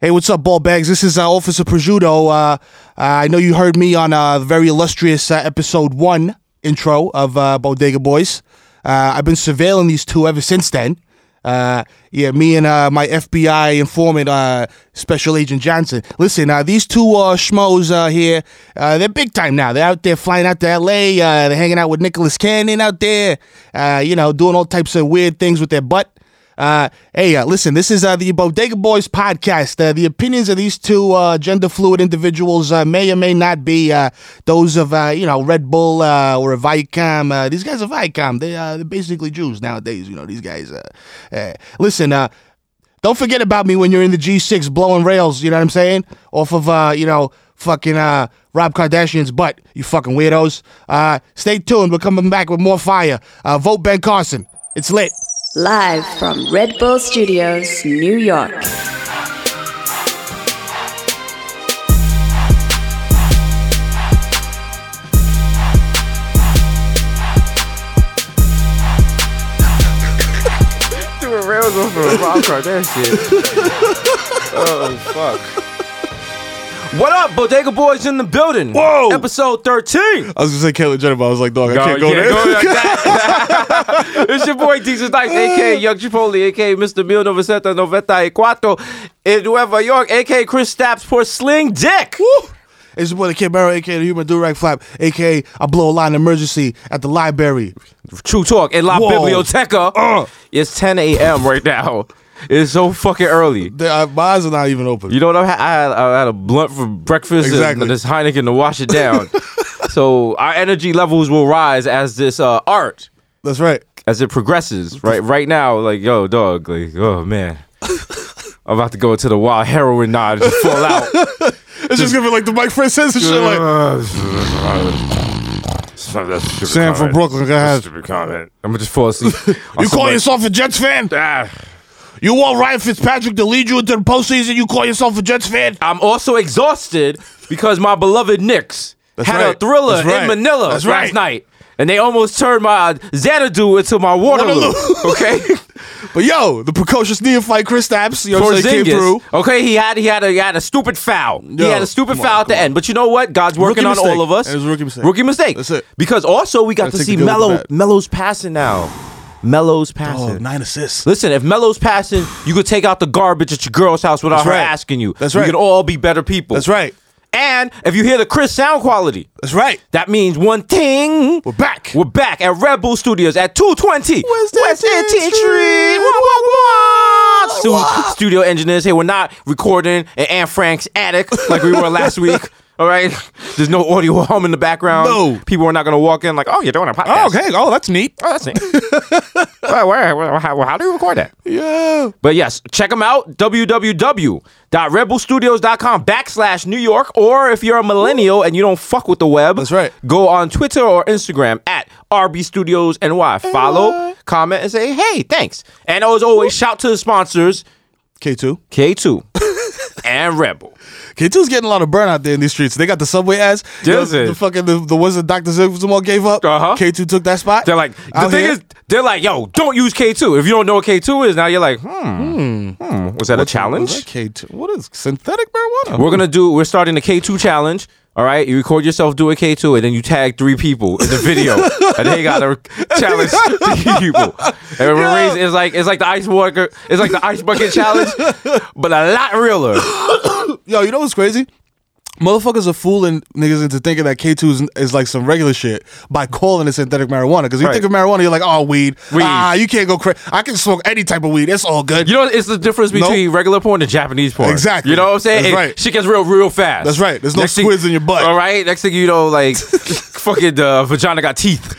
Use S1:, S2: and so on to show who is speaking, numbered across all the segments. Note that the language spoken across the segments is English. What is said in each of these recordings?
S1: Hey, what's up, ball bags? This is uh, Officer Prosciutto. Uh, uh, I know you heard me on uh, the very illustrious uh, episode one intro of uh, Bodega Boys. Uh, I've been surveilling these two ever since then. Uh, yeah, me and uh, my FBI informant, uh, Special Agent Johnson. Listen, uh, these two uh, schmoes uh, here, uh, they're big time now. They're out there flying out to LA. Uh, they're hanging out with Nicholas Cannon out there, uh, you know, doing all types of weird things with their butt. Uh, hey, uh, listen, this is uh, the Bodega Boys podcast. Uh, the opinions of these two uh, gender fluid individuals uh, may or may not be uh, those of, uh, you know, Red Bull uh, or Viacom. Uh, these guys are Viacom. They, uh, they're basically Jews nowadays. You know, these guys. Uh, uh, listen, uh, don't forget about me when you're in the G6 blowing rails, you know what I'm saying? Off of, uh, you know, fucking uh, Rob Kardashian's butt, you fucking weirdos. Uh, stay tuned. We're coming back with more fire. Uh, vote Ben Carson. It's lit.
S2: Live from Red Bull Studios, New York.
S3: threw a rails over a rock car. That shit. oh fuck. What up, Bodega Boys in the building?
S1: Whoa!
S3: Episode 13.
S1: I was gonna say Caitlyn Jenner, but I was like, dog, I can't go
S3: yeah,
S1: there.
S3: like that. it's your boy Jesus Dice, aka Young Chipotle, aka Mr. Mil Novecenta Noventa e Quattro, in Nueva York, aka Chris Stapps for Sling Dick.
S1: it's your boy the Kid Barrow, aka the Human Durag Flap, aka I blow a line emergency at the library.
S3: True talk, in La
S1: Whoa.
S3: Biblioteca.
S1: Uh.
S3: It's 10 a.m. right now. It's so fucking early.
S1: The, uh, my eyes are not even open.
S3: You know what? I had, I had, I had a blunt for breakfast
S1: Exactly.
S3: and this Heineken to wash it down. so our energy levels will rise as this uh, art
S1: That's right.
S3: as it progresses. Right, right now, like yo, dog, like oh man, I'm about to go into the wild heroin nod, just fall out.
S1: It's just gonna be like the Mike Francis and shit. Like
S3: Sam
S1: Brooklyn, go ahead.
S3: Stupid comment. I'm gonna just fall asleep.
S1: You call yourself a Jets fan? You want Ryan Fitzpatrick to lead you into the postseason? You call yourself a Jets fan?
S3: I'm also exhausted because my beloved Knicks
S1: That's
S3: had
S1: right.
S3: a thriller
S1: That's right.
S3: in Manila
S1: That's
S3: last
S1: right.
S3: night. And they almost turned my Xanadu into my Waterloo.
S1: Waterloo.
S3: okay,
S1: But yo, the precocious neophyte Chris Stapps, you know what I'm saying, came
S3: Porzingis.
S1: through.
S3: Okay, he had he had a he had a stupid foul.
S1: Yo,
S3: he had a stupid
S1: come on,
S3: foul at the end. But you know what? God's working on
S1: mistake.
S3: all of us.
S1: It was a rookie mistake.
S3: Rookie mistake.
S1: That's it.
S3: Because also we got
S1: Gotta
S3: to
S1: take
S3: see
S1: the good with the
S3: Mello
S1: bad.
S3: Mello's passing now. Mello's
S1: Oh,
S3: passing.
S1: nine assists.
S3: Listen, if Mello's passing, you could take out the garbage at your girl's house without
S1: That's
S3: her
S1: right.
S3: asking you.
S1: That's
S3: We
S1: right.
S3: could all be better people.
S1: That's right.
S3: And if you hear the Chris sound quality,
S1: That's right.
S3: that means one thing.
S1: We're back.
S3: We're back at Red Bull Studios at 220
S1: West 18th Street.
S3: Wah, wah, wah. Stu-
S1: Wah.
S3: Studio engineers here. We're not recording in Anne Frank's attic like we were last week. All right. There's no audio hum in the background.
S1: No.
S3: People are not going to walk in like, oh, you're doing a podcast.
S1: Oh, okay. Oh, that's neat.
S3: Oh, that's neat. Well, where- where- how, how do you record that?
S1: Yeah.
S3: But yes, check them out. www.rebelstudios.com backslash New York. Or if you're a millennial and you don't fuck with the web,
S1: That's right.
S3: Go on Twitter or Instagram at RB Studios NY. Follow, comment, and say hey, thanks. And as always, shout to the sponsors
S1: K2.
S3: K2 and Rebel.
S1: K2's getting a lot of burn out there in these streets. They got the subway ads. You know,
S3: Does it?
S1: The fucking the, the ones that Dr. Zimmerman gave up.
S3: Uh-huh.
S1: K2 took that spot.
S3: They're like the
S1: Out
S3: thing
S1: here.
S3: is, they're like, yo, don't use K2. If you don't know what K2 is, now you're like, hmm, hmm. was that a challenge?
S1: What is that K2? What is synthetic marijuana?
S3: We're gonna do. We're starting the K two challenge. All right, you record yourself doing K two, and then you tag three people in the video, and they got to challenge three people. And we're raising, it's like it's like the ice walker, it's like the ice bucket challenge, but a lot realer.
S1: Yo, you know what's crazy? Motherfuckers are fooling niggas into thinking that K2 is, is like some regular shit by calling it synthetic marijuana. Because you
S3: Right.
S1: think of marijuana, you're like, oh, weed.
S3: Weed.
S1: Ah, you can't go crazy. I can smoke any type of weed. It's all good.
S3: You know, it's the difference
S1: Nope.
S3: between regular porn and Japanese porn.
S1: Exactly.
S3: You know what I'm saying?
S1: That's
S3: It-
S1: right.
S3: Shit gets real, real fast.
S1: That's right. There's no
S3: thing-
S1: squids in your butt.
S3: All right. Next thing you know, like fucking uh, vagina got teeth.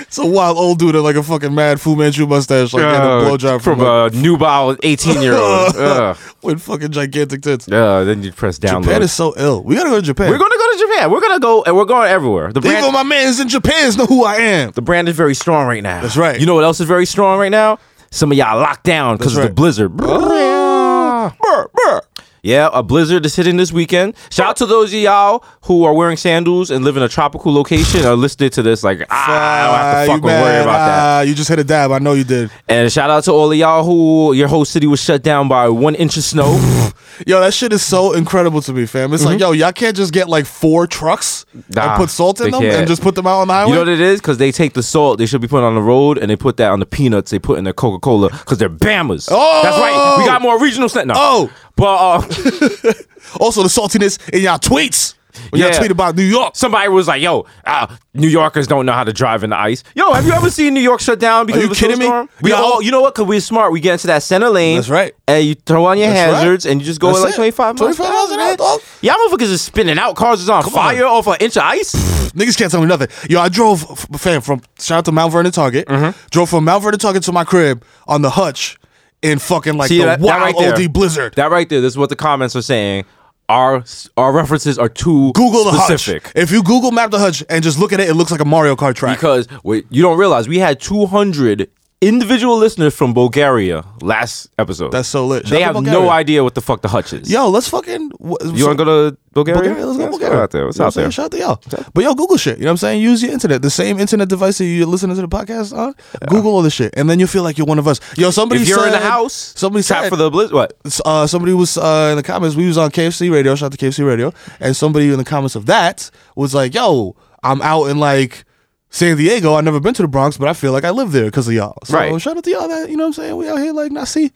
S1: it's a wild old dude in like a fucking mad Fu Manchu mustache, like getting a
S3: Uh,
S1: blowjob from,
S3: from
S1: a,
S3: a nubile 18 year old. Ugh.
S1: with fucking gigantic tits.
S3: Uh, then you press download.
S1: Japan is so ill. We gotta go to Japan.
S3: we're gonna go to Japan. We're gonna go and we're going everywhere. The brand,
S1: Even my man's in Japan's know who I am.
S3: the brand is very strong right now.
S1: That's right.
S3: You know what else is very strong right now? Some of y'all locked down because
S1: That's
S3: of
S1: right.
S3: the blizzard.
S1: Brr, brr.
S3: Yeah, a blizzard is hitting this weekend. Shout out to those of y'all who are wearing sandals and live in a tropical location are listed to this. Like, ah, I don't have to
S1: you
S3: fucking worry
S1: mad.
S3: about that.
S1: Ah, you just hit a dab. I know you did.
S3: And shout out to all of y'all who your whole city was shut down by one inch of snow.
S1: Yo, that shit is so incredible to me, fam. It's like, yo, y'all can't just get like four trucks
S3: Mm-hmm. Nah,
S1: and put salt in
S3: they
S1: them
S3: can't.
S1: and just put them out on the highway.
S3: You know what it is? Because they take the salt they should be putting on the road and they put that on the peanuts they put in their Coca Cola because they're Bammers. That's right. We got more regional scent now.
S1: Oh.
S3: But uh,
S1: also, the saltiness in y'all tweets. When
S3: Yeah.
S1: y'all tweet about New York.
S3: somebody was like, yo, uh, New Yorkers don't know how to drive in the ice. Yo, have you ever seen New York shut down because
S1: you
S3: of a
S1: kidding me?
S3: snowstorm? We
S1: Yo.
S3: all, you know what? Because we're smart. We get into that center lane.
S1: That's right.
S3: And you throw on your
S1: That's right.
S3: hazards and you just go
S1: That's
S3: like
S1: it.
S3: 25 miles.
S1: 25 miles an hour, dog.
S3: Y'all motherfuckers is spinning out. Cars is on fire off an inch of ice.
S1: Niggas can't tell me nothing. Yo, I drove, f- fam, from shout out to Mount Vernon Target.
S3: Mm-hmm.
S1: Drove from Mount Vernon Target to my crib on the hutch in fucking like
S3: See,
S1: the
S3: that- that
S1: wild
S3: right there.
S1: OD blizzard.
S3: That right there. This is what the comments are saying. Our our references are too
S1: Google the
S3: specific.
S1: hutch. If you Google map the hutch and just look at it, it looks like a Mario Kart track.
S3: because wait, you don't realize we had 200 individual listeners from Bulgaria last episode.
S1: That's so lit.
S3: They
S1: Shout out
S3: have
S1: to
S3: no
S1: Bulgaria.
S3: idea what the fuck the hutch is.
S1: yo, let's fucking. wh-
S3: you want to go to Bulgaria?
S1: Bulgaria, let's go Bulgaria.
S3: out there. What's
S1: You know
S3: out
S1: what
S3: there?
S1: I'm saying? Shout out to y'all. But yo, Google shit. You know what I'm saying? Use your internet. The same internet device that you're listening to the podcast on. Google all this shit, and then you feel like you're one of us. Yo, somebody
S3: If you're in the
S1: said-
S3: house,
S1: Somebody
S3: tap
S1: said
S3: for the blizz. What?
S1: uh, somebody was uh, in the comments. We was on KFC Radio. Shout out to KFC Radio. And somebody in the comments of that was like, "Yo, I'm out in like San Diego. I've never been to the Bronx, but I feel like I live there because of y'all." So
S3: Right.
S1: shout out to y'all. That you know what I'm saying? We out here like Nasi.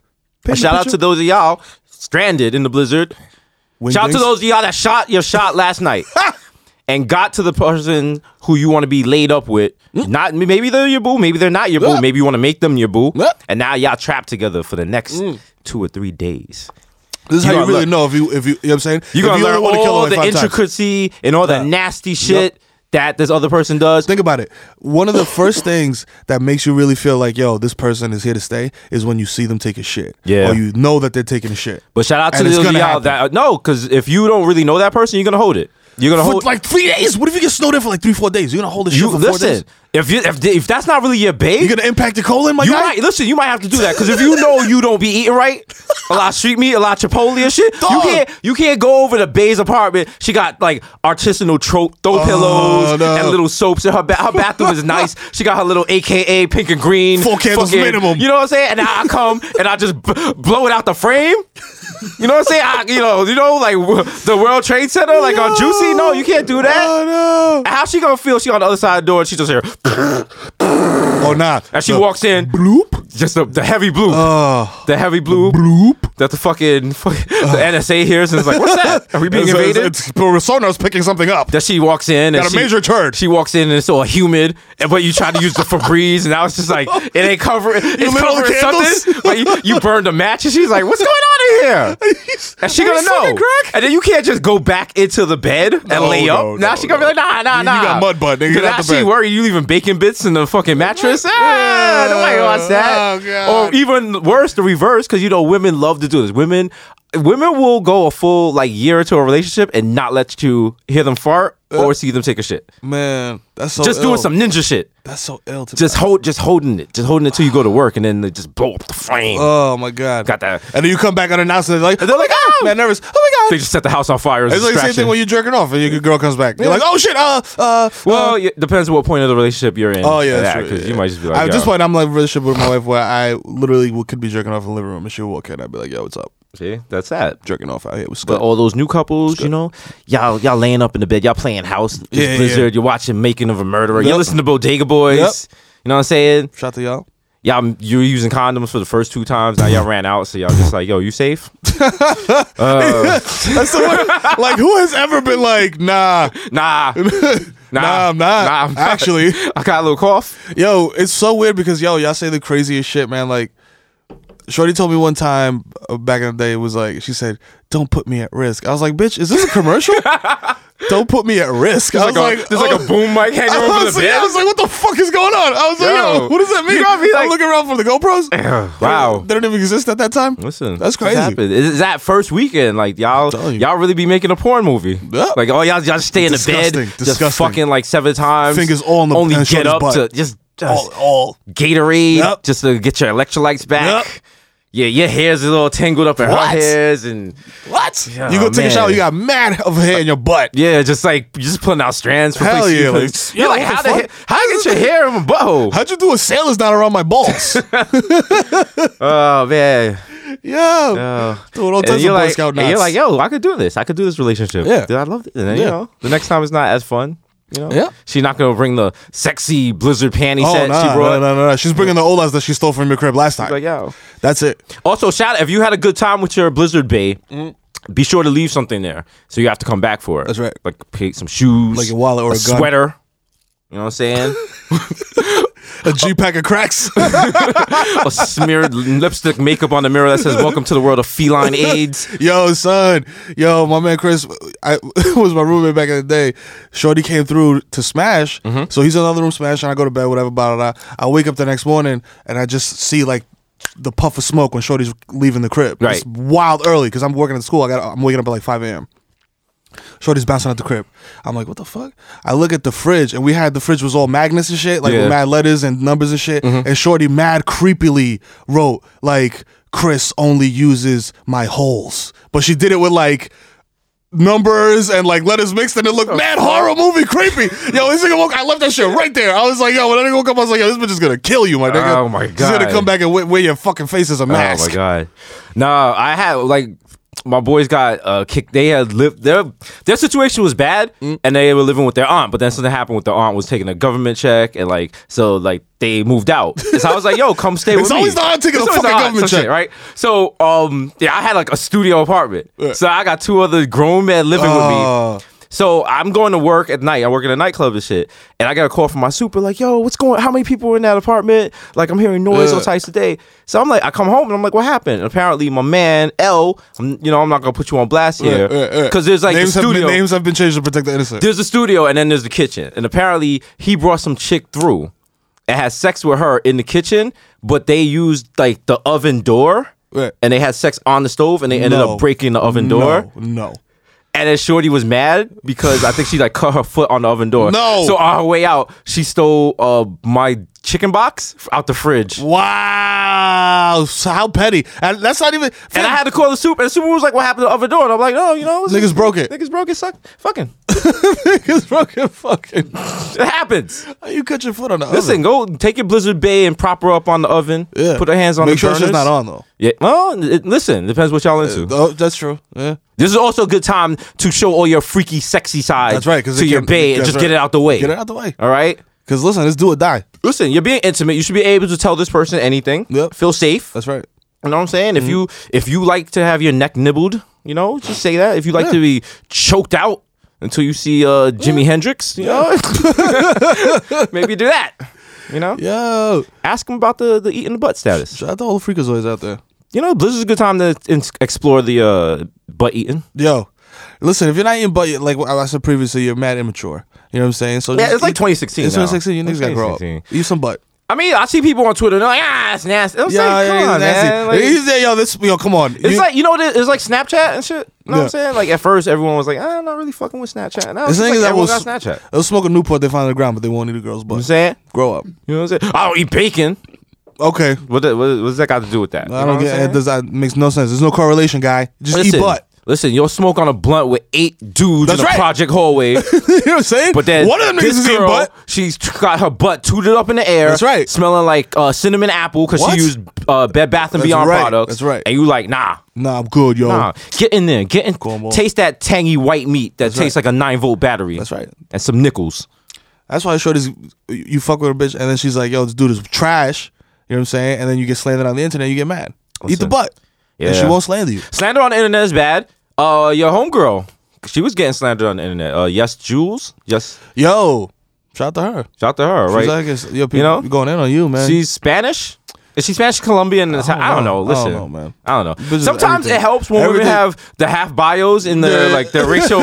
S3: Shout out to those of y'all stranded in the blizzard. Shout out to those of y'all that shot your shot last night. And got to the person who you want to be laid up with. Not maybe they're your boo, maybe they're not your boo.
S1: Yeah.
S3: Maybe you want to make them your boo.
S1: Yeah. Mm.
S3: And now y'all trapped together for the next two or three days.
S1: This is
S3: You
S1: how you
S3: gotta
S1: really
S3: learn-
S1: know if you if you, you know what I'm saying
S3: You
S1: If
S3: gotta
S1: you
S3: learn
S1: only wanna kill
S3: all
S1: only
S3: the
S1: five times.
S3: intricacy and all the
S1: Yeah.
S3: nasty shit that this other person does.
S1: Think about it. One of the first things that makes you really feel like, yo, this person is here to stay is when you see them take a shit.
S3: Yeah.
S1: Or you know that they're taking a shit.
S3: but shout out to
S1: And it's
S3: those of
S1: gonna
S3: y'all that no, because if you don't really know that person, you're gonna hold it. You're gonna
S1: For
S3: hold.
S1: like three days. What if you get snowed in for like three, four days? You're gonna hold the shit
S3: you
S1: for four days.
S3: listen. If you if, if that's not really your babe,
S1: You're gonna impact the colon, my
S3: You
S1: guy?
S3: might listen. You might have to do that because if you know you don't be eating right, a lot of street meat, a lot of Chipotle and shit. You
S1: Dog.
S3: can't. You can't go over to Bay's apartment. She got like artisanal tro- throw pillows
S1: Oh, no.
S3: and little soaps. And her ba- her bathroom is nice. She got her little AKA pink and green.
S1: Four candles minimum.
S3: You know what I'm saying? And I, I come and I just b- blow it out the frame. You know what I'm saying? I, you know, you know, like w- the World Trade Center, like on Juicy. No, you can't do that.
S1: Oh
S3: How she gonna feel? She on the other side of the door and she just here.
S1: no. Oh nah.
S3: And she
S1: Look.
S3: walks in.
S1: bloop.
S3: Just the, the heavy blue.
S1: Oh.
S3: The heavy blue
S1: Bloop. Uh.
S3: that the fucking, fucking the NSA hears and is like, "What's that? Are we being
S1: It's-
S3: invaded?"
S1: It's, it's, Sonos picking something up.
S3: that she walks in and
S1: Got a
S3: she,
S1: major turd.
S3: She walks in and it's all humid, and but you try to use the Febreze, and now it's just like it ain't covering.
S1: lit all
S3: It's
S1: the
S3: covering
S1: candles?
S3: something. Like you, you burned a match, and she's like, "What's going on in here?" And she
S1: Are you
S3: gonna know.
S1: smoking crack?
S3: And then you can't just go back into the bed and
S1: No,
S3: lay up.
S1: no,
S3: now
S1: no,
S3: she gonna be like, "Nah, nah,
S1: You- you
S3: nah."
S1: got mud butt, nigga.
S3: Because
S1: Get out
S3: now
S1: the
S3: she
S1: bed.
S3: worried you leaving bacon bits in the fucking mattress. Ah, nobody wants that.
S1: Oh, God.
S3: Or even worse, the reverse, because you know women love to do this. Women. Women will go a full like year into a relationship and not let you hear them fart
S1: Uh,
S3: or see them take a shit.
S1: Man, that's so
S3: Just doing
S1: ill.
S3: some ninja shit.
S1: That's so ill to
S3: Just hold, just holding it, just holding it till you go to work, and then they just blow up the flame.
S1: Oh my god.
S3: Got that.
S1: And then you come back on announcement like
S3: And they're like, "Ah!"
S1: man nervous. Oh my god.
S3: they just set the house on fire. As a
S1: It's like the same
S3: distraction.
S1: thing when you're jerking off and your girl comes back. You're like, oh shit, uh, uh,
S3: Well,
S1: uh,
S3: it depends what point of the relationship you're in.
S1: oh yeah, that's true,
S3: because
S1: yeah.
S3: you might just be like,
S1: At
S3: Yo,
S1: this point, I'm like in a relationship with my wife where I literally would- could be jerking off in the living room and she'll walk in. I'd be like, yo, what's up?
S3: see, that's that.
S1: Jerking off out here with
S3: But
S1: Scott.
S3: all those new couples, you know, y'all y'all laying up in the bed, y'all playing house, it's
S1: Yeah, yeah,
S3: Blizzard,
S1: yeah.
S3: you're watching Making of a Murderer, you
S1: Yep.
S3: listen to Bodega Boys.
S1: Yep.
S3: You know what I'm saying?
S1: Shout to y'all.
S3: Y'all, you were using condoms for the first two times. Now y'all ran out, so y'all just like, yo, you safe? Uh,
S1: That's the one. like, who has ever been like, nah,
S3: Nah, nah,
S1: nah, I'm not.
S3: Nah, I'm not.
S1: Actually,
S3: I got a little cough.
S1: yo, it's so weird because yo, y'all say the craziest shit, man. Like, Shorty told me one time uh, back in the day, it was like, she said, "Don't put me at risk." I was like, "Bitch, is this a commercial?" Don't put me at risk. I was
S3: Like a,
S1: like,
S3: there's like
S1: oh.
S3: a boom mic hanging
S1: I
S3: over
S1: was,
S3: the
S1: like,
S3: bed.
S1: I was like, what the fuck is going on? I was like, yo,
S3: Yo,
S1: what does that
S3: you
S1: mean?
S3: gotta be like-
S1: I'm looking around for the GoPros.
S3: Wow.
S1: They don't even exist at that time.
S3: Listen,
S1: That's crazy.
S3: Is that first weekend? Like y'all,
S1: telling you.
S3: y'all really be making a porn movie?
S1: Yeah.
S3: Like oh y'all, y'all stay in the bed,
S1: Disgusting,
S3: just
S1: disgusting.
S3: fucking like seven times.
S1: Fingers all in the-
S3: only
S1: in
S3: get
S1: Shorty's
S3: up
S1: butt.
S3: to just, just
S1: all, all.
S3: Gatorade
S1: Yep.
S3: just to get your electrolytes back.
S1: Yep.
S3: yeah, your hairs is all tangled up in
S1: What?
S3: her hairs, and
S1: What?
S3: Yeah,
S1: you go take a
S3: man.
S1: shower, you got mad of hair in your butt.
S3: yeah, just like you're just pulling out strands. From
S1: Hell
S3: places
S1: yeah,
S3: you
S1: like,
S3: couldn't-
S1: yo,
S3: you're
S1: what
S3: like,
S1: the
S3: how the
S1: fuck?
S3: he- how you get your hair in my butthole?
S1: How'd you do a sailor's knot around my balls?
S3: Oh man,
S1: yeah.
S3: Oh.
S1: Doing all
S3: And
S1: types of
S3: you're
S1: Boy
S3: like,
S1: Scout
S3: and
S1: knots.
S3: you're like, yo, I could do this. I could do this relationship.
S1: Yeah.
S3: Dude, I love it. And then,
S1: Yeah.
S3: you know, the next time it's not as fun. You know,
S1: Yeah.
S3: She's not gonna bring the sexy blizzard panty
S1: oh,
S3: set
S1: no,
S3: she
S1: no,
S3: brought.
S1: no, no, no. She's bringing the olas that she stole from your crib last time.
S3: Like, yo.
S1: That's it.
S3: Also, shout out if you had a good time with your blizzard bay. Be sure to leave something there, so you have to come back for it.
S1: Mm. That's right.
S3: Like pick some shoes,
S1: Like a wallet or a gun.
S3: sweater. You know what I'm saying?
S1: A G pack of cracks.
S3: a smeared lipstick makeup on the mirror that says "Welcome to the world of feline AIDS."
S1: Yo, son. Yo, my man Chris I was my roommate back in the day. Shorty came through to smash. So he's in another room smashing. I go to bed, whatever, blah, blah, blah. I wake up the next morning and I just see like the puff of smoke when Shorty's leaving the crib.
S3: Right.
S1: It's wild early because I'm working at school. I got I'm waking up at like 5 a.m. Shorty's bouncing at the crib. I'm like, what the fuck? I look at the fridge, and we had the fridge was all magnets and shit, like
S3: Yeah. Mm-hmm.
S1: with mad letters and numbers and shit. And Shorty mad creepily wrote like, Chris only uses my holes, but she did it with like numbers and like letters mixed, and it
S3: Oh.
S1: looked mad horror movie creepy. Yo, this nigga woke. I left that shit right there. I was like, yo, when that nigga woke up, I was like, yo, this bitch is gonna kill you, my nigga.
S3: Oh, my
S1: She's gonna
S3: God.
S1: come back and we- wear your fucking face as a mask.
S3: Oh my god. No, I had like my boys got uh, kicked. They had lived their their situation was bad,
S1: Mm.
S3: and they were living with their aunt. But then something happened with their aunt was taking a government check, and like so like they moved out. So I was like, "Yo, come stay with
S1: It's
S3: me."
S1: always the aunt taking
S3: It's
S1: a
S3: always the
S1: fucking
S3: aunt,
S1: government
S3: some
S1: check.
S3: shit, right? So um yeah, I had like a studio apartment. So I got two other grown men living
S1: Oh.
S3: with me. So I'm going to work at night. I work in a nightclub and shit. And I got a call from my super, like, yo, what's going How many people were in that apartment? Like, I'm hearing noise all
S1: Ugh.
S3: types of day. So I'm like, I come home and I'm like, what happened? And apparently, my man, L, I'm, you know, I'm not going to put you on blast here. Because there's like
S1: Uh, names
S3: the
S1: Have
S3: studio.
S1: been, names have been changed to protect the innocent.
S3: There's the studio and then there's the kitchen. And apparently, he brought some chick through and had sex with her in the kitchen, but they used like the oven door.
S1: Right.
S3: And they had sex on the stove and they ended
S1: No.
S3: up breaking the oven door.
S1: No. no.
S3: And then Shorty was mad because I think she like cut her foot on the oven door.
S1: No.
S3: So on her way out, she stole uh my chicken box f- out the fridge.
S1: Wow. So how petty. And that's not even.
S3: And I had to call the super and the super was like, What happened to the oven door? And I'm like, No, you know, it's-
S1: Niggas broke it.
S3: Niggas broke it, suck fucking.
S1: niggas broken fucking.
S3: It happens.
S1: How you cut your foot on the
S3: Listen,
S1: oven?
S3: go take your Blizzard Bay and prop her up on the oven.
S1: Yeah.
S3: Put her hands on
S1: Make
S3: the
S1: sure
S3: burners.
S1: she's not on, though.
S3: Yeah. Well, it, listen, depends what y'all into.
S1: Oh, that's true. Yeah.
S3: This is also a good time to show all your freaky, sexy side
S1: That's right. Cause
S3: to
S1: it
S3: your
S1: can-
S3: bay and
S1: that's
S3: just
S1: right.
S3: get it out the way.
S1: Get it out the way.
S3: All right?
S1: Because listen, it's do or die.
S3: listen, you're being intimate. You should be able to tell this person anything.
S1: Yep.
S3: Feel safe.
S1: That's Mhm. right.
S3: You know what I'm saying? If you if you like to have your neck nibbled, you know, just say that. If you like to be choked out until you see uh Jimi Hendrix, you know, maybe do that. You know,
S1: Yo.
S3: ask him about the the eating the butt status.
S1: Shout out to all the freakazoids out there.
S3: You know, this is a good time to in- explore the uh butt eating.
S1: Yo. Listen, if you're not eating butt, you're- like I said previously, you're mad immature. You know what I'm saying? So
S3: Yeah,
S1: just
S3: it's like
S1: eat-
S3: 2016
S1: It's
S3: now.
S1: 2016. You niggas
S3: It's
S1: gotta grow up.
S3: 2016.
S1: Eat some butt.
S3: I mean, I see people on Twitter. They're like, ah, it's nasty. I'm saying, come
S1: it's
S3: on,
S1: nasty.
S3: man. Like-
S1: He's there, yo. This, yo, come on.
S3: It's
S1: You-
S3: like you know what it is? It's like Snapchat and shit. You know what
S1: Yeah.
S3: I'm saying? Like at first everyone was like, ah, I'm not really fucking with Snapchat. Now
S1: This
S3: it's just
S1: thing
S3: like
S1: is that
S3: everyone
S1: was
S3: got Snapchat.
S1: They'll smoke a Newport they find on the ground, but they won't eat a girl's butt.
S3: I'm saying?
S1: Grow up.
S3: You know what I'm saying? I don't eat bacon.
S1: Okay.
S3: What, the, what, what does that got to do with that? You
S1: I
S3: know
S1: don't
S3: what
S1: get
S3: I'm
S1: it. Does that makes no sense? There's no correlation, guy. Just
S3: saying?
S1: eat butt.
S3: Listen, you'll smoke on a blunt with eight dudes
S1: That's
S3: in a
S1: right.
S3: project hallway.
S1: you know what I'm saying?
S3: But then
S1: one of them niggas
S3: this
S1: is eating
S3: girl,
S1: butt.
S3: She's t- got her butt tooted up in the air.
S1: That's right.
S3: Smelling like uh, cinnamon apple because
S1: What?
S3: she used uh, Bed Bath and
S1: That's
S3: Beyond
S1: right.
S3: products.
S1: That's right.
S3: And you like, nah,
S1: Nah, I'm good, yo.
S3: Nah, get in there. Get in.
S1: Como.
S3: Taste that tangy white meat that tastes like a nine volt battery.
S1: That's right.
S3: And some nickels.
S1: That's why I showed this. You fuck with a bitch, and then she's like, "Yo, this dude is trash." You know what I'm saying? And then you get slandered on the internet. You get mad. Eat the
S3: Listen.
S1: butt. And she
S3: Yeah.
S1: won't slander you.
S3: Slander on the internet is bad. Uh, your homegirl, she was getting slandered on the internet. Uh, yes, Jules. Yes,
S1: Yo, shout out to her.
S3: shout out to her.
S1: She's
S3: right.
S1: like, it's- yo, people
S3: know?
S1: going in on you, man.
S3: She's Spanish. Is she Spanish Colombian? I don't, I don't know.
S1: know. I don't
S3: Listen,
S1: know, man.
S3: I don't know.
S1: Bitches is
S3: Sometimes
S1: everything.
S3: it helps when
S1: Everything.
S3: women have the half bios in the
S1: Yeah.
S3: like the racial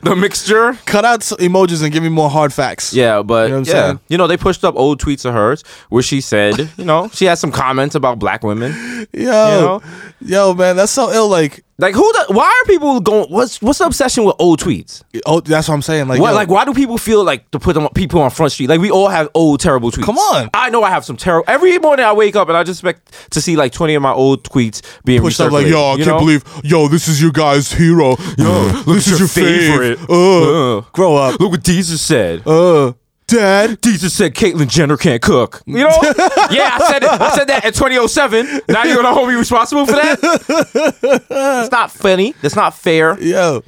S3: the mixture.
S1: Cut out s- emojis and give me more hard facts.
S3: Yeah, but
S1: You know what I'm
S3: yeah,
S1: saying?
S3: you know they pushed up old tweets of hers where she said, you know, she had some comments about black women.
S1: Yo, yo, man, that's so ill. Like,
S3: Like who? The, why are people going? What's what's the obsession with old tweets?
S1: Oh, that's what I'm saying. Like,
S3: What,
S1: yo,
S3: like why do people feel like to put them people on front street? Like we all have old terrible tweets.
S1: Come on.
S3: I know I have some terrible. Every morning I wake up and I just expect to see like twenty of my old tweets being
S1: push up like,
S3: recirculated,
S1: yo, I
S3: you
S1: can't
S3: know?
S1: believe, yo, this is your guy's hero. Yo, this is your, favorite. Uh,
S3: Uh.
S1: grow up.
S3: Look what Deezer said.
S1: Uh, dad.
S3: Deezer said Caitlyn Jenner can't cook. You know? yeah, I said it. I said that in 2007. Now you're gonna hold me responsible for that? It's not funny. That's not fair.
S1: Yo.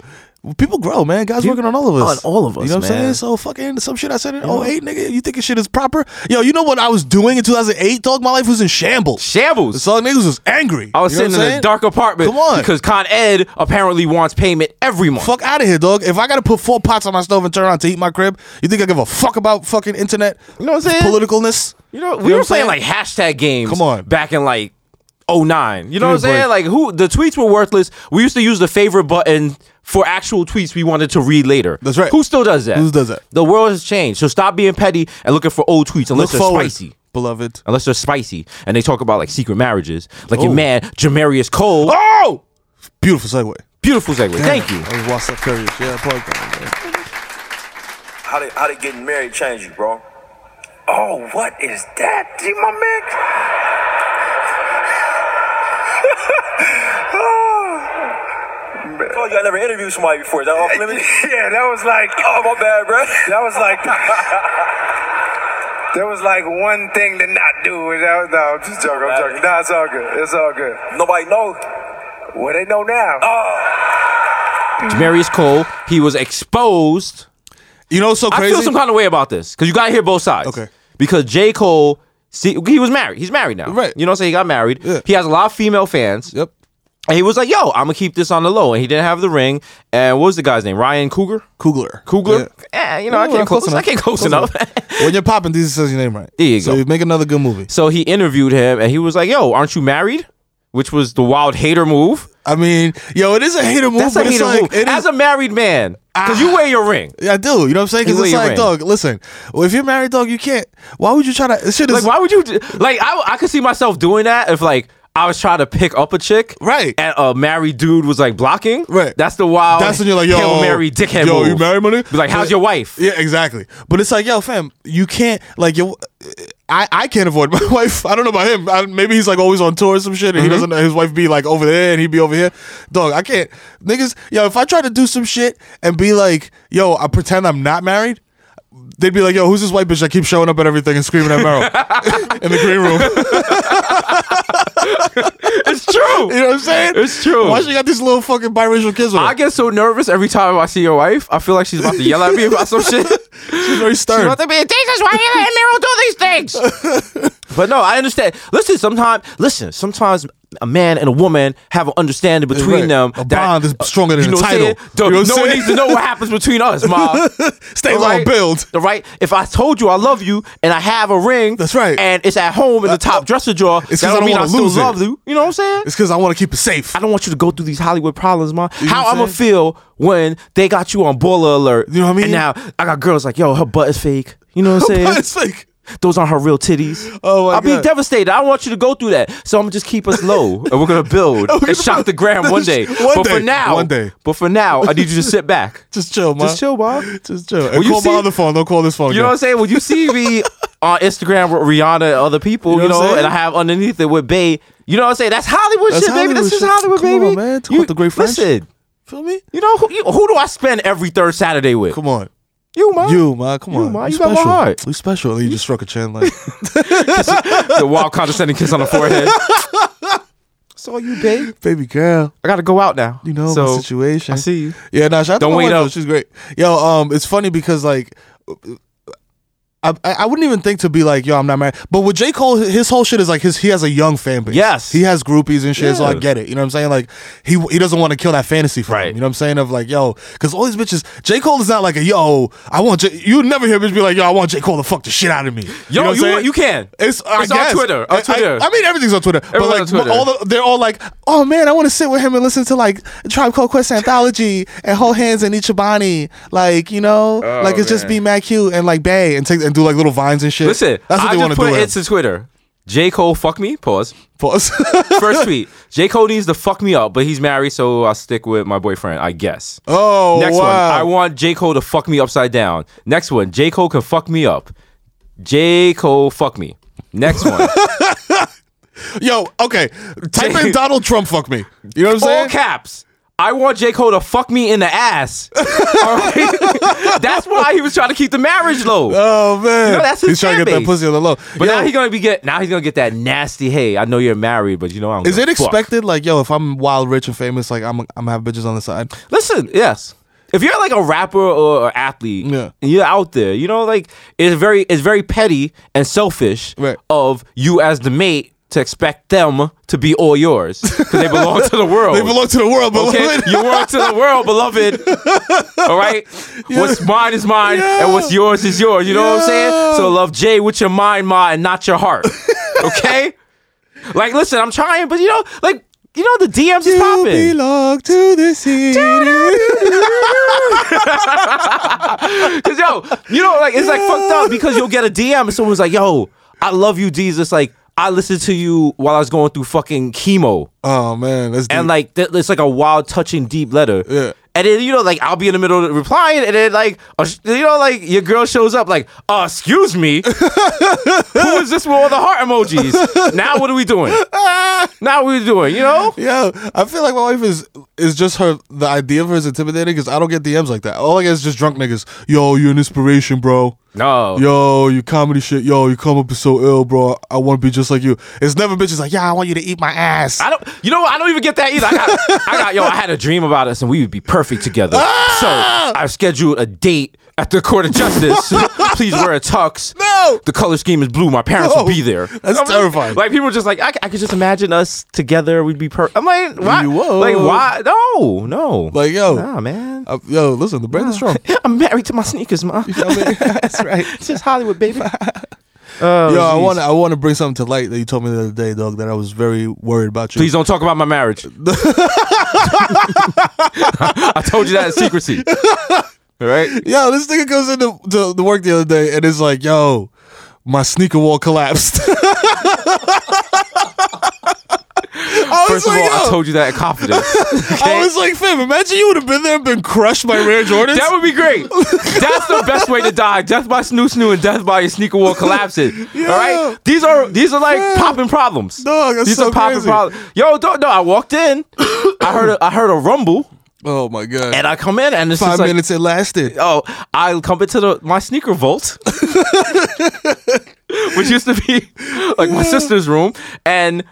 S1: People grow, man. God's working on all of us.
S3: on all of us,
S1: You know what I'm saying?
S3: man.
S1: So fucking some shit I said in 08, nigga. You think this shit is proper? Yo, you know what I was doing in 2008? Dog, my life was in shambles.
S3: Shambles.
S1: So niggas was angry.
S3: I was
S1: You know what
S3: sitting
S1: I'm
S3: in a
S1: saying?
S3: dark apartment
S1: Come on.
S3: because Con Ed apparently wants payment every month.
S1: Fuck out of here, dog. If I gotta put four pots on my stove and turn on to heat my crib, you think I give a fuck about fucking internet? You
S3: know what I'm saying?
S1: Politicalness.
S3: You know, we
S1: know
S3: were
S1: what I'm
S3: playing like hashtag games.
S1: Come on.
S3: back in like 09. You know
S1: me
S3: what
S1: a
S3: I'm saying?
S1: break.
S3: Like who the tweets were worthless. We used to use the favorite button for actual tweets we wanted to read later.
S1: That's right.
S3: Who still does that?
S1: Who does that?
S3: The world has changed. So stop being petty and looking for old tweets unless
S1: Look
S3: they're
S1: forward,
S3: spicy.
S1: beloved.
S3: Unless they're spicy and they talk about like secret marriages, like
S1: Oh.
S3: your man Jamarius Cole.
S1: Oh, beautiful segue.
S3: Beautiful segue. Thank you.
S1: That was What's Up Curious. Yeah, podcast. man.
S4: How did how did getting married change you, bro? Oh, what is that? See my man? I told you I never interviewed somebody before. Is that off limits?
S5: Oh. Yeah, that was like
S4: oh, my bad, bro.
S5: that was like there was like one thing to not do. And that was, no, I'm just joking. I'm joking. Nah, it's all good. It's all good.
S4: Nobody know. Oh,
S5: Well, they know now.
S3: Jamarius Cole, he was exposed.
S1: You know, what's so
S3: I
S1: crazy.
S3: feel some kind of way about this because you gotta hear both sides.
S1: Okay.
S3: Because J. Cole, see, he was married. He's married now.
S1: Right.
S3: You know what I'm saying? He got married.
S1: Yeah.
S3: He has a lot of female fans.
S1: yep.
S3: And he was like, yo, I'm gonna keep this on the low. And he didn't have the ring. And what was the guy's name? Ryan Cougar?
S1: Coogler.
S3: Coogler?
S1: Yeah.
S3: Eh, you know, I
S1: Yeah, well,
S3: can't
S1: close
S3: close, I
S1: enough.
S3: can't close,
S1: Close
S3: enough.
S1: when you're popping, this says your name right.
S3: There you
S1: so
S3: go.
S1: you make another good movie.
S3: so he interviewed him and he was like, yo, aren't you married? Which was the wild hater move.
S1: I mean, yo, it is a hater move.
S3: That's
S1: but
S3: a
S1: it's
S3: hater
S1: like,
S3: move.
S1: It is,
S3: As a married man, because you wear your ring.
S1: yeah, I do. You know what I'm saying? Because
S3: You
S1: it's
S3: wear
S1: like,
S3: your ring.
S1: dog, listen. Well, if you're married, dog, you can't. Why would you try to? This shit is
S3: Like, why would you? do- Like, I, I could see myself doing that if like I was trying to pick up a chick,
S1: Right.
S3: And a married dude was like blocking,
S1: Right.
S3: That's the wild.
S1: That's when you're like, yo,
S3: Hail Mary dickhead.
S1: Yo,
S3: move.
S1: you married, money?
S3: Be like, how's your wife?
S1: Yeah, exactly. But it's like, yo, fam, you can't like yo. I, I can't avoid my wife. I don't know about him. I, maybe he's like always on tour or some shit, and he
S3: Mm-hmm.
S1: doesn't. His wife be like over there, and he be over here. Dog, I can't. Niggas, yo, if I try to do some shit and be like, yo, I pretend I'm not married, they'd be like, yo, who's this white bitch that keeps showing up at everything and screaming at Meryl in the green room?
S3: It's true.
S1: you know what I'm saying?
S3: It's true.
S1: Why she got these little fucking biracial kids? With her?
S3: I get so nervous every time I see your wife. I feel like she's about to yell at me about some shit.
S1: She's very
S3: She's
S1: stern.
S3: about to be, this is why you and Meryl do these things. but no, I understand. Listen, sometimes, listen, sometimes a man and a woman have an understanding between
S1: right.
S3: them. uh,
S1: A bond is stronger than
S3: you know
S1: a
S3: what I'm
S1: title.
S3: saying? The-
S1: You know what I'm
S3: no one
S1: saying?
S3: needs to know what happens between us, ma.
S1: Stay
S3: All
S1: low,
S3: right?
S1: build.
S3: All right. If I told you I love you and I have a ring,
S1: That's right. Uh,
S3: and it's at home in the top dresser drawer,
S1: it's 'cause
S3: that
S1: I don't
S3: don't mean I
S1: wanna
S3: still
S1: lose it.
S3: love you. You know what I'm saying?
S1: It's because I want to keep it safe.
S3: I don't want you to go through these Hollywood problems, ma.
S1: know
S3: How
S1: what I'm
S3: I'm gonna
S1: saying?
S3: feel when they got you on boiler alert?
S1: You know what I mean?
S3: And now I got girls like, yo, her butt is fake. You know what I'm
S1: But
S3: saying?
S1: it's like.
S3: Those aren't her real titties.
S1: Oh my
S3: I'll
S1: God.
S3: be devastated. I don't want you to go through that. So I'm gonna just keep us low, and we're gonna build and shock the gram one day.
S1: One
S3: but
S1: day.
S3: for now,
S1: One day.
S3: But for now, I need you to sit back.
S1: Just chill, man.
S3: Just chill, Bob.
S1: Just chill. And
S3: Well, you
S1: call
S3: see-
S1: my other phone. Don't call this phone.
S3: You know what I'm saying? When you see me on Instagram with Rihanna and other people, you know,
S1: You know what I'm saying?
S3: and I have underneath it with Bay, you know what I'm saying? That's Hollywood
S1: That's
S3: shit, baby.
S1: Hollywood
S3: That's just
S1: shit.
S3: Hollywood,
S1: Come on,
S3: baby.
S1: man. Talk about the great French.
S3: Listen,
S1: Feel me?
S3: you know who, you, who do I spend every third Saturday with?
S1: Come on.
S3: You, man.
S1: You, man. Come
S3: You,
S1: on.
S3: man. You got my heart.
S1: You special. And you just struck a chin like.
S3: the wild condescending kiss on the forehead. it's all you, babe.
S1: Baby girl,
S3: I gotta go out now.
S1: you know
S3: so,
S1: my situation.
S3: I see you.
S1: Yeah, nah, shout out
S3: Don't
S1: to my
S3: wait
S1: wife,
S3: up.
S1: though. She's great. Yo, um, it's funny because like, I, I I wouldn't even think to be like, yo, I'm not married. But with J Cole, his whole shit is like his he has a young fan base.
S3: Yes.
S1: he has groupies and shit. So I
S3: Yeah.
S1: get it. You know what I'm saying? Like he he doesn't want to kill that fantasy for
S3: Right.
S1: him. You know what I'm saying? Of like, yo, because all these bitches, J Cole is not like a yo. I want J. You never hear a bitch be like, yo, I want J Cole to fuck the shit out of me.
S3: Yo,
S1: know what I'm
S3: you
S1: saying?
S3: want- you can.
S1: It's, I
S3: It's on
S1: guess.
S3: Twitter. On
S1: I- I-
S3: Twitter.
S1: I, mean, everything's on Twitter.
S3: Everyone's
S1: but like,
S3: on Twitter.
S1: all the uh, they're all like, oh man, I want to sit with him and listen to like Tribe Called Quest anthology and hold hands and eat Chobani. Like, you know,
S3: Oh,
S1: like it's just be Matt Q and like Bay and take and do like little vines and shit.
S3: Listen,
S1: that's what
S3: I
S1: they want
S3: just
S1: to do.
S3: put
S1: with him.
S3: it to Twitter. J. Cole, fuck me. Pause.
S1: Pause.
S3: First tweet. J. Cole needs to fuck me up, but he's married, so I'll stick with my boyfriend, I guess.
S1: oh,
S3: Next one.
S1: wow.
S3: I want J. Cole to fuck me upside down. Next one. J. Cole can fuck me up. J. Cole, fuck me. Next one.
S1: Yo, okay. Type in Donald Trump. Fuck me. You know what I'm saying?
S3: All caps. I want J. Cole to fuck me in the ass. All right? That's why he was trying to keep the marriage low.
S1: Oh man,
S3: You know, that's his
S1: he's trying to
S3: fan
S1: get that
S3: base.
S1: pussy on the low.
S3: but
S1: Yo,
S3: now he's gonna be get now he's gonna get that nasty. Hey, I know you're married, but you know I'm.
S1: is it expected? Like, yo, if I'm wild, rich, and famous, like I'm, I'm gonna have bitches on the side.
S3: Listen, yes. If you're like a rapper or, or athlete,
S1: Yeah.
S3: and you're out there. You know, like it's very it's very petty and selfish
S1: Right.
S3: of you as the mate to expect them to be all yours because they belong to the world.
S1: They belong to the world, but
S3: Oh. Okay, you work to the world, beloved. All right, what's mine is mine, and what's yours is yours. You know what I'm saying? So love Jay with your mind, ma, and not your heart. Okay, like listen, I'm trying, but you know, like you know, the DMs is
S1: you
S3: popping.
S1: belong to the city.
S3: Cause yo, you know, like it's like fucked up because you'll get a DM and someone's like, "Yo, I love you, Jesus." Like I listened to you while I was going through fucking chemo.
S1: Oh man, that's
S3: and
S1: deep.
S3: like th- it's like a wild, touching, deep letter.
S1: Yeah.
S3: And then you know, like I'll be in the middle of replying, and then like a sh- you know, like your girl shows up, like, uh, excuse me, who is this with all the heart emojis? now what are we doing? now what are we doing? You know?
S1: Ah, Yo, I feel like my wife is is just her. The idea of her is intimidating because I don't get DMs like that. All I get is just drunk niggas. Yo, you're an inspiration, bro.
S3: No.
S1: Yo, you comedy shit. Yo, you come up is so ill, bro. I want to be just like you. It's never bitches like, yeah, I want you to eat my ass.
S3: I don't. You know what? I don't even get that either. I got, I got. Yo, I had a dream about us, and we would be perfect together.
S1: Ah!
S3: So I've scheduled a date at the court of justice. Please wear a tux.
S1: No!
S3: The color scheme is blue. My parents
S1: No.
S3: will be there.
S1: That's terrifying.
S3: Like people are just like I, I could just imagine us together. We'd be perfect. I'm like, why?
S1: You would.
S3: Like why? No, no.
S1: Like, yo.
S3: nah, man.
S1: Uh, yo, listen, the brand is strong.
S3: I'm married to my sneakers, ma.
S1: That's right.
S3: it's just Hollywood, baby. Oh,
S1: Yo, I want to I want to bring something to light that you told me the other day, dog. That I was very worried about you.
S3: Please don't talk about my marriage. I told you that in secrecy. All right.
S1: Yo, this nigga goes into to, the work the other day and it's like, yo, my sneaker wall collapsed. I was
S3: First of
S1: like,
S3: all, I
S1: yo,
S3: told you that in confidence.
S1: I was like, fam, imagine you would have been there and been crushed by Rare Jordans.
S3: that would be great. That's the best way to die. Death by snoo snoo and death by your sneaker wall collapsing.
S1: Yeah.
S3: All right, these are these are like
S1: Yeah.
S3: popping problems.
S1: Dog, that's
S3: these
S1: so
S3: are popping
S1: crazy.
S3: problems. Yo, don't, no, I walked in. I heard a, I heard a rumble,
S1: oh my god.
S3: and I come in, and it's
S1: Five
S3: just like,
S1: minutes it lasted.
S3: oh, I come into the my sneaker vault, which used to be like my sister's room, and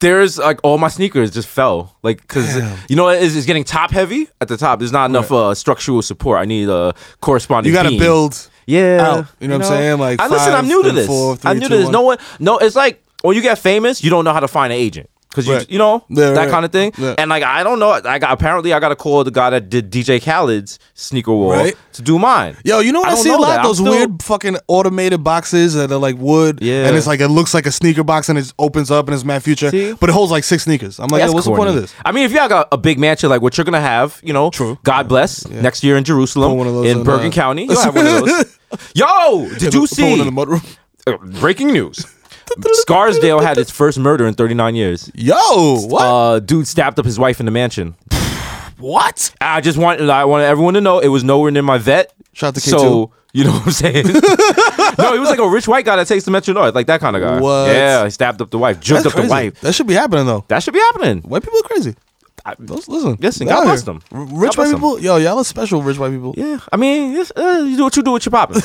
S3: there's like all my sneakers just fell, like because you know it's, it's getting top heavy at the top. There's not enough uh, structural support. I need a corresponding.
S1: You gotta
S3: beam.
S1: build.
S3: Yeah,
S1: out, you know what I'm saying? Like
S3: I listen.
S1: five,
S3: I'm new to
S1: then
S3: this.
S1: four,
S3: I'm
S1: three,
S3: new
S1: two,
S3: to this. No
S1: one.
S3: one. No, it's like when you get famous, you don't know how to find an agent because you,
S1: Right.
S3: you know
S1: Yeah,
S3: that
S1: right.
S3: kind of thing.
S1: Yeah.
S3: And like I don't know. I got apparently I got to call the guy that did DJ Khaled's sneaker wall
S1: Right.
S3: to do mine.
S1: Yo, you know what I,
S3: I don't
S1: see a
S3: know
S1: lot?
S3: that. I'm
S1: Those
S3: still-
S1: weird fucking automated boxes that are like wood.
S3: Yeah.
S1: And it's like, it looks like a sneaker box and it opens up and it's Mad Future.
S3: See?
S1: But it holds like six sneakers. I'm like,
S3: That's
S1: yo, what's the point
S3: corny.
S1: of this?
S3: I mean, if y'all got a big mansion like what you're gonna have, you know,
S1: True.
S3: God bless. Next year in Jerusalem,
S1: Put one of those in,
S3: in Bergen
S1: uh,
S3: County, you'll have one of those. Yo, did
S1: Put
S3: you
S1: one
S3: see?
S1: in the mudroom.
S3: uh, breaking news: Scarsdale had its first murder in 39 years.
S1: Yo, what?
S3: Uh, dude stabbed up his wife in the mansion.
S1: what?
S3: I just want I want everyone to know it was nowhere near my vet.
S1: Shout out to K2.
S3: So you know what I'm saying? no, he was like a rich white guy that takes the Metro North, like that kind of guy.
S1: What?
S3: Yeah, he stabbed up the wife, juked
S1: That's
S3: up
S1: crazy.
S3: the wife.
S1: That should be happening though.
S3: That should be happening.
S1: White people are crazy.
S3: I-
S1: Those, listen,
S3: Listen,
S1: they're
S3: God
S1: out
S3: bless
S1: here.
S3: them.
S1: R- Rich
S3: God bless
S1: white
S3: them.
S1: people, yo, y'all are special. Rich white people.
S3: Yeah, I mean, it's, uh, you do what you do with your poppin'.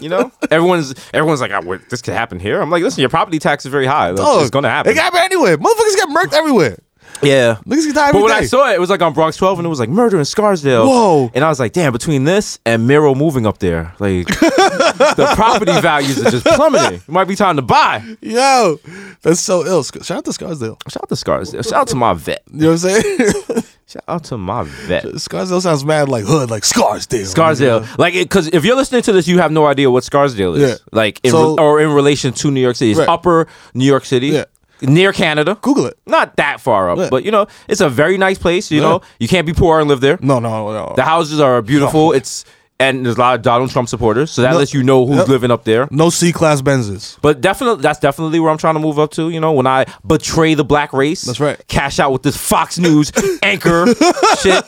S3: you know, everyone's everyone's like, oh, wait, this could happen here. I'm like, listen, your property tax is very high. Like,
S1: Dog,
S3: it's gonna happen.
S1: It happen anywhere. Motherfuckers get murked everywhere.
S3: Yeah.
S1: Niggas get die every
S3: But when I
S1: day.
S3: saw it, it was like on Bronx 12 and it was like murder in Scarsdale.
S1: Whoa.
S3: And I was like, damn, between this and Miro moving up there, like the property values are just plummeting. It might be time to buy.
S1: Yo, that's so ill. Sc- Shout out to Scarsdale.
S3: Shout out to Scarsdale. Shout out to my vet.
S1: You know what I'm saying?
S3: Shout out to my vet.
S1: Scarsdale sounds mad like hood, like Scarsdale.
S3: Scarsdale, like, because if you're listening to this, you have no idea what Scarsdale is,
S1: Yeah.
S3: like, in
S1: So-
S3: re- or in relation to New York City. It's
S1: Right.
S3: upper New York City,
S1: Yeah.
S3: near Canada.
S1: Google it.
S3: Not that far up,
S1: Yeah.
S3: but you know, it's a very nice place. You know, you can't be poor and live there.
S1: No, no, no.
S3: The houses are beautiful. It's and there's a lot of Donald Trump supporters, so that
S1: No.
S3: lets you know who's
S1: Yep.
S3: living up there.
S1: No C class Benzes.
S3: But definitely, that's definitely where I'm trying to move up to. You know, when I betray the black race,
S1: That's right.
S3: Cash out with this Fox News anchor shit.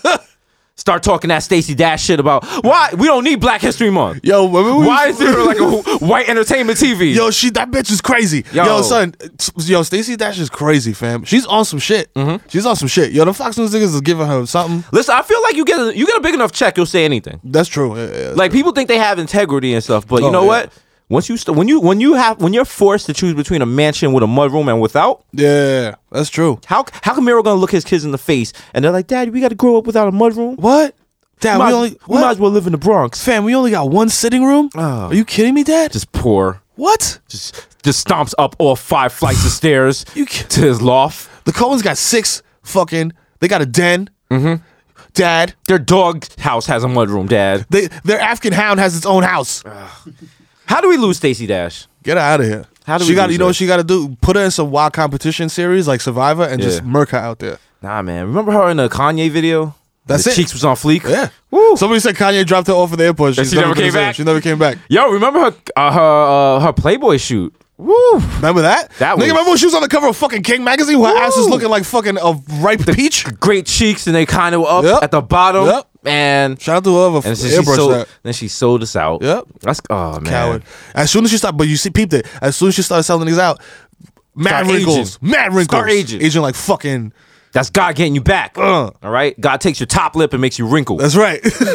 S3: Start talking that Stacey Dash shit about why we don't need Black History Month.
S1: Yo, remember we-
S3: why is there like a white entertainment TV?
S1: Yo, she that bitch is crazy. Yo,
S3: Yo.
S1: son, s- yo, Stacey Dash is crazy, fam. She's on some shit.
S3: Mm-hmm.
S1: She's on some shit. Yo, the Fox News niggas is giving her something.
S3: Listen, I feel like you get a, you get a big enough check, you'll say anything.
S1: That's true. Yeah, yeah.
S3: Like people think they have integrity and stuff, but
S1: Oh,
S3: you know
S1: yeah.
S3: what? Once you st- when you when you have when you're forced to choose between a mansion with a mudroom and without,
S1: yeah, that's true.
S3: how how come Miro gonna look his kids in the face and they're like, Daddy, we gotta grow up without a mudroom?
S1: What? Dad,
S3: might,
S1: we only
S3: we might as
S1: what?
S3: well live in the Bronx.
S1: fam, we only got one sitting room. Are you kidding me, Dad?
S3: Just poor,
S1: what?
S3: just just stomps up all five flights of stairs
S1: You ki-
S3: to his loft.
S1: The Coens got six fucking. They got a den. Mm-hmm. Dad,
S3: Their dog house has a mudroom, Dad.
S1: they their African hound has its own house.
S3: Ah. How do we lose Stacey Dash?
S1: Get her out of here.
S3: How do
S1: she
S3: we
S1: got?
S3: lose
S1: You know
S3: her?
S1: what she got to do? Put her in some wild competition series like Survivor and just
S3: Yeah.
S1: murk her out there.
S3: Nah, man. Remember her in the Kanye video?
S1: That's
S3: the
S1: it.
S3: Cheeks was on fleek.
S1: Yeah.
S3: Woo.
S1: Somebody said Kanye dropped her off at the airport. She's
S3: she never
S1: been
S3: came
S1: the same.
S3: back?
S1: She never came back.
S3: Yo, remember her uh, her uh, her Playboy shoot? Woo!
S1: Remember that? Nigga,
S3: That was-
S1: remember when she was on the cover of fucking King magazine? Her ass is
S3: Woo.
S1: looking like fucking a ripe peach.
S3: Great cheeks, and they kind of up
S1: Yep.
S3: at the bottom.
S1: Yep.
S3: And
S1: Shout out to whoever f-
S3: and so she
S1: airbrushed
S3: sold,
S1: that.
S3: then she sold us out.
S1: Yep.
S3: That's oh man.
S1: Coward. As soon as she stopped, but you see, peeped it. As soon as she started selling these out, mad
S3: Start
S1: wrinkles,
S3: aging.
S1: mad wrinkles,
S3: Start aging.
S1: aging like fucking.
S3: That's God getting you back.
S1: Uh.
S3: All right. God takes your top lip and makes you wrinkle.
S1: That's right. so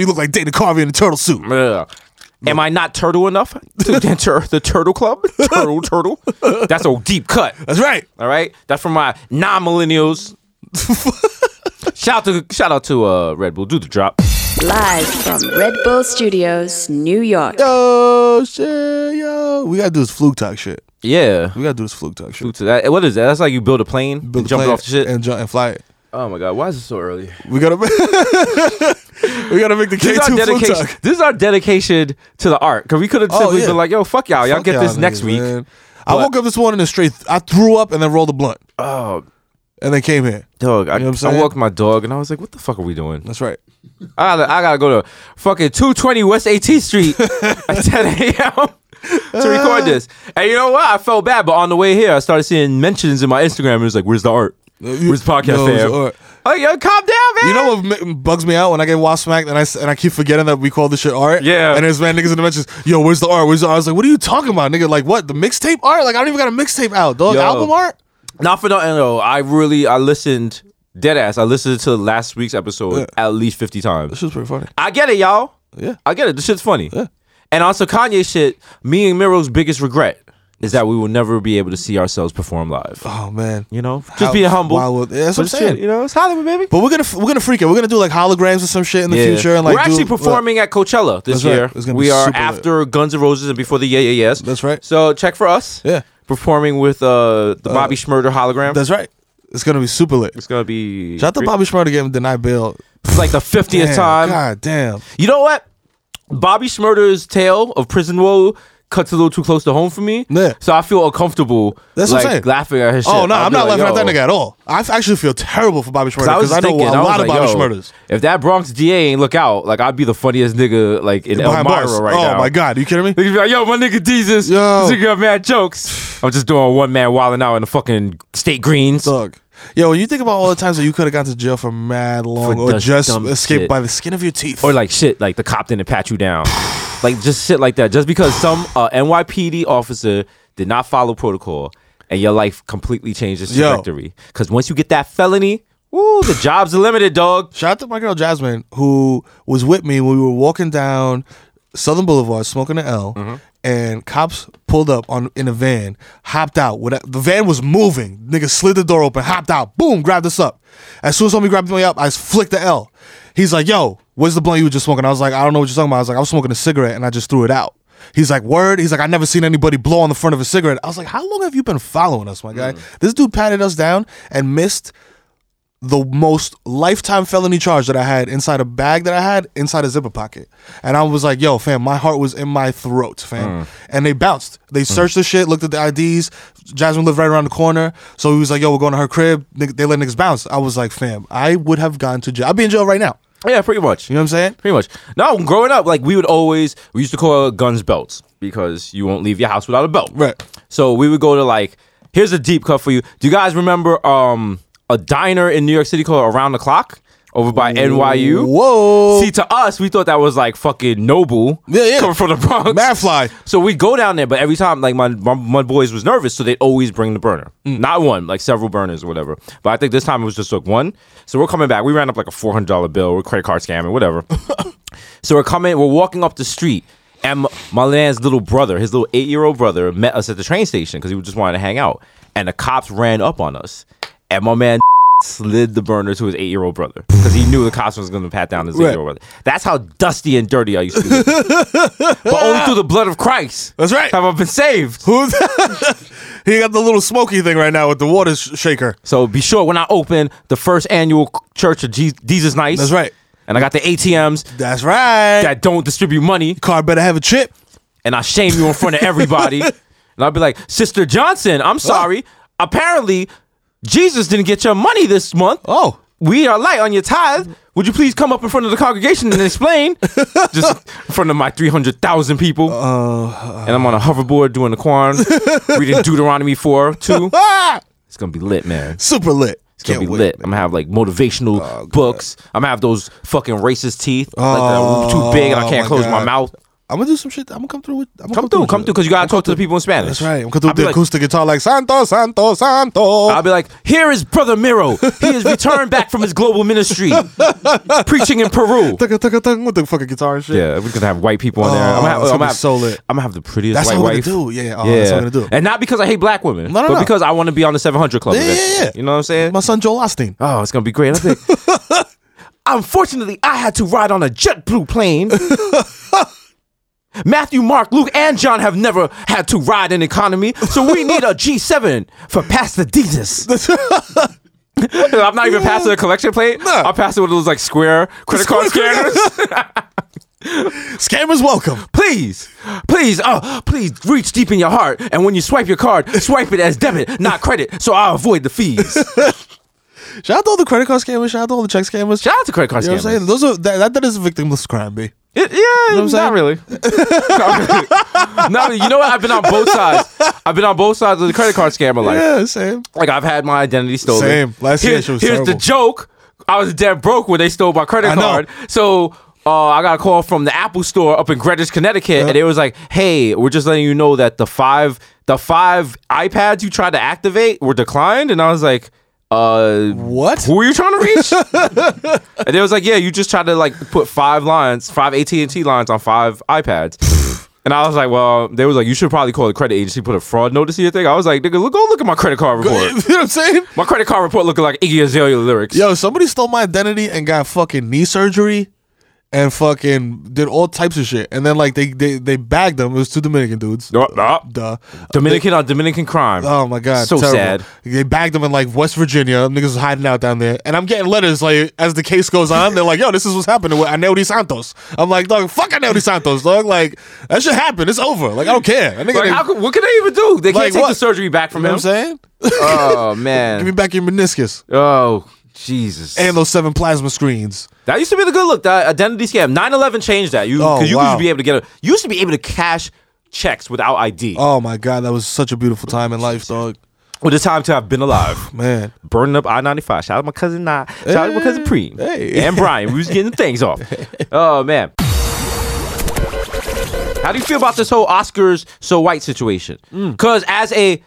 S1: you look like Dana Carvey in a turtle suit.
S3: Ugh. Am I not turtle enough to enter the Turtle Club? Turtle, turtle. That's a deep cut.
S1: That's right.
S3: All right. That's for my non-millennials. shout out to shout out to uh, Red Bull. Do the drop.
S2: Live from Red Bull Studios, New York.
S1: Yo, shit, yo. We gotta do this fluke talk shit.
S3: Yeah.
S1: We gotta do this fluke talk shit.
S3: Dude, so that- what is that? That's like you build a plane,
S1: Build
S3: and
S1: the
S3: jump it
S1: plane
S3: off the shit.
S1: and, jump, and fly it.
S3: oh my god, why is it so early?
S1: We gotta we gotta make the K
S3: This is, our
S1: two fluke
S3: dedication,
S1: talk.
S3: this is our dedication to the art. Because we could have
S1: Oh,
S3: simply
S1: yeah.
S3: been like, yo, fuck y'all. y'all
S1: Fuck
S3: get this next
S1: niggas,
S3: week.
S1: man. I
S3: But-
S1: woke up this morning and straight. I threw up and then rolled a blunt
S3: Oh,
S1: and then came here.
S3: dog. I,
S1: You know what I'm
S3: I
S1: saying?
S3: walked my dog and I was like, what the fuck are we doing?
S1: That's right.
S3: I gotta, I gotta go to fucking 220 West 18th Street at 10 a.m. to record this. And you know what? I felt bad, but on the way here, I started seeing mentions in my Instagram. It was like, where's the art?
S1: you-
S3: Where's the
S1: yo,
S3: podcast
S1: where's
S3: fam?
S1: the art?
S3: Oh, yo, calm down, man.
S1: You know what m- bugs me out when I get wasp smacked and I s- and I keep forgetting that we call this shit art.
S3: Yeah.
S1: And there's man niggas in the mentions. Yo, where's the art? Where's the art? I was like, what are you talking about, nigga? Like what? The mixtape art? Like I don't even got a mixtape out, dog.
S3: Yo.
S1: Album art?
S3: Not for nothing though. I really I listened dead ass. I listened to last week's episode at least fifty times.
S1: This was pretty funny.
S3: I get it, y'all.
S1: Yeah.
S3: I get it. This shit's funny. And also Kanye shit. Me and Miro's biggest regret is that we will never be able to see ourselves perform live.
S1: Oh man.
S3: You know, just
S1: How-
S3: being humble.
S1: why would- yeah, that's
S3: But
S1: what I'm
S3: shit,
S1: saying.
S3: You know, it's Hollywood, baby.
S1: But we're gonna f- we're gonna freak it. We're gonna do like holograms or some shit in the future and like
S3: we're
S1: do-
S3: actually performing at Coachella this
S1: That's right.
S3: year.
S1: It's gonna be
S3: we are
S1: super lit.
S3: after Guns N' Roses and before the Yeah Yeah Yes.
S1: That's right.
S3: So check for us.
S1: Yeah.
S3: Performing with uh the Bobby Schmurder hologram.
S1: That's right. It's gonna be super lit.
S3: it's gonna be
S1: Shout out to Bobby Schmurder getting denied bail.
S3: It's like the fiftieth
S1: Damn,
S3: time.
S1: God damn.
S3: You know what? Bobby Schmurder's tale of prison woe cuts a little too close to home for me.
S1: Yeah.
S3: So I feel uncomfortable.
S1: That's
S3: like,
S1: what I'm saying.
S3: Laughing at his shit.
S1: Oh no,
S3: I'll
S1: I'm
S3: be
S1: not
S3: like,
S1: laughing at that
S3: yo.
S1: nigga at all. I f- actually feel terrible for Bobby Schmurder
S3: 'Cause I was
S1: because I, know
S3: thinking,
S1: a
S3: I was
S1: lot of
S3: like,
S1: Bobby
S3: yo,
S1: Schmurders.
S3: If that Bronx DA ain't look out, like I'd be the funniest nigga like in
S1: Behind
S3: Elmira
S1: bars.
S3: right
S1: oh
S3: now.
S1: my god, you kidding me?
S3: Niggas be like, yo, my nigga Jesus,
S1: Yo.
S3: this nigga got mad jokes. I'm just doing one man wilding out in the fucking state greens.
S1: Dog. Yo, when you think about all the times that you could have gone to jail for mad long or
S3: just
S1: just
S3: dumb
S1: escaped
S3: shit.
S1: by the skin of your teeth.
S3: or like shit like the cop didn't pat you down like just shit like that just because some uh, nypd officer did not follow protocol and your life completely changed its
S1: Yo.
S3: trajectory because once you get that felony woo, the jobs are limited dog
S1: Shout out to my girl Jasmine, who was with me when we were walking down Southern Boulevard smoking an L, and cops pulled up on in a van, hopped out. With the van was moving. Nigga slid the door open, hopped out, boom, grabbed us up. As soon as homie grabbed me up, I flicked the L. He's like, yo, where's the blunt you were just smoking? I was like, I don't know what you're talking about. I was like, I was smoking a cigarette and I just threw it out. He's like, word. He's like, I never seen anybody blow on the front of a cigarette. I was like, how long have you been following us, my guy? This dude patted us down and missed the most lifetime felony charge that I had inside a bag that I had inside a zipper pocket. And I was like, yo, fam, my heart was in my throat,
S3: Mm.
S1: fam. And they bounced. They searched the shit, looked at the IDs. Jasmine lived right around the corner. So he was like, yo, we're going to her crib. Nigga- They let niggas bounce. I was like, fam, I would have gone to jail. I'd be in jail right now.
S3: Yeah, pretty much.
S1: You know what I'm saying?
S3: Pretty much. No, growing up, like we would always we used to call it guns belts because you won't leave your house without a belt.
S1: Right.
S3: So we would go to like here's a deep cut for you. Do you guys remember um a diner in New York City called Around the Clock over by NYU?
S1: Whoa.
S3: See, to us, we thought that was like fucking noble.
S1: Yeah, yeah.
S3: Coming from the Bronx.
S1: Madfly.
S3: So we go down there, but every time, like my, my my boys was nervous, so they'd always bring the burner.
S1: Mm.
S3: Not one, like several burners or whatever. But I think this time it was just like one. So we're coming back. We ran up like a four hundred dollar bill, with credit card scamming, whatever. so we're coming, we're walking up the street, and m- my man's little brother, his little eight year old brother, met us at the train station because he just wanted to hang out. And the cops ran up on us, and my man slid the burner to his eight year old brother because he knew the cops was going to pat down his
S1: Right.
S3: eight year old brother. That's how dusty and dirty I used to be but only through the blood of Christ.
S1: That's right.
S3: Have I been saved?
S1: Who? he got the little smoky thing right now with the water sh- shaker.
S3: So be sure when I open the first annual Church of Je- Jesus Nights.
S1: That's right.
S3: And I got the ATMs
S1: That's right.
S3: that don't distribute money,
S1: car better have a chip.
S3: and I shame you in front of everybody. and I'll be like, Sister Johnson,
S1: Oh.
S3: I'm sorry. Apparently, Jesus didn't get your money this month.
S1: Oh.
S3: We are light on your tithe. Would you please come up in front of the congregation and explain? Just in front of my 300,000 people.
S1: Uh,
S3: and I'm on a hoverboard doing the Quran, reading Deuteronomy 4 2.
S1: Ah!
S3: It's gonna be lit, man. It's
S1: Super lit. It's
S3: gonna be lit. I'm gonna have like
S1: Oh,
S3: motivational books. I'm gonna have those fucking racist teeth like, that are too big and I can't
S1: Oh, my
S3: close my
S1: God.
S3: mouth.
S1: I'm gonna do some shit. I'm gonna come through with. I'm gonna
S3: Come through,
S1: with
S3: come
S1: you.
S3: through, because you gotta talk to the people in Spanish.
S1: That's right. I'm gonna do
S3: I'll be
S1: the
S3: like-
S1: acoustic guitar like Santo, Santo, Santo.
S3: I'll be like, here is Brother Miro. He has returned back from his global ministry, preaching in Peru.
S1: Tucka, tucka, tuck with the fucking guitar and shit.
S3: Yeah, we're gonna have white people on there.
S1: Oh,
S3: I'm gonna have,
S1: it's
S3: I'm
S1: gonna be
S3: have,
S1: so lit.
S3: I'm gonna have the prettiest
S1: That's
S3: white
S1: what I'm
S3: wife.
S1: gonna do. Yeah, oh, that's what I'm gonna do.
S3: And not because I hate black women,
S1: No, no,
S3: but
S1: no.
S3: because I want to be on the 700 Club.
S1: Yeah,
S3: event.
S1: yeah, yeah.
S3: You know what I'm saying?
S1: My son Joel Osteen.
S3: oh, it's gonna be great. I'm like, unfortunately, I had to ride on a JetBlue plane. Matthew, Mark, Luke, and John have never had to ride an economy, so we need a G7 for Pastor Jesus. I'm not even passing a collection plate.
S1: Nah.
S3: I'll pass it with those like square credit card
S1: Square credit-
S3: scanners.
S1: Scammers welcome.
S3: Please, please, uh, please reach deep in your heart, and when you swipe your card, swipe it as debit, not credit, so I'll avoid the fees.
S1: Shout out to all the credit card scammers. Shout out to all the check scammers.
S3: Shout out to credit card
S1: you know what I'm saying?
S3: scammers.
S1: Those are that, that, that is a victimless crime, B.
S3: It- yeah,
S1: what I'm saying?
S3: not really. not really. You know what? I've been on both sides. I've been on both sides of the credit card scammer life.
S1: Yeah, same.
S3: Like I've had my identity stolen.
S1: Same. Last year
S3: here's,
S1: she was
S3: here's the
S1: terrible.
S3: joke. I was dead broke when they stole my credit
S1: I know.
S3: card. So uh, I got a call from the Apple store up in Greenwich, Connecticut, and it was like, "Hey, we're just letting you know that the five the five iPads you tried to activate were declined." And I was like, "Uh,
S1: What?
S3: who are you trying to reach?" and it was like, "Yeah, you just tried to like put five lines, five AT and T lines on five iPads." And I was like, well, they was like, you should probably call the credit agency, put a fraud notice in your thing. I was like, nigga, look, go look at my credit card
S1: you
S3: report.
S1: know what I'm saying?
S3: My credit card report looking like Iggy Azalea lyrics.
S1: Yo, somebody stole my identity and got fucking knee surgery and fucking did all types of shit. And then like they they, they bagged them. It was two Dominican dudes.
S3: Yup, yup.
S1: Duh.
S3: Dominican on Dominican crime.
S1: Oh my god,
S3: So
S1: terrible.
S3: sad.
S1: They bagged them in like West Virginia. Niggas was hiding out down there, and I'm getting letters like as the case goes on. They're like, "Yo, this is what's happening with Aneldi Santos." I'm like, "Dog, fuck Aneldi Santos, dog. Like that should happen. It's over. Like I don't care. That nigga
S3: Like,
S1: didn't-
S3: how could, what can they even do? They
S1: Like
S3: can't take
S1: what?
S3: the surgery back from
S1: you know what
S3: him.
S1: I'm saying?
S3: Oh
S1: Give me
S3: man.
S1: back your meniscus
S3: Oh Jesus.
S1: and those seven plasma screens.
S3: that used to be the good look. That identity scam. 9-11 changed that. You
S1: Oh,
S3: 'cause you
S1: wow.
S3: used to be able to get. A, you used to be able to cash checks without ID.
S1: Oh my god, that was such a beautiful time in life, dog.
S3: With the time to have been alive.
S1: Man,
S3: Burning up I ninety five. Shout out to my cousin Nah. Shout out to my cousin Preem
S1: Hey.
S3: and Brian. We was getting things off. Oh man. How do you feel about this whole Oscars so white situation?
S1: Mm.
S3: Because as a,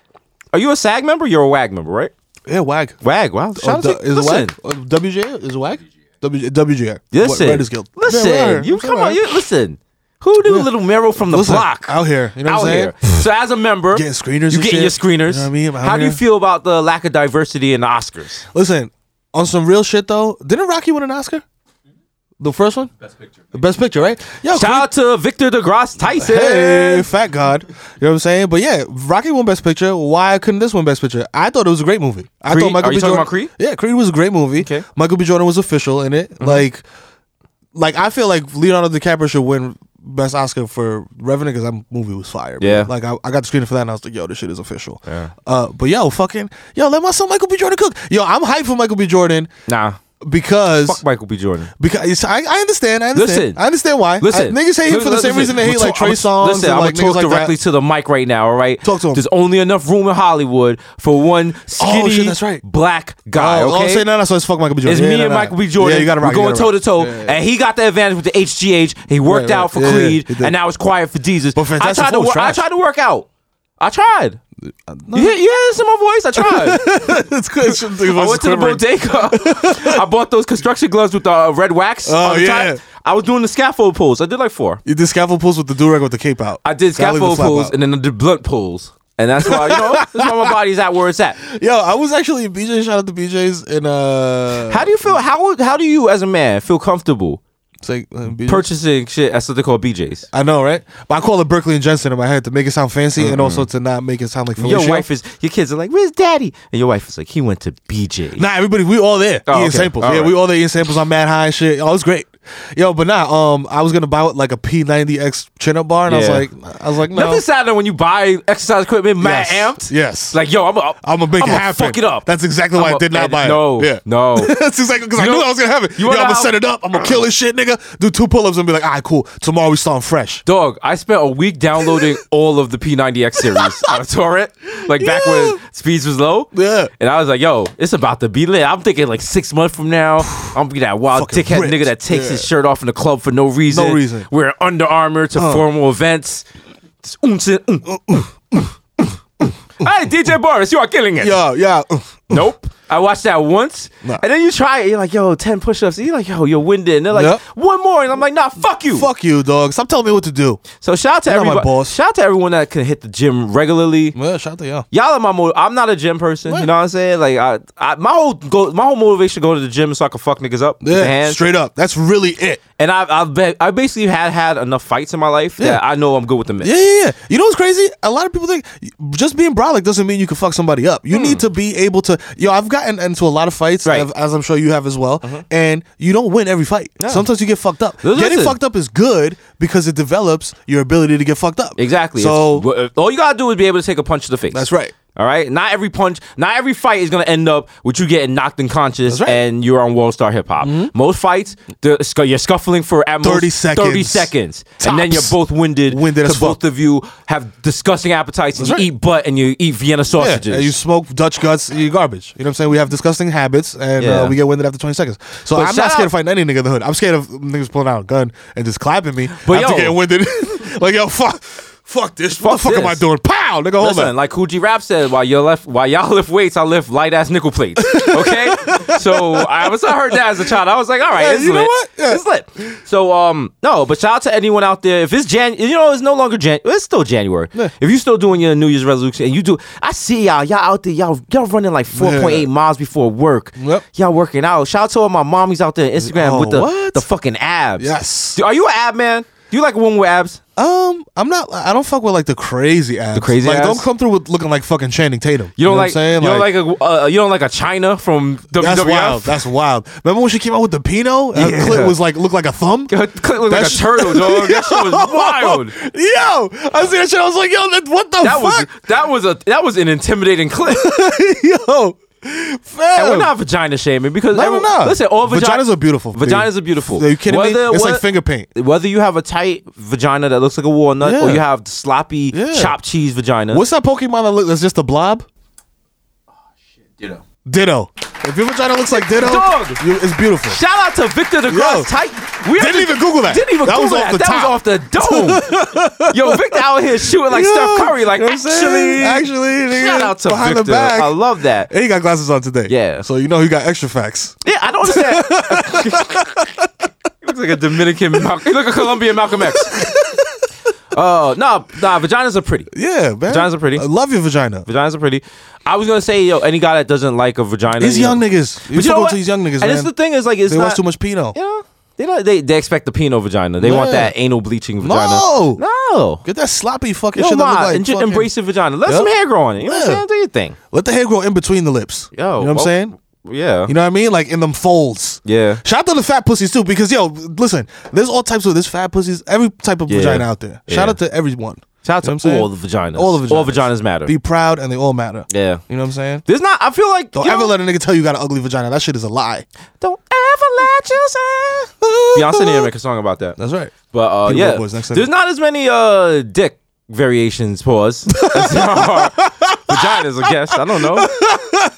S3: are you a SAG member? You're a WAG member, right?
S1: yeah, wag.
S3: WAG. Wow.
S1: Oh,
S3: Shout out
S1: du-
S3: to,
S1: is it
S3: listen,
S1: wag? Oh, WJ is it wag? W- WJ.
S3: listen,
S1: Writers Guild. Yeah,
S3: listen.
S1: whatever.
S3: you
S1: It's
S3: come on.
S1: alright.
S3: You listen. Who knew Little Mero from the
S1: Listen,
S3: block
S1: out here, you know what I'm
S3: out
S1: saying?
S3: here. So as a member,
S1: Getting screeners
S3: You
S1: and
S3: getting
S1: shit.
S3: your screeners.
S1: You know what I mean? I'm out
S3: How do you
S1: here.
S3: feel about the lack of diversity in the Oscars?
S1: Listen, on some real shit though, didn't Rocky win an Oscar? The first one? Best picture. The best picture, right? Yo,
S3: Shout out to Victor DeGrasse Tyson.
S1: Hey, fat God. You know what I'm saying? But yeah, Rocky won Best Picture. Why couldn't this win Best Picture? I thought it was a great movie. I
S3: Creed?
S1: thought Michael
S3: Are
S1: B.
S3: you talking
S1: Jordan,
S3: about Creed?
S1: Yeah, Creed was a great movie.
S3: Okay. Mm-hmm.
S1: Michael B. Jordan was official in it. Like, like I feel like Leonardo DiCaprio should win Best Oscar for Revenant because that movie was fire. bro.
S3: Yeah.
S1: Like I, I got the screener for that and I was like, yo, this shit is official. Uh, but yo, fucking, yo, let my son Michael B. Jordan cook. Yo, I'm hyped for Michael B. Jordan.
S3: Nah.
S1: because
S3: Fuck Michael B. Jordan.
S1: because I, I understand. I understand.
S3: Listen.
S1: I understand why.
S3: Listen,
S1: I, niggas hate him for the
S3: listen,
S1: same reason they
S3: listen,
S1: hate
S3: I'ma
S1: like
S3: talk-
S1: Trey
S3: I'ma-
S1: Songz.
S3: Listen,
S1: and,
S3: I'm
S1: like,
S3: gonna
S1: niggas
S3: talk
S1: like
S3: directly
S1: that.
S3: to the mic right now. All right,
S1: Talk to him. Oh,
S3: There's only enough room in Hollywood for one skinny
S1: shit, that's right.
S3: black guy.
S1: Oh,
S3: okay,
S1: oh, say no, no, so it's fuck Michael B. Jordan.
S3: It's
S1: Yeah,
S3: me
S1: no,
S3: and
S1: no.
S3: Michael B. Jordan.
S1: Yeah, you gotta rock.
S3: We're going toe to toe,
S1: Yeah,
S3: and he got the advantage with the HGH. He
S1: Right,
S3: worked
S1: right.
S3: out for
S1: Yeah, yeah,
S3: Creed,
S1: he did.
S3: and now it's quiet for Jesus.
S1: But Fantastic
S3: I tried to
S1: Four was
S3: work. I
S1: trash.
S3: tried to work out. I tried. Yeah, yeah, it's in my voice. I tried.
S1: it's good. It's, it's,
S3: I went to the bodega. I bought those construction gloves with the uh, red wax.
S1: Oh,
S3: on the top.
S1: yeah.
S3: I was doing the scaffold pulls. I did like four.
S1: You did scaffold pulls with the do rag with the cape out.
S3: I did
S1: Gotta leave the
S3: scaffold
S1: flap
S3: pulls
S1: out.
S3: and then I did blunt pulls. And that's why, you know, that's why my body's at where it's at.
S1: Yo, I was actually in BJ. Shout out to BJ's and uh,
S3: How do you feel? How how do you, as a man, feel comfortable
S1: it's like, uh, BJ's.
S3: purchasing shit at something called BJ's?
S1: I know, right? But I call it Berkeley and Jensen in my head to make it sound fancy and also to not make it sound like
S3: Mm-hmm. Your
S1: Felicia.
S3: wife is your kids are like, "Where's daddy?" And your wife is like, "He went to BJ."
S1: Nah, everybody, we all there
S3: Oh,
S1: eating
S3: okay.
S1: samples.
S3: All
S1: yeah,
S3: right.
S1: we all there eating samples on Mad High and shit. Oh, it was great. Yo, but nah, um, I was gonna buy like a P90X chin up bar, and I
S3: Yeah.
S1: was like, I was like, no,
S3: Nothing sadder than when you buy exercise equipment, mad
S1: Yes.
S3: amped.
S1: Yes.
S3: Like, yo, I'm a,
S1: I'm gonna make
S3: I'm
S1: it happen.
S3: Fuck it up.
S1: That's exactly why
S3: I'm
S1: I
S3: a-
S1: did not
S3: and-
S1: buy it.
S3: No,
S1: Yeah.
S3: no.
S1: That's exactly because I
S3: You
S1: knew
S3: know-
S1: I was gonna have it.
S3: you
S1: Yo, I'm
S3: wanna
S1: gonna
S3: know
S1: set
S3: how-
S1: it up. I'm gonna kill this shit, nigga. Do two pull ups and be like, all right, cool. Tomorrow we starting fresh.
S3: Dog, I spent a week downloading all of the P90X series on a torrent, like back when speeds was low.
S1: Yeah.
S3: And I was like, yo, it's about to be lit. I'm thinking like six months from now, I'm gonna be that wild
S1: Fucking
S3: dickhead
S1: ripped.
S3: nigga that takes his
S1: Yeah.
S3: shirt off in the club for no reason.
S1: reason. Uh.
S3: Wearing Under Armour to formal events. Just oomsin, oom, oom, oom,
S1: uh,
S3: oom, oom, oom. Hey, DJ Boris, you are killing it.
S1: Yo, uh. yeah.
S3: Nope. I watched that once,
S1: Nah.
S3: and then you try it. You're like, "Yo, ten push-ups." And you're like, "Yo, you're winded." And they're like,
S1: Yep.
S3: "One more," and I'm like, "Nah, fuck you."
S1: Fuck you, dog. Stop telling me what to do.
S3: So shout out to
S1: You're not my
S3: everybody.
S1: boss.
S3: Shout out to everyone that can hit the gym regularly.
S1: Well, shout out to y'all.
S3: Y'all are my mo- I'm not a gym person.
S1: What?
S3: You know what I'm saying? Like I, I my whole go my whole motivation to go to the gym is so I can fuck niggas up. with the
S1: Yeah,
S3: hands.
S1: straight up. That's really it.
S3: And I've I've been, I basically had had enough fights in my life
S1: Yeah.
S3: that I know I'm good with the men.
S1: Yeah, yeah, yeah. You know what's crazy? A lot of people think just being brolic doesn't mean you can fuck somebody up. You need to be able to. Yo, I've gotten into a lot of fights,
S3: Hmm. Right. Uh-huh.
S1: as- as I'm sure you have as well. And you don't win every fight. Sometimes you get fucked up.
S3: Listen.
S1: Getting fucked up is good because it develops your ability to get fucked up.
S3: Exactly.
S1: So
S3: It's- wh- all you gotta do is be able to take a punch to the face.
S1: That's right.
S3: All right. Not every punch, not every fight is gonna end up with you getting knocked unconscious
S1: That's right. Mm-hmm.
S3: and you're on World Star Hip Hop. Most fights, the, sc- you're scuffling for at most
S1: 30 seconds.
S3: thirty seconds, and then you're
S1: Tops.
S3: both winded.
S1: Winded as
S3: because
S1: fuck.
S3: both of you have disgusting appetites. And you
S1: That's right.
S3: eat butt and you eat Vienna
S1: yeah,
S3: sausages.
S1: and you smoke Dutch guts, you garbage. You know what I'm saying? We have disgusting habits, and
S3: Yeah.
S1: uh, we get winded after 20 seconds. So
S3: But
S1: I'm
S3: shout
S1: not scared
S3: out-
S1: of fighting any nigga in the hood. I'm scared of niggas pulling out a gun and just clapping me
S3: But
S1: after
S3: yo-
S1: getting winded. like yo, fuck, fuck this. what the fuck
S3: Fuck
S1: am I
S3: this.
S1: doing? Pow, nigga, hold
S3: Listen,
S1: on.
S3: like Coogee Rap said, while you left, while y'all lift weights, I lift light ass nickel plates. Okay, so I was I heard that as a child. I was like, all right,
S1: Yeah,
S3: it's
S1: you know
S3: lit.
S1: what? Yeah.
S3: It's lit. So um, no, but shout out to anyone out there. If it's Jan, you know, it's no longer Jan. It's still January. If you still doing your New Year's resolution and you do, I see y'all. Y'all out there, y'all y'all running like four point eight miles before work.
S1: Yep.
S3: Y'all working out. Shout out to all my mommies out there on Instagram
S1: Oh,
S3: with the
S1: what?
S3: the fucking abs.
S1: Yes.
S3: Dude, Are you an ab man? Do you like a woman with abs?
S1: Um, I'm not. I don't fuck with like the crazy ass. The
S3: crazy
S1: Like,
S3: ass?
S1: don't come through with looking like fucking Channing Tatum.
S3: You don't
S1: know what I'm
S3: like,
S1: saying?
S3: you don't like a uh, you don't like a China from WWF.
S1: That's wild. That's wild. Remember when she came out with the Pino? Her
S3: Yeah.
S1: clit was like looked like a thumb.
S3: Her clit looked like
S1: That
S3: a
S1: sh-
S3: turtle, dog. That shit was wild.
S1: Yo, I see that shit. I was like, yo, that, what the
S3: That was
S1: fuck?
S3: that was a that was an intimidating clip.
S1: yo, fam.
S3: And we're not vagina shaming because
S1: No, no,
S3: everyone-
S1: no.
S3: listen, all vagi-
S1: Vaginas are beautiful, dude.
S3: Vaginas are beautiful.
S1: Are you kidding me? It's like
S3: whether-
S1: finger paint.
S3: Whether you have a tight vagina that looks like a walnut, or
S1: Yeah.
S3: you have the sloppy
S1: Yeah.
S3: chopped cheese vagina.
S1: What's that Pokemon that look, that's just a blob? Ditto. Ditto. If your vagina looks like Ditto,
S3: Dog.
S1: you- it's beautiful.
S3: Shout out to Victor
S1: Yo,
S3: DeGrasse tight. We
S1: didn't
S3: have to-
S1: even Google that.
S3: Didn't even
S1: That was
S3: Google
S1: off
S3: that.
S1: the
S3: that
S1: top.
S3: was off the dome. Yo, Victor out here shooting like
S1: Yo,
S3: Steph Curry. Like
S1: you know what I'm
S3: actually,
S1: saying? Actually,
S3: Shout
S1: nigga,
S3: out to
S1: behind the
S3: Victor.
S1: back.
S3: I love that.
S1: And he got glasses on today.
S3: Yeah.
S1: So you know he got extra facts.
S3: Yeah, I don't understand. he looks like a Dominican. Mal- he looks like a Colombian Malcolm X. Oh no, nah, vaginas are pretty.
S1: Yeah, man.
S3: Vaginas are pretty.
S1: I love your vagina.
S3: Vaginas are pretty. I was gonna say, yo, any guy that doesn't like a vagina,
S1: These
S3: you
S1: young
S3: know-
S1: niggas. You
S3: But you know
S1: fuck
S3: what?
S1: with these young niggas,
S3: and
S1: man.
S3: it's the thing is like it's
S1: they
S3: not
S1: watch too much Pino.
S3: You know, they don't, they they expect the penile vagina. They want
S1: Yeah.
S3: that anal bleaching vagina.
S1: No.
S3: no.
S1: Get that sloppy fucking
S3: Yo,
S1: shit that
S3: ma,
S1: look like
S3: en-
S1: fucking-
S3: embrace your vagina. Let
S1: Yep.
S3: some hair grow on it. You know what I'm
S1: Yeah.
S3: saying? Do your thing.
S1: Let the hair grow in between the lips.
S3: Yo,
S1: you know what I'm
S3: well,
S1: saying?
S3: Yeah.
S1: You know what I mean? Like in them folds.
S3: Yeah.
S1: Shout out to the fat pussies too, because yo, listen, there's all types of there's fat pussies, every type of
S3: Yeah.
S1: vagina out there. Shout
S3: Yeah.
S1: out to everyone.
S3: Shout out
S1: You know
S3: to
S1: what I'm
S3: all the
S1: saying?
S3: vaginas.
S1: All the vaginas.
S3: All vaginas matter.
S1: Be proud and they all matter.
S3: Yeah.
S1: You know what I'm saying?
S3: There's not. I feel like
S1: Don't
S3: you
S1: ever
S3: know-
S1: let a nigga tell you you got an ugly vagina. That shit is a lie.
S3: Don't never let yourself. Beyonce need to make a song about that.
S1: That's right.
S3: But uh,
S1: Peter
S3: yeah,
S1: Boy Boys next time.
S3: there's not as many uh dick variations. Pause. as there are vaginas, I guess. I don't know. I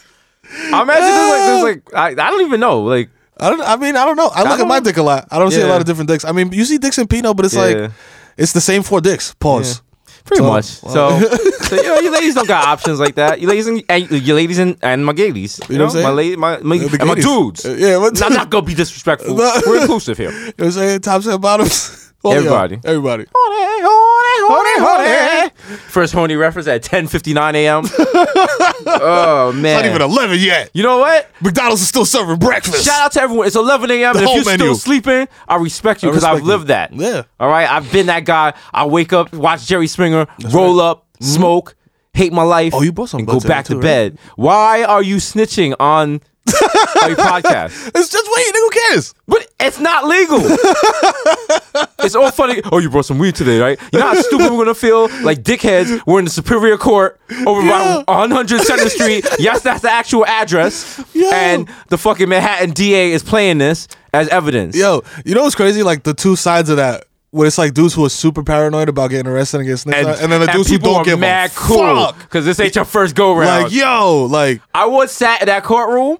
S3: imagine there's like, there's like I, I don't even know. Like
S1: I don't. I mean, I don't know. I, look at
S3: don't-
S1: my dick a lot. I don't see a
S3: Yeah.
S1: lot of different dicks. I mean, you see dicks in Pinot, but it's
S3: Yeah.
S1: like it's the same four dicks. Pause.
S3: pretty
S1: So-
S3: much. So, so you know, you ladies don't got options like that. You ladies and and you ladies and, and my gays. You,
S1: know
S3: know,
S1: what I'm
S3: my
S1: saying?
S3: lady, my my,
S1: The
S3: and my
S1: gays.
S3: dudes.
S1: Uh, yeah, my
S3: Not- not gonna be disrespectful.
S1: No.
S3: We're inclusive here.
S1: You know what I'm saying? Tops and bottoms. All y'all.
S3: Everybody.
S1: Everybody.
S3: Horny, horny, horny, horny. First horny reference at 10:59 a.m. oh man!
S1: Not even eleven yet.
S3: you know what?
S1: McDonald's is still serving breakfast.
S3: Shout out to everyone. It's 11 a.m.
S1: The
S3: and If
S1: whole
S3: you're
S1: menu.
S3: still sleeping, I respect you
S1: I
S3: because
S1: respect
S3: I've lived
S1: you.
S3: that.
S1: Yeah.
S3: All right. I've been that guy. I wake up, watch Jerry Springer, roll up, smoke, hate my life.
S1: Mm-hmm. Oh, you bought some
S3: and go
S1: Blood Tonic
S3: back to
S1: too, right?
S3: bed. Why are you snitching on a podcast?
S1: It's just wait. Nigga, who cares?
S3: But it's not legal. it's all funny. Oh, you brought some weed today, right? You know how stupid we're gonna feel like dickheads. We're in the Superior Court over by 100 Center Street. Yes, that's the actual address.
S1: Yo.
S3: And the fucking Manhattan DA is playing this as evidence.
S1: Yo, you know what's crazy? Like the two sides of that. Where it's like dudes who are super paranoid about getting arrested and getting snitched
S3: And,
S1: on, and then the
S3: and
S1: dudes who
S3: people
S1: don't
S3: are
S1: give
S3: mad
S1: a
S3: cool
S1: fuck.
S3: because this ain't your first go round.
S1: Like yo, like
S3: I once sat in that courtroom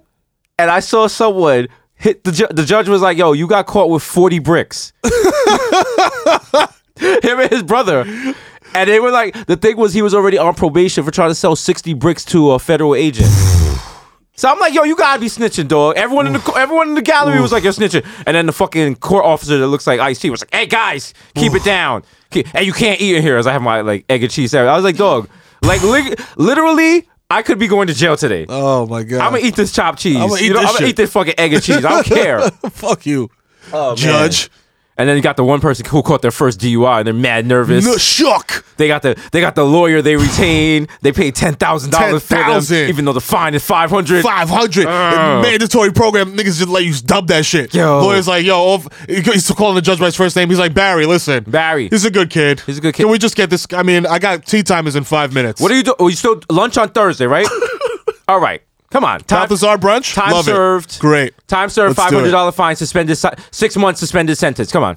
S3: and I saw someone hit the ju- the judge was like, "Yo, you got caught with 40 bricks." Him and his brother. And they were like, the thing was he was already on probation for trying to sell 60 bricks to a federal agent. So I'm like, yo, you gotta be snitching, dog. Everyone in the co- everyone in the gallery was like, you're snitching. And then the fucking court officer that looks like Ice T was like, hey guys, keep it down. Keep- and you can't eat in here as I have my like egg and cheese sandwich. I was like, dog, like li- literally, I could be going to jail today.
S1: oh my god,
S3: I'm gonna eat this chopped cheese.
S1: I'ma eat
S3: you know,
S1: this
S3: I'm gonna
S1: shit.
S3: eat this fucking egg and cheese. I don't care.
S1: fuck you,
S3: Oh,
S1: judge.
S3: And then you got the one person who caught their first DUI and they're mad nervous.
S1: No, shook.
S3: They got the they got the lawyer they retained. They paid ten thousand dollars for
S1: $10,000.
S3: them, even though the fine is five hundred.
S1: Five hundred
S3: Ugh.
S1: mandatory program. Niggas just let you dub that shit.
S3: Yo.
S1: lawyer's like, yo, off, he's calling the judge by his first name. He's like, Barry, listen,
S3: Barry.
S1: he's a good kid.
S3: He's a good kid.
S1: Can we just get this? I mean, I got tea time is in five minutes.
S3: What are you doing? Oh, you still lunch on Thursday, right? All right, come on.
S1: Top is our brunch.
S3: Time
S1: Love it.
S3: served.
S1: Great.
S3: Time served.
S1: Let's
S3: Five
S1: do it.
S3: hundred dollar fine. Suspended. si- Six months suspended sentence. Come on.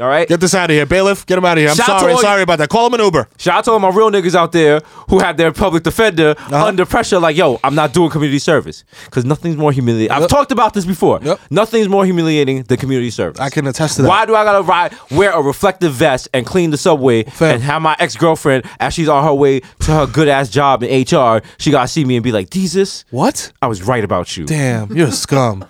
S3: All right.
S1: Get this out of here, bailiff. Get him out of here. I'm
S3: Shout out to
S1: sorry.
S3: all you-
S1: Sorry about that. Call him an Uber.
S3: Shout out to all my real niggas out there who had their public defender
S1: Uh-huh.
S3: under pressure, like, yo, I'm not doing community service. Because nothing's more humiliating. I've talked about this before.
S1: Yep.
S3: Nothing's more humiliating than community service.
S1: I can attest to that.
S3: Why do I gotta ride, wear a reflective vest and clean the subway
S1: Fair.
S3: and have my ex girlfriend, as she's on her way to her good ass job in HR, she gotta see me and be like, Jesus,
S1: What?
S3: I was right about you.
S1: Damn, you're a scum.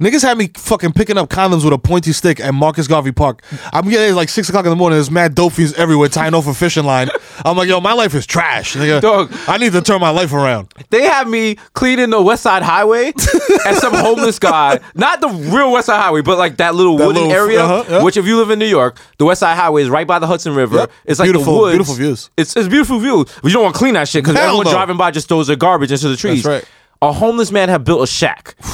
S1: Niggas had me fucking picking up condoms with a pointy stick at Marcus Garvey Park. I'm getting there like six o'clock in the morning. There's mad dofies everywhere tying off a fishing line. I'm like, yo, my life is trash, nigga.
S3: Dog.
S1: I need to turn my life around.
S3: They had me cleaning the West Side Highway and some homeless guy, not the real West Side Highway, but like that little wooden
S1: little-
S3: area.
S1: uh-huh, yeah.
S3: Which, if you live in New York, the West Side Highway is right by the Hudson River.
S1: Yep.
S3: It's like
S1: Beautiful-
S3: the woods.
S1: beautiful views.
S3: It's, it's beautiful views. But you don't want to clean that shit because
S1: Hell
S3: everyone
S1: no.
S3: driving by just throws their garbage into the trees.
S1: right.
S3: A homeless man had built a shack.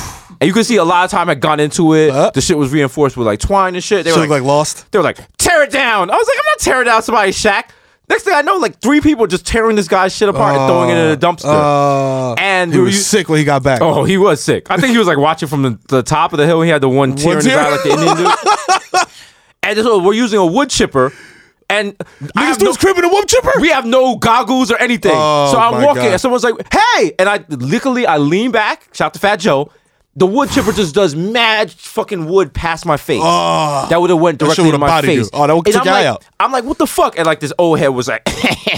S3: And you can see a lot of time had gone into it. The shit was reinforced with like twine and shit. They
S1: Uh-huh. So
S3: were
S1: like, lost.
S3: they were like, tear it down. I was like, I'm not tearing down somebody's shack. Next thing I know, like three people just tearing this guy's shit apart and throwing it in a dumpster.
S1: Uh,
S3: and
S1: he
S3: we were
S1: was
S3: u-
S1: sick when he got back.
S3: Oh, he was sick. I think he was like watching from the, the top of the hill. He had the one tear
S1: One
S3: in his
S1: tear?
S3: eye like the Indian dude. And so we're using a wood chipper. And I
S1: Niggas
S3: have
S1: do
S3: no-
S1: his crib in a whoop chipper.
S3: we have no goggles or anything.
S1: Oh,
S3: so I'm
S1: my
S3: walking
S1: God.
S3: and someone's like, hey! And I literally I lean back, shout to Fat Joe. The wood chipper just does mad fucking wood past my face.
S1: Uh,
S3: that would have went
S1: Oh. That shit
S3: directly
S1: would've
S3: in my
S1: bodied you.
S3: face.
S1: Oh, that would
S3: And
S1: took
S3: I'm
S1: your
S3: like,
S1: eye out.
S3: I'm like, what the fuck? And like this old head was like,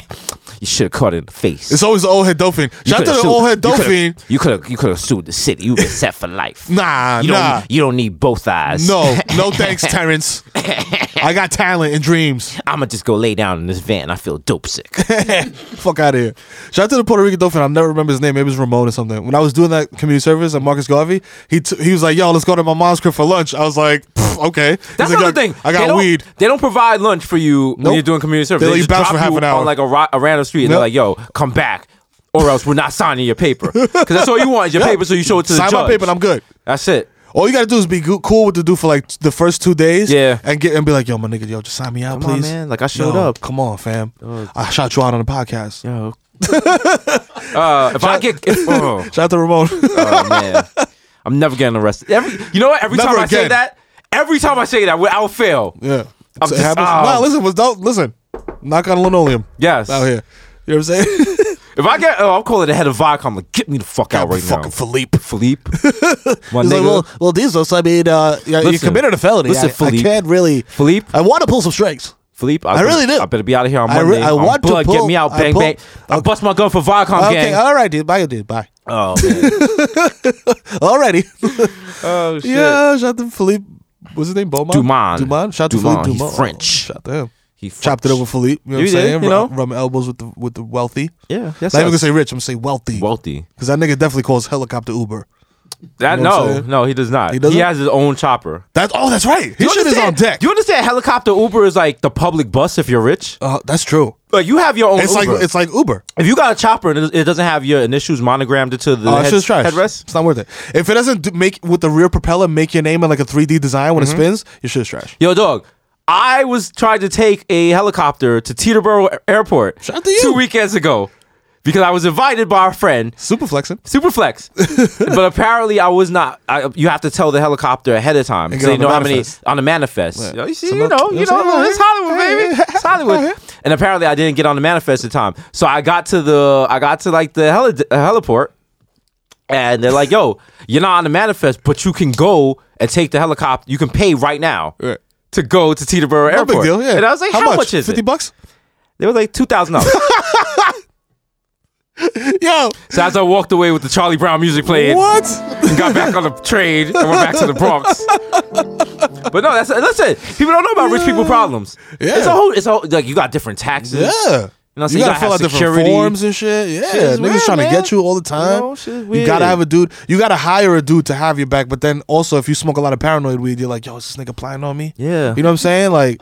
S3: you should have caught it in the face.
S1: it's always the old head dolphin.
S3: You
S1: Shout out to
S3: coulda
S1: the
S3: sued-
S1: old head
S3: you coulda-
S1: dolphin.
S3: You could have you could have sued the city. You've been set for life.
S1: Nah,
S3: you
S1: nah.
S3: Don't, you don't need both eyes.
S1: No, no thanks, Terrence. I got talent and dreams.
S3: I'ma just go lay down in this van. I feel dope sick.
S1: Fuck out of here. Shout out to the Puerto Rican Dolphin. I never remember his name. Maybe it was Ramon or something. When I was doing that community service at Marcus Garvey, he t- he was like, yo, let's go to my mom's crib for lunch. I was like, "Pff, okay. He's like,
S3: That's another
S1: "Yo,
S3: thing.
S1: I
S3: They
S1: got
S3: don't-
S1: weed.
S3: They don't provide lunch for you
S1: Nope.
S3: when you're doing community service.
S1: They let
S3: They
S1: you
S3: just
S1: bounce
S3: drop
S1: for half
S3: you
S1: an hour.
S3: on like a, ro- a random street, and
S1: Nope.
S3: they're like, "Yo, come back, or else we're not signing your paper." Because that's all you want is your
S1: Yeah.
S3: paper, so you show it to the
S1: Sign
S3: judge.
S1: my paper and I'm good.
S3: That's it.
S1: All you gotta do is be go- cool with the dude for like t- the first two days,
S3: Yeah.
S1: and get and be like, "Yo, my nigga, yo, just sign me out,
S3: Come on,
S1: please."
S3: man. Like, I showed
S1: Yo,
S3: up.
S1: Come on, fam. I shout you out on the podcast.
S3: Yo. uh, if I get, if, oh,
S1: Shout out to Ramon.
S3: oh, man. I'm never getting arrested. Every, you know what? Every
S1: Never
S3: time I say
S1: again.
S3: that, every time I say that, I'll fail.
S1: Yeah.
S3: I'm
S1: So it
S3: just-
S1: happens.
S3: ah.
S1: no, listen, was don't listen. Knock on linoleum.
S3: Yes.
S1: Out here. You know what I'm saying?
S3: If I get, oh, I'm calling the head of vodka. I'm like, get me the fuck out right
S1: fucking
S3: now,
S1: Philippe.
S3: Philippe. My
S1: He's
S3: nigga.
S1: like, well, well, Dizos, I mean, uh, yeah, you
S3: Listen.
S1: committed a felony.
S3: Listen,
S1: I, I
S3: Philippe.
S1: can't really.
S3: Philippe.
S1: I want to pull some strings.
S3: Philippe, I,
S1: I
S3: better-
S1: really do.
S3: I better be out of here on
S1: I re-
S3: Monday.
S1: I
S3: I'm
S1: want to
S3: blood,
S1: pull-
S3: Get me out,
S1: I
S3: bang
S1: pull-
S3: bang. I bust my gun for Viacom
S1: Okay, uh,
S3: gang.
S1: all right, dude. Bye, dude. Bye.
S3: oh man.
S1: Alrighty.
S3: Oh shit.
S1: yeah, shout out to Philippe. What's his name? Beaumont?
S3: Dumont.
S1: Dumont. Shout out to
S3: Dumont.
S1: Philippe
S3: He's
S1: Dumont.
S3: French.
S1: Shout out to him.
S3: He
S1: Chopped it
S3: fucks.
S1: over Philippe. You know what
S3: You
S1: I'm
S3: did,
S1: saying?
S3: you know?
S1: Ru- Rub elbows with the, with the wealthy.
S3: Yeah, that's
S1: Not even
S3: us.
S1: gonna say rich. I'm gonna say wealthy.
S3: wealthy.
S1: Because that nigga definitely calls helicopter Uber.
S3: That
S1: You know what I'm
S3: no,
S1: saying?
S3: no, he does not.
S1: He
S3: He,
S1: doesn't?
S3: has his own chopper.
S1: That oh, that's right. His
S3: You
S1: shit is on
S3: understand-
S1: deck.
S3: You understand? Helicopter Uber is like the public bus if you're rich.
S1: Uh, that's true.
S3: Like you have your own.
S1: It's
S3: Uber.
S1: like it's like Uber.
S3: if you got a chopper and it- it doesn't have your initials monogrammed into the
S1: Oh,
S3: head,
S1: it's just trash.
S3: headrest.
S1: It's not worth it. If it doesn't do, make with the rear propeller make your name in like a 3D design when it spins, your shit's trash.
S3: Yo, dog. I was trying to take a helicopter to Teterboro Air- Airport
S1: Shout out to you.
S3: two weekends ago because I was invited by our friend
S1: Super flexing.
S3: Superflex. but apparently, I was not. I, you have to tell the helicopter ahead of time
S1: And get
S3: so they
S1: on the
S3: know how many
S1: manifest.
S3: on the manifest. You, know, you see, you
S1: not-
S3: know,
S1: you
S3: you
S1: know what I'm
S3: know,
S1: saying?
S3: it's Hollywood,
S1: Hey,
S3: baby. It's
S1: hey.
S3: Hollywood. And apparently, I didn't get on the manifest in time. So I got to the, I got to like the heli- uh, heliport, and they're like, "Yo, you're not on the manifest, but you can go and take the helicopter. You can pay right now."
S1: Right.
S3: To go to Teterboro
S1: No
S3: Airport,
S1: big deal. Yeah.
S3: and I was like, "How, much? is
S1: 50
S3: it?"
S1: bucks?
S3: They were like two thousand dollars.
S1: Yo,
S3: so as I walked away with the Charlie Brown music playing,
S1: what?
S3: and got back on the train and went back to the Bronx. But no, that's listen. People don't know about rich people problems.
S1: Yeah.
S3: it's a whole. It's a whole, like you got different taxes.
S1: Yeah.
S3: You know, so you gotta have security.
S1: different forms and shit. Yeah,
S3: Shit is
S1: niggas
S3: weird,
S1: trying
S3: man.
S1: to get you all the time.
S3: You know, shit is
S1: you
S3: weird.
S1: gotta have a dude. You gotta hire a dude to have your back. But then also, if you smoke a lot of paranoid weed, you're like, yo, is this nigga playing on me?
S3: Yeah.
S1: you know what I'm saying? Like,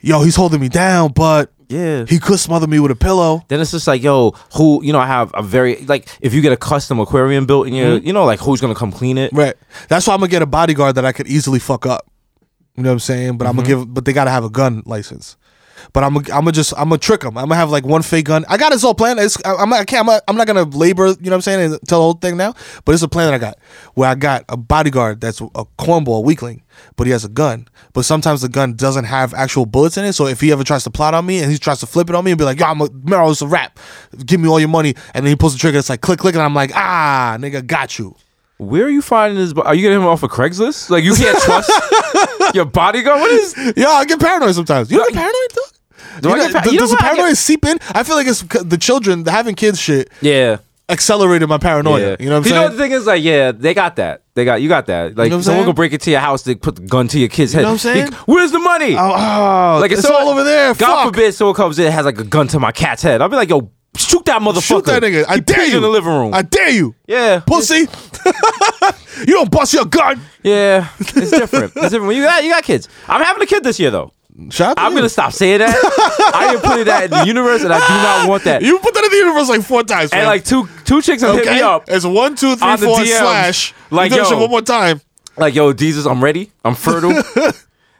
S1: yo, he's holding me down, but
S3: Yeah.
S1: he could smother me with a pillow.
S3: Then it's just like, yo, who? You know, I have a very like. If you get a custom aquarium built in your, you know, like who's gonna come clean it?
S1: Mm-hmm. Right. That's why I'm gonna get a bodyguard that I could easily fuck up. You know what I'm saying? But I'm gonna give. But they gotta have a gun license. But I'm gonna, I'm gonna just, I'm gonna trick them. I'm gonna have like one fake gun. I got this whole plan. It's, I, I'm, not, I can't, I'm, not, I'm not gonna labor. You know what I'm saying? And tell the whole thing now. But it's a plan that I got where I got a bodyguard that's a cornball weakling, but he has a gun. But sometimes the gun doesn't have actual bullets in it. So if he ever tries to plot on me and he tries to flip it on me and be like, "Yo, I'm a Meryl, it's a rap. Give me all your money," and then he pulls the trigger, it's like click, click, and I'm like, "Ah, nigga, got you."
S3: Where are you finding this? bo- Are you getting him off of Craigslist? Like you can't trust your bodyguard. What is?
S1: Yeah, I get paranoid sometimes. You don't get
S3: Yeah.
S1: paranoid though.
S3: Do
S1: you
S3: I
S1: know,
S3: get par-
S1: th-
S3: you know
S1: does the
S3: what? I get-
S1: paranoia seep in? I feel like it's c- the children the having kids shit
S3: Yeah.
S1: accelerated my paranoia.
S3: Oh, Yeah.
S1: You know what I'm
S3: You
S1: saying?
S3: know the thing is like, yeah, they got that. They got you got that. Like
S1: know what I'm
S3: someone
S1: saying?
S3: gonna break into your house, they put the gun to your kid's head.
S1: know what I'm
S3: Like,
S1: saying?
S3: Where's the money?
S1: oh, oh,
S3: like if
S1: it's
S3: someone-
S1: all over there.
S3: God
S1: Fuck.
S3: forbid someone comes in and has like a gun to my cat's head. I'll be like, yo, shoot that motherfucker.
S1: Shoot that nigga. I
S3: He
S1: dare
S3: peed
S1: you
S3: in the living room.
S1: I dare you.
S3: yeah,
S1: Pussy. you don't bust your gun.
S3: yeah. It's different. It's different. When you got you got kids. I'm having a kid this year though.
S1: Shout out to
S3: I'm
S1: you.
S3: gonna stop saying that. I am putting that in the universe, and I do not want that.
S1: You put that in the universe like four times.
S3: and
S1: man.
S3: like two two chicks have hit
S1: okay,
S3: me up.
S1: it's one, two, three,
S3: On the
S1: four,
S3: DMs.
S1: slash.
S3: Like,
S1: you finish
S3: yo.
S1: it one more time.
S3: Like, yo, Jesus, I'm ready. I'm fertile.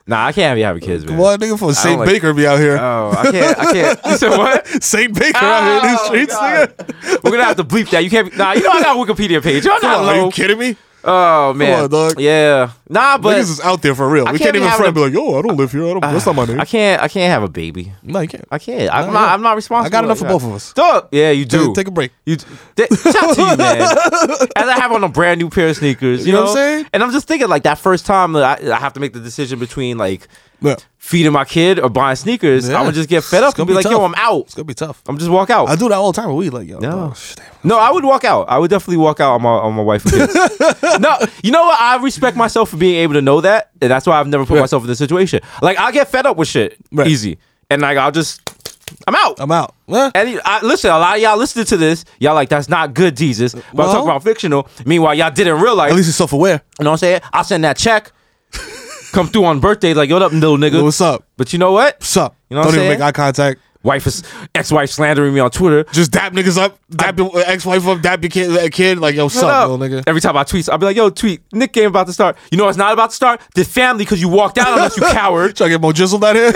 S3: nah, I can't be having kids, man.
S1: Well, nigga from
S3: don't
S1: Saint
S3: like-
S1: Baker be out here.
S3: Oh, I can't. I can't. You said what?
S1: Saint Baker out here in these
S3: Oh,
S1: streets,
S3: God.
S1: nigga.
S3: We're gonna have to bleep that. You can't. Be, nah, you know I got a Wikipedia page. Y'all
S1: Come
S3: not
S1: on, are
S3: low.
S1: you kidding me?
S3: Oh man.
S1: on, dog.
S3: Yeah. Nah, but
S1: Niggas is out there for real.
S3: I
S1: we
S3: can't
S1: can't
S3: be
S1: even front
S3: having
S1: be like, yo, I don't live here. I don't. that's not my name.
S3: I can't. I can't have a baby.
S1: no, you can't.
S3: I can't. I'm
S1: No,
S3: not.
S1: yeah.
S3: I'm not responsible.
S1: I got enough
S3: like
S1: for
S3: that.
S1: both of us.
S3: Dog. Yeah, you do.
S1: Take- take a break.
S3: You. d- Th- shout out to you, man. As I have on a brand new pair of sneakers. You,
S1: know what I'm saying?
S3: And I'm just thinking like that first time like, I, I have to make the decision between like
S1: Yeah.
S3: feeding my kid or buying sneakers.
S1: Yeah.
S3: I'm gonna just get fed
S1: It's
S3: up
S1: gonna
S3: and be,
S1: be
S3: like,
S1: tough.
S3: yo, I'm out.
S1: It's gonna be tough.
S3: I'm just walk out.
S1: I do that all the time. We like, yo, no.
S3: No, I would walk out. I would definitely walk out on my on my wife and kids. no, you know what? I respect myself for being able to know that, and that's why I've never put myself in this situation. Like I get fed up with shit
S1: Right.
S3: easy, and like I'll just I'm out.
S1: I'm out. Eh,
S3: and I, listen, a lot of y'all listening to this, y'all like that's not good, Jesus. But
S1: Well-
S3: I'm talking about fictional. Meanwhile, y'all did in real life.
S1: At least he's self-aware.
S3: you know what I'm saying? I send that check. Come through on birthday, like yo, what up, little nigga?
S1: What's up?
S3: But you know what?
S1: What's up?
S3: You know what
S1: don't
S3: I'm
S1: even
S3: saying?
S1: make eye contact.
S3: Wife is ex-wife slandering me on Twitter.
S1: Just dap niggas up. Dap your ex-wife up. Dap your kid. That kid. Like, yo, what's
S3: Shut
S1: up,
S3: up.
S1: little nigga?
S3: Every time I tweet, I'll be like, yo, tweet, Nick game about to start. You know what's not about to start? The family, because you walked out on us, you coward.
S1: Try to get more jizzled out here.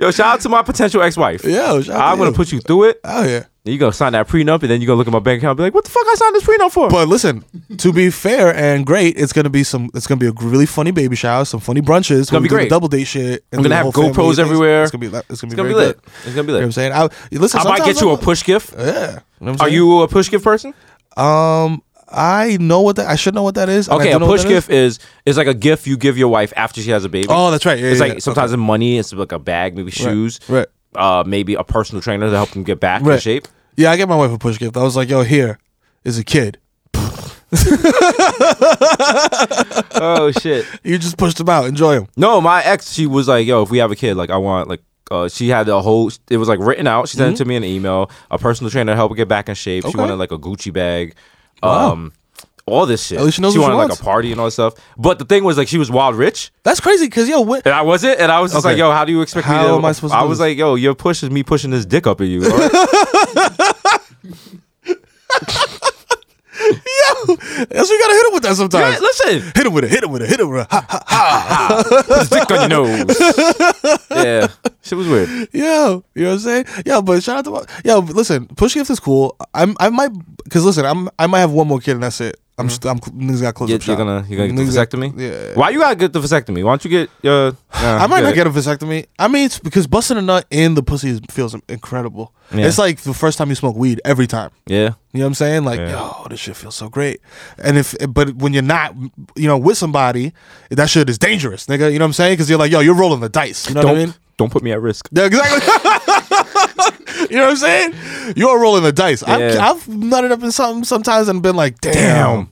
S3: Yo, shout out to my potential ex-wife.
S1: Yeah, shout out
S3: I'm
S1: to
S3: gonna
S1: you.
S3: put you through it.
S1: Out here.
S3: And you gonna sign that prenup, and then you gonna look at my bank account and be like, "What the fuck I signed this prenup for?"
S1: But listen, to be fair and great, it's gonna be some. It's gonna be a really funny baby shower, some funny brunches. It's
S3: gonna be great.
S1: Double date shit. and
S3: We're
S1: do
S3: gonna
S1: the
S3: have
S1: whole family
S3: GoPros
S1: things.
S3: everywhere.
S1: It's gonna be. li- It's gonna be,
S3: gonna
S1: very
S3: be lit.
S1: good.
S3: It's gonna be
S1: You know what I'm
S3: lit.
S1: saying? I, listen,
S3: I might get
S1: sometimes
S3: you
S1: I'm
S3: a push gift.
S1: Yeah. You know what I'm
S3: Are
S1: saying?
S3: you a push gift person?
S1: Um, I know what that. I should know what that is. and I
S3: Okay,
S1: do
S3: a
S1: know what
S3: push
S1: that is.
S3: gift is is like a gift you give your wife after she has a baby.
S1: Oh, that's right. Yeah,
S3: it's
S1: yeah,
S3: like
S1: yeah.
S3: sometimes in money, it's like a bag, maybe shoes,
S1: right.
S3: Uh, maybe a personal trainer to help them get back in
S1: Right.
S3: shape.
S1: Yeah, I get my wife a push gift. I was like, yo, here is a kid.
S3: Oh shit!
S1: You just pushed him out. Enjoy him.
S3: No, my ex, she was like, "Yo, if we have a kid, like, I want like." Uh, she had a whole. It was like written out. She sent it to me in an email. A personal trainer to help her get back in shape. She
S1: Mm-hmm. Okay.
S3: wanted like a Gucci bag. Um, all this shit.
S1: At least she knows what she
S3: wanted like
S1: wants.
S3: a party and all that stuff. But the thing was like she was wild rich,
S1: That's crazy. Cause yo, what?
S3: and I wasn't. And I was just
S1: Okay.
S3: like, "Yo, how do you expect me?"
S1: How
S3: to,
S1: am I supposed to
S3: I
S1: do
S3: was
S1: this?
S3: like, "Yo, your push is me pushing this dick up at you." all right?
S1: That's we gotta hit him with that
S3: Yeah,
S1: sometimes.
S3: listen,
S1: hit him with it. Hit him with it. Hit him with it. Ha, ha.
S3: put his dick on your nose. yeah, shit was weird.
S1: Yo, you know what I'm saying? Yo, but shout out to my, yo. but Listen, push gift is cool. I'm I might because listen, I'm I might have one more kid and that's it. I'm just I'm niggas got close
S3: You,
S1: up
S3: Mm-hmm. you're
S1: shop.
S3: gonna you're gonna get
S1: Niggas
S3: the
S1: got-
S3: vasectomy.
S1: Yeah.
S3: Why you gotta get the vasectomy? Why don't you get? Uh, nah,
S1: I might
S3: good.
S1: not get a vasectomy. I mean, it's because busting a nut in the pussy is, feels incredible.
S3: Yeah.
S1: It's like the first time you smoke weed every time.
S3: Yeah.
S1: You know what I'm saying? Like, yo, this shit feels so great. And if, but when you're not, you know, with somebody, that shit is dangerous, nigga. You know what I'm saying? Because you're like, yo, you're rolling the dice. You know
S3: don't,
S1: what I mean?
S3: don't put me at risk.
S1: Yeah, exactly. you know what I'm saying? You're rolling the dice.
S3: Yeah.
S1: I've, I've nutted up in something sometimes and been like, damn.
S3: Damn.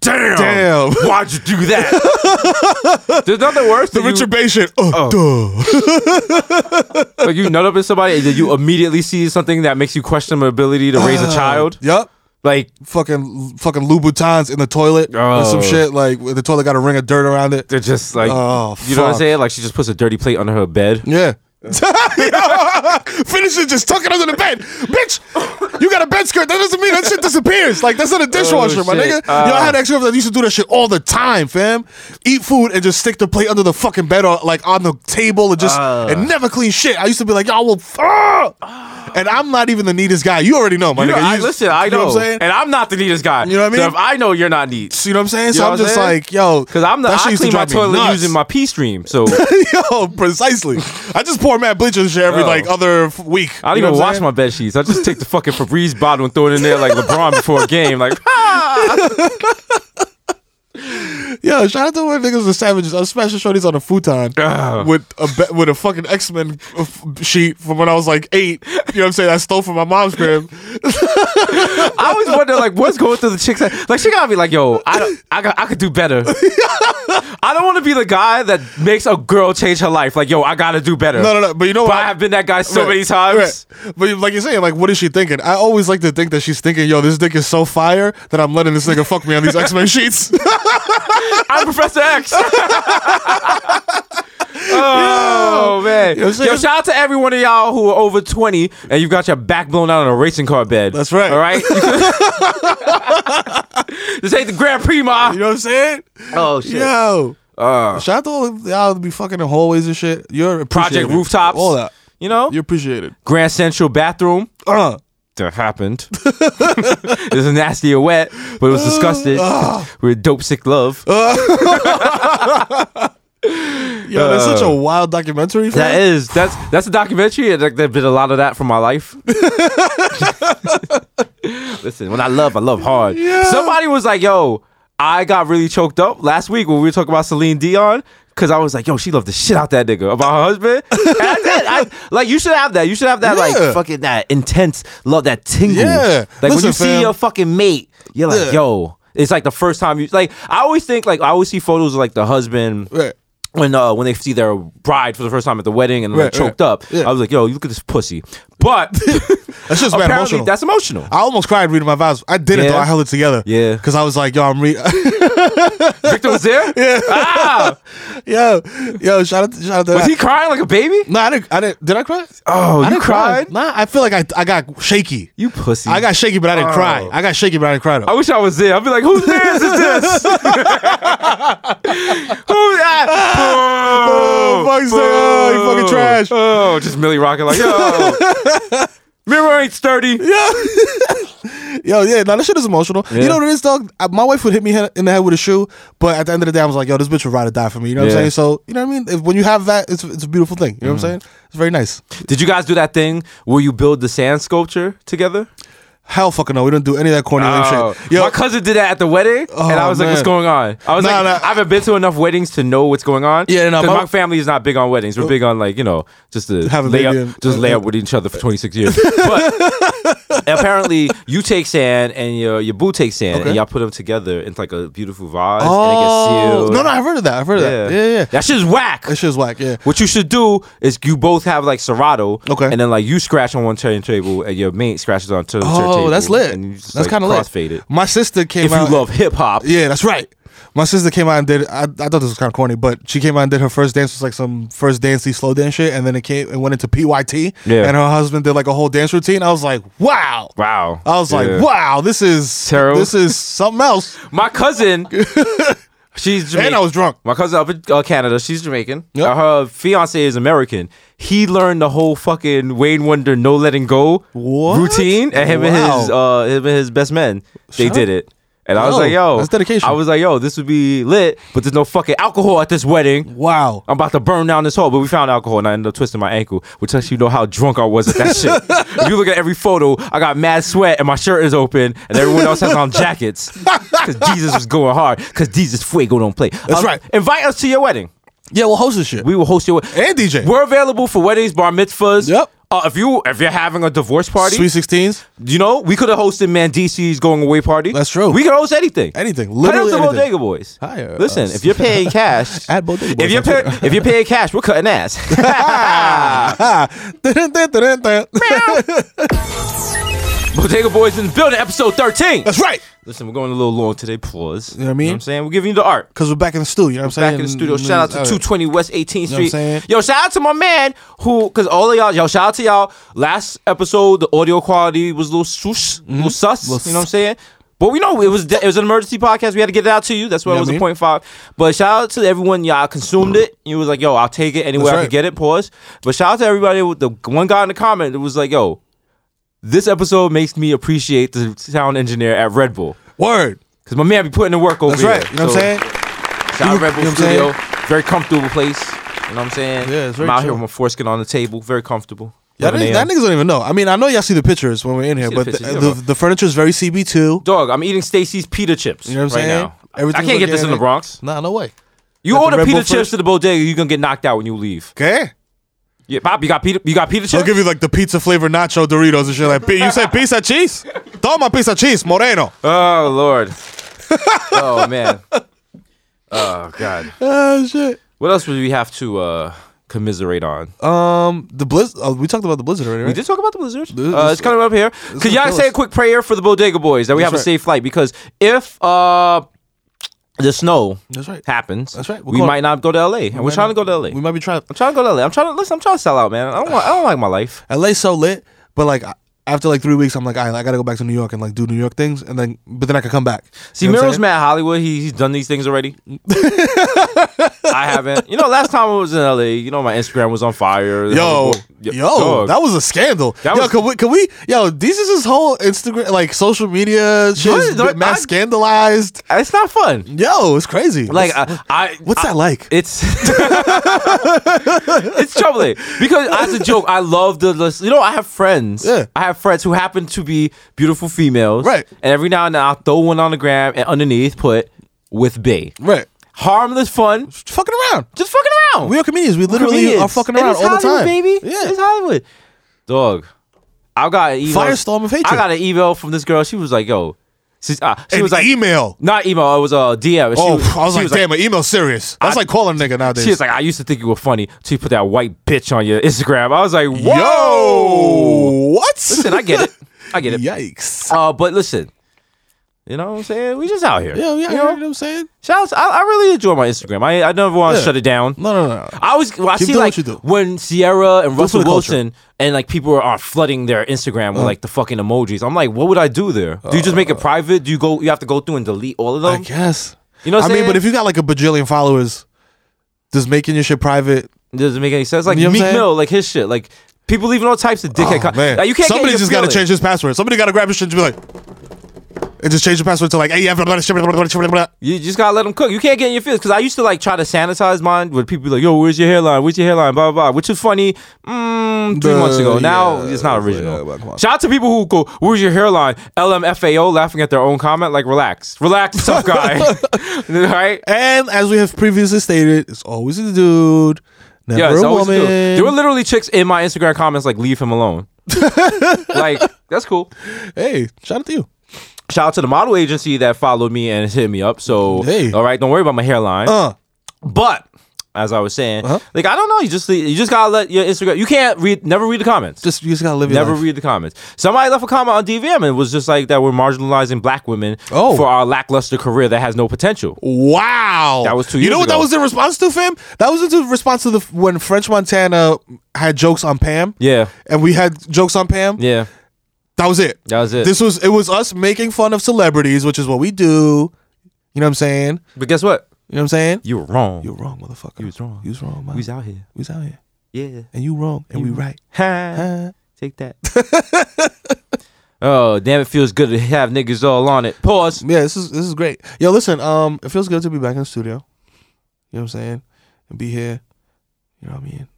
S3: Damn.
S1: Damn.
S3: Why'd you do that? There's nothing worse
S1: The
S3: than
S1: Richard Bay shit. Oh, duh.
S3: you, like you nut up in somebody and then you immediately see something that makes you question their ability to raise a child.
S1: Yep.
S3: Like,
S1: Uh, Fucking fucking Louboutins in the toilet or
S3: Oh.
S1: some shit. Like where the toilet got a ring of dirt around it.
S3: they're just like,
S1: Oh,
S3: you know what I'm
S1: fuck.
S3: saying? Like, she just puts a dirty plate under her bed.
S1: Yeah. Finish it, just tuck it under the bed. Bitch, you got a bed skirt. That doesn't mean that shit disappears. Like, that's not a dishwasher, my
S3: Oh, shit.
S1: nigga.
S3: Uh.
S1: Yo, I had ex girlfriends that used to do that shit all the time, fam. Eat food and just stick the plate under the fucking bed or like on the table and just,
S3: Ah.
S1: and never clean shit. I used to be like, y'all will, ah! and I'm not even the neatest guy. You already know, my
S3: You know,
S1: nigga. You
S3: I,
S1: just-
S3: listen, I
S1: you
S3: know.
S1: know what I'm saying?
S3: and I'm not the neatest guy.
S1: You know what I
S3: So
S1: mean?
S3: if I know you're not neat.
S1: So you know what I'm saying?
S3: You
S1: So
S3: know
S1: I'm
S3: what
S1: just
S3: saying?
S1: like, yo,
S3: Because I'm the,
S1: that shit
S3: I
S1: used to
S3: clean my
S1: drive me
S3: toilet
S1: nuts.
S3: using my pee stream. So
S1: Yo, precisely. I just pour mad bleach and shit every
S3: Yo.
S1: like other f- week.
S3: I don't
S1: You know
S3: even
S1: what I'm
S3: wash
S1: saying?
S3: my bed sheets. I just take the fucking Febreze bottle and throw it in there like LeBron before a game. Like,
S1: Yo, shout out to my niggas with savages. I'm smashing shorties on a futon
S3: Ugh.
S1: with a be- with a fucking X Men sheet from when I was like eight. You know what I'm saying? I stole from my mom's crib.
S3: I always wonder like what's going through the chick's head. Like she gotta be like, yo, I don't, I got, I could do better. I don't want to be the guy that makes a girl change her life. Like, yo, I gotta do better.
S1: No, no, no. But you know
S3: But
S1: what?
S3: I have been that guy so
S1: Right,
S3: many times.
S1: right. But like you're saying, like what is she thinking? I always like to think that she's thinking, yo, this dick is so fire that I'm letting this nigga fuck me on these X Men sheets.
S3: I'm Professor X. oh man!
S1: Yo,
S3: Yo,
S1: so-
S3: shout out to every one of y'all who are over twenty and you've got your back blown out on a racing car bed.
S1: That's right.
S3: All right. this ain't the Grand Prix, ma.
S1: you know what I'm saying?
S3: Oh shit.
S1: Yo.
S3: Uh,
S1: Shout out to all of y'all that be fucking in hallways and shit. You're
S3: Project
S1: appreciated.
S3: rooftops.
S1: All that.
S3: You know,
S1: You're appreciated.
S3: Grand Central bathroom.
S1: Uh.
S3: that happened. it was nasty and wet, but it was disgusted. we are dope sick love.
S1: Yo, that's such a wild documentary. fam.
S3: Uh. that is that's that's a documentary. and, Like there's been a lot of that from my life. Listen, when I love, I love hard. Somebody was like, "Yo, I got really choked up last week when we were talking about Celine Dion." Cause I was like, yo, she loved the shit out that nigga about her husband. And I did. I, like, you should have that. You should have that,
S1: Yeah.
S3: like, fucking that intense love, that tingle.
S1: Yeah.
S3: Like when
S1: Listen,
S3: you see
S1: fam.
S3: your fucking mate, you're like, yo, it's like the first time you like. I always think like I always see photos of like the husband
S1: Right.
S3: when uh when they see their bride for the first time at the wedding and they're
S1: Right,
S3: choked
S1: right.
S3: up.
S1: Yeah.
S3: I was like, yo, you look at this pussy, but
S1: That's just bad
S3: apparently
S1: emotional.
S3: that's emotional.
S1: I almost cried reading my vows. I didn't
S3: Yeah.
S1: though. I held it together.
S3: Yeah.
S1: Because I was like, yo, I'm reading.
S3: Victor was there. yeah. Ah,
S1: yo, yo, shout out, to, shout out to
S3: was
S1: that.
S3: he crying like a baby?
S1: No, I didn't. I didn't. Did I cry?
S3: Oh,
S1: I
S3: you
S1: didn't
S3: cried.
S1: Cry. Nah, I feel like I, I got shaky.
S3: You pussy.
S1: I got shaky, but I didn't cry. I got shaky, but I didn't cry. Though.
S3: I wish I was there. I'd be like, whose hands is this? Who's that?
S1: Oh, bucks. nigga. you fucking trash.
S3: Oh, just Millie rocking like, yo. Mirror ain't sturdy.
S1: Yo, yeah, now that shit is emotional.
S3: Yeah.
S1: You know what it is, dog? I- My wife would hit me he- in the head with a shoe, but at the end of the day, I was like, yo, this bitch would ride or die for me. You know what
S3: Yeah.
S1: I'm saying? So, you know what I mean? If, when you have that, it's, it's a beautiful thing. You know what I'm
S3: Mm-hmm.
S1: saying? It's very nice.
S3: Did you guys do that thing where you build the sand sculpture together?
S1: Hell fucking no. We don't do any of that corny lame
S3: Oh.
S1: shit. Yo, Oh,
S3: My cousin did that at the wedding, and I was like,
S1: man.
S3: "What's going on?" I was
S1: Nah,
S3: like,
S1: nah.
S3: "I haven't been to enough weddings to know what's going on."
S1: Yeah, nah,
S3: 'Cause
S1: my-
S3: my family is not big on weddings. We're big on like you know just to
S1: Have a
S3: lay up,
S1: baby and- uh,
S3: just lay up with each other for 26 years. but apparently, you take sand and your your boo takes sand, and
S1: Okay.
S3: y'all put them together into like a beautiful vase, and it
S1: oh,
S3: gets sealed.
S1: no, no, I've heard of that. I've heard of that. Yeah, yeah. yeah.
S3: That shit's whack.
S1: That shit's whack, yeah.
S3: What you should do is you both have like Serato,
S1: Okay.
S3: and then like you scratch on one turntable and your mate scratches on two turntable.
S1: Oh, that's lit.
S3: And you just,
S1: that's
S3: like,
S1: kind of lit.
S3: crossfaded.
S1: My sister came
S3: If you
S1: out.
S3: love hip hop,
S1: Yeah, that's right. My sister came out and did. I, I thought this was kind of corny, but she came out and did her first dance was like some first dancey slow dance shit, and then it came it went into PYT.
S3: Yeah.
S1: And her husband did like a whole dance routine. I was like, wow.
S3: wow.
S1: I was
S3: Yeah.
S1: like, wow, this is
S3: Terrible.
S1: This is something else.
S3: My cousin, she's Jamaican.
S1: And I was drunk.
S3: My cousin up in uh, Canada, she's Jamaican.
S1: Yep.
S3: Uh, her fiance is American. He learned the whole fucking Wayne Wonder no letting go
S1: What?
S3: routine, and him and his uh, him and his best men, they
S1: Shout
S3: did
S1: out.
S3: it. And I was
S1: Yo,
S3: like, yo,
S1: that's dedication.
S3: I was like, yo, this would be lit, but there's no fucking alcohol at this wedding.
S1: Wow.
S3: I'm about to burn down this hole, but we found alcohol and I ended up twisting my ankle, which lets you know how drunk I was at that shit. if you look at every photo, I got mad sweat and my shirt is open and everyone else has on jackets. Because Jesus was going hard, because Jesus Fuego don't play. That's
S1: right.
S3: Invite us to your wedding.
S1: Yeah, well, host this shit.
S3: We will host your wedding.
S1: and DJ.
S3: We're available for weddings, bar mitzvahs.
S1: Yep.
S3: Uh, if you if you're having a divorce party,
S1: Sweet sixteens.
S3: you know we could have hosted Mandici's going away party.
S1: That's true.
S3: We could host anything.
S1: Anything.
S3: Hit up
S1: Literally
S3: the
S1: anything.
S3: Bodega Boys.
S1: Hi, uh,
S3: Listen,
S1: us.
S3: if you're paying cash,
S1: At Bodega Boys
S3: If you're
S1: on Twitter.
S3: pay- if you're paying cash, we're cutting ass. Bodega Boys in the building, episode thirteen.
S1: That's right.
S3: Listen, we're going a little long today. Pause. You
S1: know what I mean?
S3: I'm saying we're giving you the art.
S1: Cause we're back in the studio. You know what I'm saying?
S3: Back in the studio. Shout out to
S1: Mm, All right.
S3: 220 West 18th
S1: know what I'm
S3: Street.
S1: saying?
S3: yo, shout out to my man who, because all of y'all, yo, shout out to y'all. Last episode, the audio quality was a little sus,
S1: Mm-hmm.
S3: little sus. you know what I'm saying? But we know it was it was an emergency podcast. We had to get it out to you. That's why
S1: You know
S3: it was
S1: what I
S3: a
S1: mean?
S3: point five. But shout out to everyone y'all consumed it. You was like, yo, I'll take it anywhere
S1: That's
S3: I can
S1: right.
S3: get it. Pause. But shout out to everybody. With the one guy in the comment that was like, yo, this episode makes me appreciate the sound engineer at Red Bull.
S1: Word.
S3: Cause my man be putting in work over
S1: That's
S3: here.
S1: right. You know what
S3: So-
S1: I'm saying?
S3: Shout out
S1: You-
S3: Rebel
S1: you know what I'm
S3: Studio. Very comfortable place. You know what I'm saying?
S1: Yeah, it's
S3: I'm
S1: very
S3: out
S1: chill.
S3: here with my foreskin on the table. Very comfortable.
S1: Yeah, that,
S3: 11
S1: niggas,
S3: a.m.
S1: that niggas don't even know. I mean, I know y'all see the pictures when we're in here,
S3: See the
S1: but the,
S3: pictures, yeah,
S1: the,
S3: bro.
S1: the furniture is very CB2.
S3: Dog, I'm eating Stacy's pita chips
S1: You know what I'm
S3: right
S1: saying?
S3: now.
S1: Everything's
S3: I can't get this in the
S1: organic.
S3: Bronx.
S1: Nah, no way.
S3: You
S1: Got the
S3: order
S1: Red
S3: pita
S1: Bull
S3: chips
S1: first?
S3: to the bodega, you're gonna get knocked out when you leave.
S1: Okay.
S3: Yeah, Pop, you got pita you got pita
S1: They'll
S3: chips?
S1: give you like the pizza flavored nacho Doritos and shit like You said pizza cheese? Toma pizza cheese, Moreno.
S3: oh Lord. oh man. Oh God.
S1: Oh, shit.
S3: What else would we have to uh commiserate on?
S1: Um, the blizz. Oh, we talked about the blizzard already, right?
S3: We did talk about the blizzard.
S1: This-
S3: Uh, it's coming up here. Could y'all
S1: kill
S3: say
S1: us.
S3: a quick prayer for the Bodega Boys that we
S1: That's
S3: have a
S1: right.
S3: safe flight? Because if uh, the snow
S1: That's right.
S3: happens,
S1: That's right. We're
S3: we
S1: going-
S3: might not go to LA, and we're
S1: might
S3: trying to
S1: not-
S3: go to LA.
S1: We might be trying.
S3: I'm trying to go to LA. I'm trying to listen. I'm trying to sell out, man. I don't. Want, I don't like my life.
S1: LA's so lit, but like I- after like three weeks, I'm like, all right, I gotta go back to New York and like do New York things, and then but then I could come back.
S3: See,
S1: You know what I'm
S3: Miro's
S1: saying?
S3: Matt Hollywood. He, he's done these things already. I haven't. You know, last time I was in LA, you know, my Instagram was on fire.
S1: Yo, yo,
S3: Dog.
S1: that was a scandal.
S3: That
S1: yo,
S3: was-
S1: can we, can we, yo, this is his whole Instagram, like social media shit,
S3: What?
S1: is
S3: Like,
S1: mass
S3: I-
S1: scandalized.
S3: it's not fun.
S1: Yo, it's crazy.
S3: Like
S1: What's-
S3: I, I
S1: what's
S3: I-
S1: that like?
S3: It's it's troubling because as a joke, I love the list. You know, I have friends.
S1: Yeah.
S3: I have friends who happen to be beautiful females.
S1: Right.
S3: And every now and then, I'll throw one on the gram and underneath put with Bay.
S1: right,
S3: Harmless fun,
S1: fucking around.
S3: just fucking around.
S1: We are comedians. We literally
S3: Comedians.
S1: are fucking
S3: And
S1: around
S3: it's
S1: all the
S3: Hollywood,
S1: time,
S3: baby.
S1: Yeah,
S3: It's Hollywood, dog. I got an email.
S1: Firestorm of hatred.
S3: I got an email from this girl. She was like, "Yo." She, uh, she
S1: An
S3: was like
S1: email.
S3: not email. It was a DM. and she
S1: Oh, I was
S3: she
S1: like, damn, an email serious. That's
S3: I-
S1: like calling a nigga nowadays.
S3: She was like, I used to think you were funny till you put that white bitch on your Instagram. I was like, whoa.
S1: yo, what?
S3: Listen, I get it. I get it.
S1: Yikes.
S3: Uh, but listen, you know what I'm saying? We just out here.
S1: Yo, yeah,
S3: You
S1: you
S3: know?
S1: know what I'm saying?
S3: Shout out to- I, I really enjoy my Instagram. I, I never want to
S1: Yeah.
S3: shut it down.
S1: No, no, no.
S3: I always well, I
S1: Keep
S3: see
S1: doing
S3: like
S1: what you do.
S3: when Sierra and
S1: for
S3: Russell
S1: the culture. Uh.
S3: Wilson and like people are flooding their Instagram with like the fucking emojis. I'm like, what would I do there? Do you just make it private? Do you go? You have to go through and delete all of
S1: I
S3: them?
S1: guess.
S3: You know what
S1: I
S3: I'm
S1: mean,
S3: saying?
S1: but if you got like a bajillion followers, does making your shit private
S3: It doesn't make any sense. Like
S1: You know what I'm
S3: Meek
S1: saying?
S3: Mill, like his shit. Like people leaving all types of dickhead.
S1: Oh,
S3: con-
S1: man.
S3: Like, you can't. get
S1: Somebody
S3: your
S1: just got to
S3: feeling.
S1: change his password. Somebody got to grab his shit and be like, and just change the password to like, hey, yeah, blah, blah, blah, blah, blah, blah.
S3: You just gotta let them cook. You can't get in your feelings because I used to like try to sanitize mine with people be like, "Yo, where's your hairline? Where's your hairline?" Blah blah, blah which is funny. Mm, three
S1: The-
S3: months ago, now
S1: yeah,
S3: it's not
S1: it's like,
S3: original.
S1: yeah, but come on.
S3: Shout out to people who go, "Where's your hairline?" LMFAO, laughing at their own comment. Like, relax, relax, tough guy. right?
S1: And as we have previously stated, it's always a dude, never
S3: Yeah, it's
S1: a
S3: always
S1: woman.
S3: a dude. There were literally chicks in my Instagram comments like, "Leave him alone." like, that's cool.
S1: hey, shout out to you.
S3: Shout out to the model agency that followed me and hit me up. So,
S1: Hey.
S3: all right, don't worry about my hairline.
S1: Uh, Uh-huh.
S3: But as I was saying, like I don't know, you just you just gotta let your Instagram. You can't read, never read the comments.
S1: just you just gotta live your
S3: never
S1: life.
S3: read the comments. Somebody left a comment on DVM and it was just like that we're marginalizing black women
S1: Oh.
S3: for our lackluster career that has no potential.
S1: Wow,
S3: That was two
S1: You know
S3: years
S1: what that
S3: ago.
S1: was the response to, fam? That was the response to the when French Montana had jokes on Pam.
S3: Yeah,
S1: and we had jokes on Pam.
S3: yeah,
S1: That was it.
S3: that was it.
S1: This was it was us making fun of celebrities, which is what we do. You know what I'm saying?
S3: but guess what?
S1: You know what I'm saying?
S3: You were wrong.
S1: You're wrong, motherfucker. You
S3: was wrong.
S1: You was wrong, man.
S3: we was out here.
S1: We was out here.
S3: Yeah.
S1: And you wrong. And we right. Uh,
S3: Ha. Take that. oh damn! It feels good to have niggas all on it. Pause.
S1: Yeah, this is this is great. Yo, listen, um, it feels good to be back in the studio. You know what I'm saying? And be here. You know what I mean?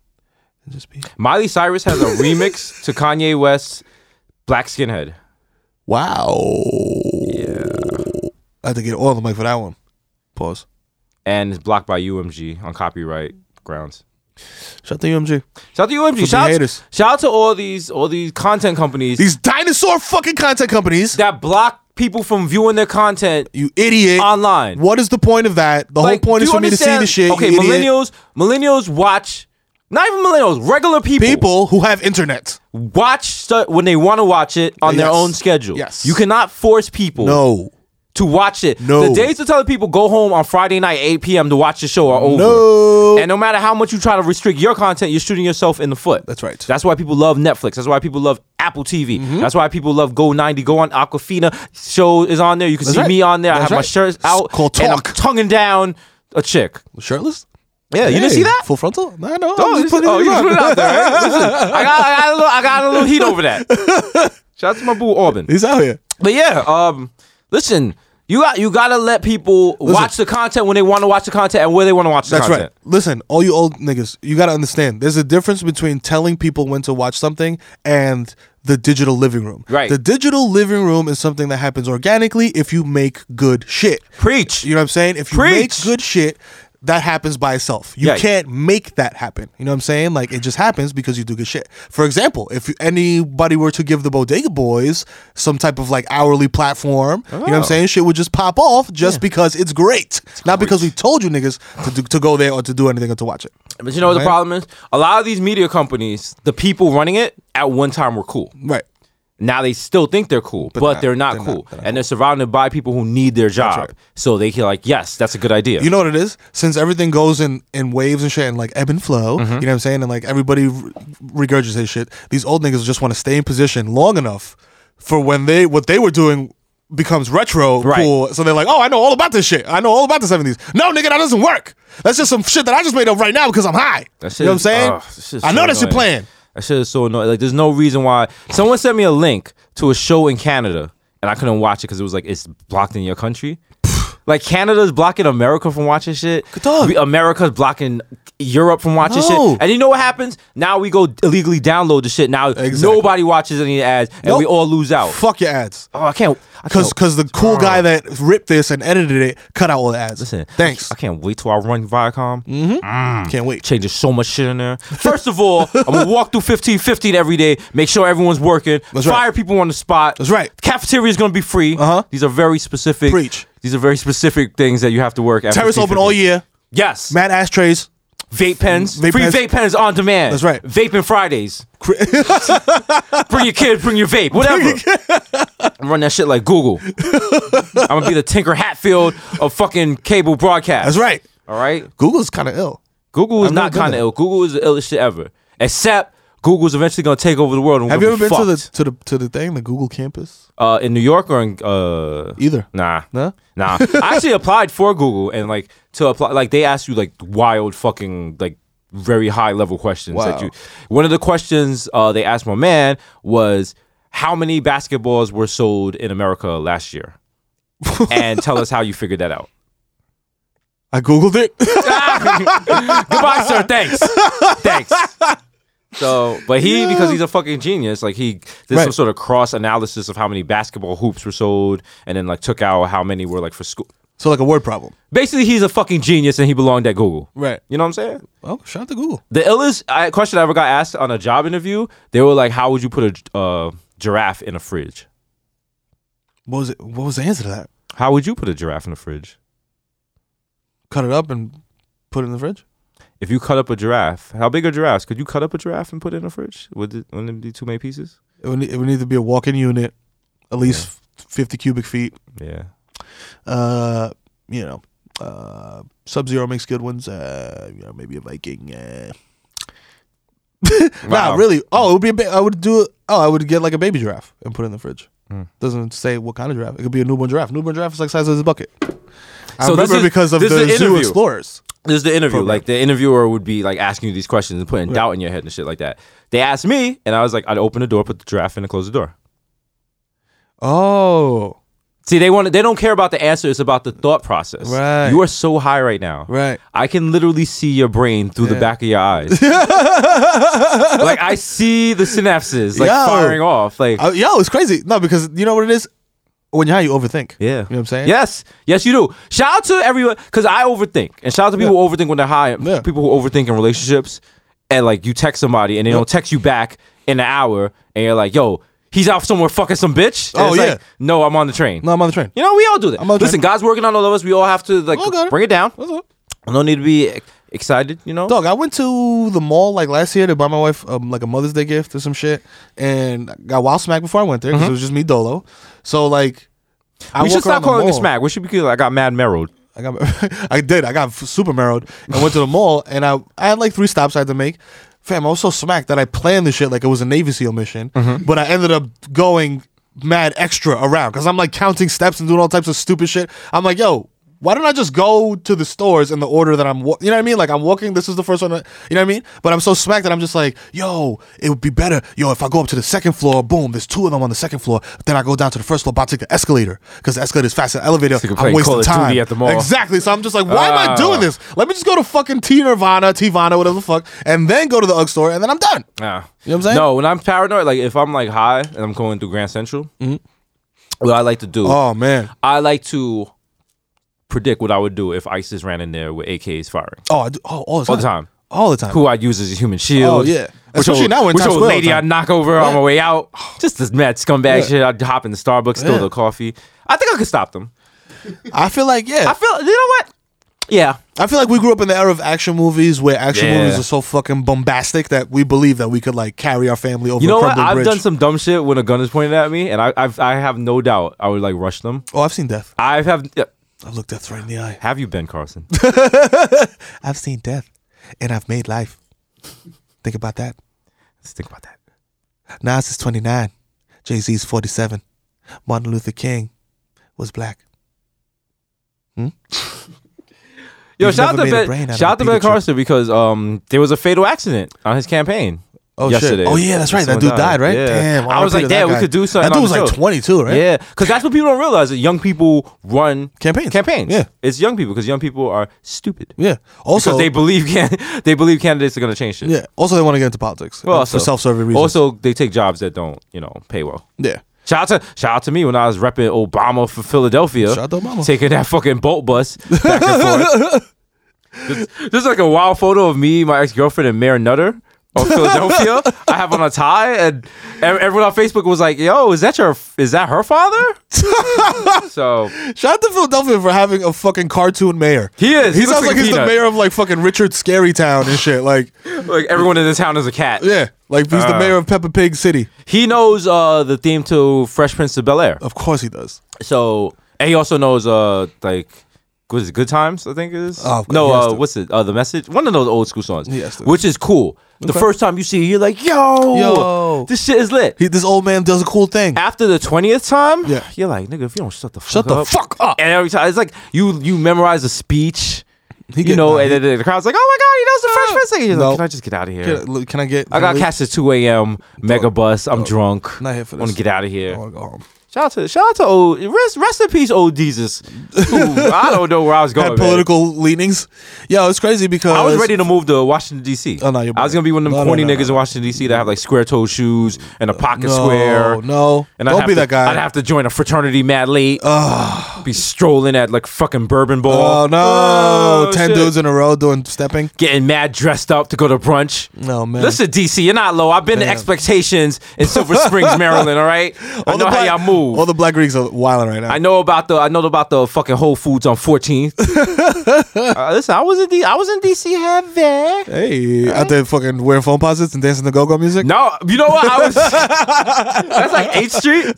S1: And just be
S3: Miley Cyrus has a remix to Kanye West's "Black Skinhead."
S1: Wow. I had to get all the mic for that one. Pause.
S3: and it's blocked by UMG on copyright grounds.
S1: Shout out to UMG.
S3: Shout out to UMG.
S1: being
S3: Shout out,
S1: haters.
S3: to, shout out to all these all these content companies
S1: These dinosaur fucking content companies.
S3: that block people from viewing their content
S1: You idiot.
S3: online.
S1: What is the point of that? The
S3: Like,
S1: whole point
S3: do
S1: is
S3: you
S1: for me to see
S3: understand?
S1: the shit.
S3: Okay,
S1: you idiot.
S3: millennials, millennials watch. Not even millennials, regular people,
S1: people who have internet.
S3: watch stu- when they want to watch it on their
S1: Yes.
S3: own schedule.
S1: Yes.
S3: you cannot force people
S1: No.
S3: to watch it.
S1: No.
S3: The days of telling people go home on Friday night 8 p.m. to watch the show are over.
S1: No.
S3: And no matter how much you try to restrict your content, you're shooting yourself in the foot.
S1: That's right. Mm-hmm.
S3: That's why people love Netflix. That's why people love Apple TV. That's why people love Go 90. Go on Aquafina. Show is on there. You can see
S1: right.
S3: me on there. I
S1: That's
S3: have my
S1: right.
S3: shirts
S1: It's
S3: out.
S1: called
S3: And I'm
S1: talk.
S3: tonguing down a chick.
S1: Shirtless?
S3: Yeah, you didn't see that?
S1: Full frontal? No, no.
S3: Oh,
S1: I'm
S3: you
S1: just
S3: put
S1: putting
S3: oh,
S1: it
S3: you
S1: out.
S3: put it out there. right? Listen, I, got, I, got a little, I got a little heat over that. Shout out to my boo Auburn.
S1: He's out here.
S3: But yeah, um, listen, you got you gotta let people watch the content when they want to watch the content and where they want to watch the
S1: That's
S3: content.
S1: right. Listen, all you old niggas, you gotta understand. There's a difference between telling people when to watch something and the digital living room.
S3: Right.
S1: The digital living room is something that happens organically if you make good shit.
S3: Preach.
S1: You know what I'm saying? If you
S3: Preach.
S1: make good shit, that happens by itself. You
S3: Yeah.
S1: can't make that happen. You know what I'm saying? Like it just happens because you do good shit. For example, if you- anybody were to give the Bodega Boys some type of like hourly platform,
S3: Oh.
S1: you know what I'm saying? Shit would just pop off just because it's great, not because we told you niggas to do, to go there or to do anything or to watch it.
S3: But you know what the problem is? A lot of these media companies, the people running it at one time were cool.
S1: Right.
S3: Now they still think they're cool, but,
S1: not-
S3: they're not
S1: they're not-
S3: cool,
S1: they're not
S3: and they're surrounded by people who need their job. So they feel like, yes, that's a good idea.
S1: You know what it is? Since everything goes in, in waves and shit and like ebb and flow,
S3: Mm-hmm.
S1: you know what I'm saying? And like everybody re- regurgitates shit. These old niggas just want to stay in position long enough for when they what they were doing becomes retro
S3: Right.
S1: cool. So they're like, oh, I know all about this shit. I know all about the 70s. No, nigga, that doesn't work. That's just some shit that I just made up right now because I'm high.
S3: That shit
S1: You know what I'm
S3: is-
S1: saying?
S3: ugh, that shit is
S1: I
S3: so
S1: know that's your
S3: annoying.
S1: plan.
S3: That shit is so annoying. Like, there's no reason why. Someone sent me a link to a show in Canada, and I couldn't watch it because it was like it's blocked in your country. like Canada's blocking America from watching shit.
S1: dog.
S3: We- America's blocking Europe from watching
S1: No.
S3: shit. And you know what happens? Now we go illegally download the shit. Now
S1: Exactly.
S3: nobody watches any ads, and we
S1: Nope.
S3: all lose out.
S1: Fuck your ads.
S3: Oh, I can't. I
S1: Because
S3: can't-
S1: because the cool guy that ripped this and edited it cut out all the ads.
S3: Listen,
S1: Thanks. Mm.
S3: I can't wait till I run Viacom.
S1: can't wait.
S3: Changes so much shit in there. First of all, I'm gonna walk through 1515 every day, make sure everyone's working,
S1: That's right.
S3: fire people on the spot.
S1: That's right.
S3: Cafeteria is gonna be free.
S1: Uh-huh.
S3: These are very specific.
S1: Preach.
S3: These are very specific things that you have to work. after
S1: Terrace open all
S3: 15:15.
S1: year.
S3: Yes.
S1: Mad ashtrays.
S3: vape pens.
S1: Vape
S3: free
S1: pens.
S3: vape pens on demand.
S1: That's right.
S3: Vaping Fridays. bring your kid. Bring your vape. Whatever. Run that shit like Google. I'm gonna be the Tinker Hatfield of fucking cable broadcast.
S1: That's right.
S3: All right.
S1: Google's kind of ill.
S3: Google is
S1: I've
S3: not
S1: never been
S3: kind of
S1: there.
S3: ill. Google is the illest shit ever. Except Google's eventually gonna take over the world. And
S1: Have
S3: we're
S1: you ever been
S3: gonna
S1: to
S3: be
S1: the
S3: fucked.
S1: to the to the thing, the Google campus?
S3: uh, in New York or in uh,
S1: Either.
S3: Nah,
S1: No?
S3: nah. I actually applied for Google and like to apply. Like they asked you like wild fucking like very high level questions.
S1: Wow.
S3: That you, one of the questions uh, they asked my man was, "How many basketballs were sold in America last year?" and tell us how you figured that out.
S1: I googled it.
S3: Goodbye, sir. Thanks. Thanks. So, but he because he's a fucking genius, like he did some
S1: Right.
S3: sort of cross analysis of how many basketball hoops were sold, and then like took out how many were like for school.
S1: so like a word problem.
S3: Basically, he's a fucking genius, and he belonged at Google.
S1: Right.
S3: You know what I'm saying?
S1: Oh, shout out to Google.
S3: The illest I, question I ever got asked on a job interview, they were like, "How would you put a gi- uh, giraffe in a fridge?
S1: What was it? What was the answer to that?
S3: How would you put a giraffe in a fridge?
S1: Cut it up and put it in the fridge.
S3: If you cut up a giraffe, how big are giraffes? Could you cut up a giraffe and put it in a fridge? Would it, wouldn't it be too many pieces?
S1: It would, need, it would need to be a walk-in unit, at least fifty cubic feet.
S3: Yeah.
S1: Uh, you know, uh, Sub Zero makes good ones. Uh, you know, maybe a Viking. Uh.
S3: Wow.
S1: Nah, really. Oh, it would be. A ba- I would do. it. Oh, I would get like a baby giraffe and put it in the fridge.
S3: Hmm.
S1: Doesn't say what kind of giraffe. It could be a newborn giraffe. Newborn giraffe is like size of this bucket. I
S3: So this
S1: remember
S3: is-
S1: because of
S3: this is
S1: the
S3: an
S1: zoo
S3: interview.
S1: explorers.
S3: This is the interview. Like the interviewer would be like asking you these questions and putting doubt in your head and shit like that. They asked me, and I was like, I'd open the door, put the giraffe in, and close the door.
S1: Oh,
S3: See, they want they don't care about the answer. It's about the thought process.
S1: Right.
S3: You are so high right now.
S1: Right.
S3: I can literally see your brain through the back of your eyes. like I see the synapses like
S1: Yo.
S3: firing off. Like
S1: Uh, yo, it's crazy. No, because you know what it is. When you're high, you overthink.
S3: Yeah. You know
S1: what I'm saying?
S3: Yes. Yes, you do. Shout out to everyone because I overthink. And shout out to people who overthink when they're high.
S1: Yeah.
S3: People who overthink in relationships. And like you text somebody and they don't text you back in an hour and you're like, yo, he's out somewhere fucking some bitch. And
S1: Oh,
S3: it's like,
S1: yeah.
S3: no, I'm on the train.
S1: No, I'm on the train.
S3: You know, we all do that.
S1: I'm on the
S3: Listen, God's working on all of us. We all have to like
S1: Oh, got it.
S3: bring it down.
S1: That's all.
S3: No need to be e- excited, you know?
S1: Dog, I went to the mall like last year to buy my wife um, like a Mother's Day gift or some shit, and I got wild smack before I went there because it was just me dolo. So like, I
S3: Mm-hmm. we
S1: walk
S3: should
S1: around
S3: stop
S1: the
S3: calling it
S1: mall.
S3: smack. We should be good. I got mad merrilled.
S1: I got, I did. I got f- super marrowed and went to the mall, and I I had like three stops I had to make. Fam, I was so smacked that I planned the shit like it was a Navy SEAL mission, but I ended up going mad extra around because I'm like counting steps and doing all types of stupid shit. I'm like, yo. Why don't I just go to the stores in the order that I'm, wa- you know what I mean? Like I'm walking. This is the first one. that- You know what I mean? But I'm so smacked that I'm just like, yo, it would be better, yo, if I go up to the second floor. Boom, there's two of them on the second floor. Then I go down to the first floor, but I take the escalator because the escalator is faster than the elevator.
S3: So you can play
S1: I'm wasting
S3: Call of Duty
S1: time
S3: at the mall.
S1: Exactly. So I'm just like, why am I
S3: Ah.
S1: doing this? Let me just go to fucking T Nirvana, Tivana, whatever the fuck, and then go to the UGG store, and then I'm done. You
S3: Yeah.
S1: know what I'm saying?
S3: No, when I'm paranoid, like if I'm like high and I'm going through Grand Central, what I like to do,
S1: Mm-hmm. Oh man.
S3: I like to predict what I would do if ISIS ran in there with AKs firing
S1: Oh, I do, oh, all the time.
S3: all the time.
S1: All the time.
S3: Who I use as a human shield.
S1: Oh, yeah.
S3: Which
S1: Especially
S3: old,
S1: now in
S3: which
S1: Times
S3: old
S1: Square all
S3: lady
S1: the
S3: I
S1: time.
S3: knock over on my way out. Just this mad scumbag shit. I'd hop in the Starbucks, steal
S1: Yeah.
S3: the coffee. I think I could stop them.
S1: I feel like yeah. I
S3: I feel. You know what? Yeah.
S1: feel like we grew up in the era of action movies where action
S3: Yeah.
S1: movies are so fucking bombastic that we believe that we could like carry our family over.
S3: You know
S1: a
S3: what?
S1: crumbling
S3: I've
S1: bridge.
S3: done some dumb shit when a gun is pointed at me, and I I've, I have no doubt I would like rush them.
S1: Oh, I've seen death.
S3: I have. yeah.
S1: I've looked death right in the eye.
S3: Have you been Carson?
S1: I've seen death, and I've made life. Think about that.
S3: Let's think about that.
S1: Nas is 29. Jay Z is 47. Martin Luther King was black.
S3: Yo,
S1: You've
S3: shout
S1: never
S3: out to
S1: made a
S3: Ben,
S1: brain out of
S3: shout
S1: a
S3: out to Ben
S1: Pikachu.
S3: Carson because um there was a fatal accident on his campaign.
S1: Oh, shit.
S3: yesterday.
S1: Oh, yeah, that's right. That
S3: Someone
S1: dude died, right?
S3: Yeah.
S1: Damn,
S3: I was
S1: RIP
S3: like,
S1: to that
S3: damn, we
S1: guy.
S3: could do something.
S1: That dude
S3: on
S1: was
S3: the
S1: like
S3: show."
S1: 22, right?
S3: Yeah, because that's what people don't realize that young people run
S1: Campaigns.
S3: Campaigns.
S1: Yeah.
S3: it's young people because young people are stupid.
S1: Yeah.
S3: Because
S1: Also,
S3: they believe can they believe candidates are gonna change shit.
S1: yeah. Also, they want to get into politics
S3: Well,
S1: uh,
S3: also,
S1: for self-serving reasons.
S3: Also, they take jobs that don't you know pay well.
S1: yeah.
S3: Shout out to shout out to me when I was repping Obama for Philadelphia.
S1: Shout out to Obama.
S3: Taking that fucking boat bus back and forth. Just, just like a wild photo of me, my ex girlfriend, and Mayor Nutter of Philadelphia. I have on a tie, and ev- everyone on Facebook was like, "Yo, is that your? Is that her father?" so
S1: Shout out to Philadelphia for having a fucking cartoon mayor.
S3: He is.
S1: He,
S3: He looks
S1: sounds like,
S3: like
S1: he's the
S3: Peanut.
S1: mayor of like fucking Richard Scary Town and shit. Like,
S3: like everyone in the town is a cat.
S1: yeah. Like he's
S3: Uh.
S1: the mayor of Peppa Pig City.
S3: He knows uh, the theme to Fresh Prince of Bel Air.
S1: Of course he does.
S3: So and he also knows uh like what is it, Good Times, I think it is.
S1: Oh, of course,
S3: no,
S1: he has
S3: uh,
S1: to.
S3: what's it? Uh, the message. One of those old school songs.
S1: He has to.
S3: Which is cool. The first time you see it, you're like, yo,
S1: Yo.
S3: this shit is lit.
S1: He, this old man does a cool thing.
S3: After the twentieth time,
S1: Yeah.
S3: you're like, nigga, if you don't shut the fuck
S1: Shut
S3: up.
S1: the fuck up.
S3: And every time it's like you you memorize a speech. you know, and then the- the crowd's like, "Oh my god, he knows the Fresh Prince." thing." He's
S1: No.
S3: like, "Can I just get out of here?"
S1: Can I- can I get?
S3: I got cast at 2 a.m. Mega bus. I'm drunk.
S1: Not here for this.
S3: Want to get out of here.
S1: want to go home.
S3: Shout out to shout out to old rest, rest in peace, old Jesus. Who, I don't know where I was going.
S1: Had
S3: man.
S1: political leanings. Yo, it's crazy because
S3: I was ready to move to Washington D.C.
S1: Oh, no, you're
S3: I was gonna be one of them
S1: No, no,
S3: corny
S1: no,
S3: niggas in Washington D.C. that have like square toe shoes and a pocket
S1: No,
S3: square.
S1: no.
S3: and I'd
S1: Don't
S3: have
S1: be
S3: to-
S1: that guy.
S3: I'd have to join a fraternity mad late. Be strolling at like fucking bourbon bowl.
S1: Oh no!
S3: Oh,
S1: Ten
S3: shit.
S1: dudes in a row doing stepping.
S3: getting mad dressed up to go to brunch.
S1: No, man.
S3: Listen, DC, you're not low. I've been to expectations in Silver Springs, Maryland. All right, I know how
S1: black,
S3: y'all move.
S1: All the black Greeks are wilding right now.
S3: I know about the I know about the fucking Whole Foods on 14th. uh, listen, I was in D, I was in DC heavy.
S1: Hey, out there fucking wearing phone posits and dancing to go-go music.
S3: No, you know what? I was that's like 8th Street.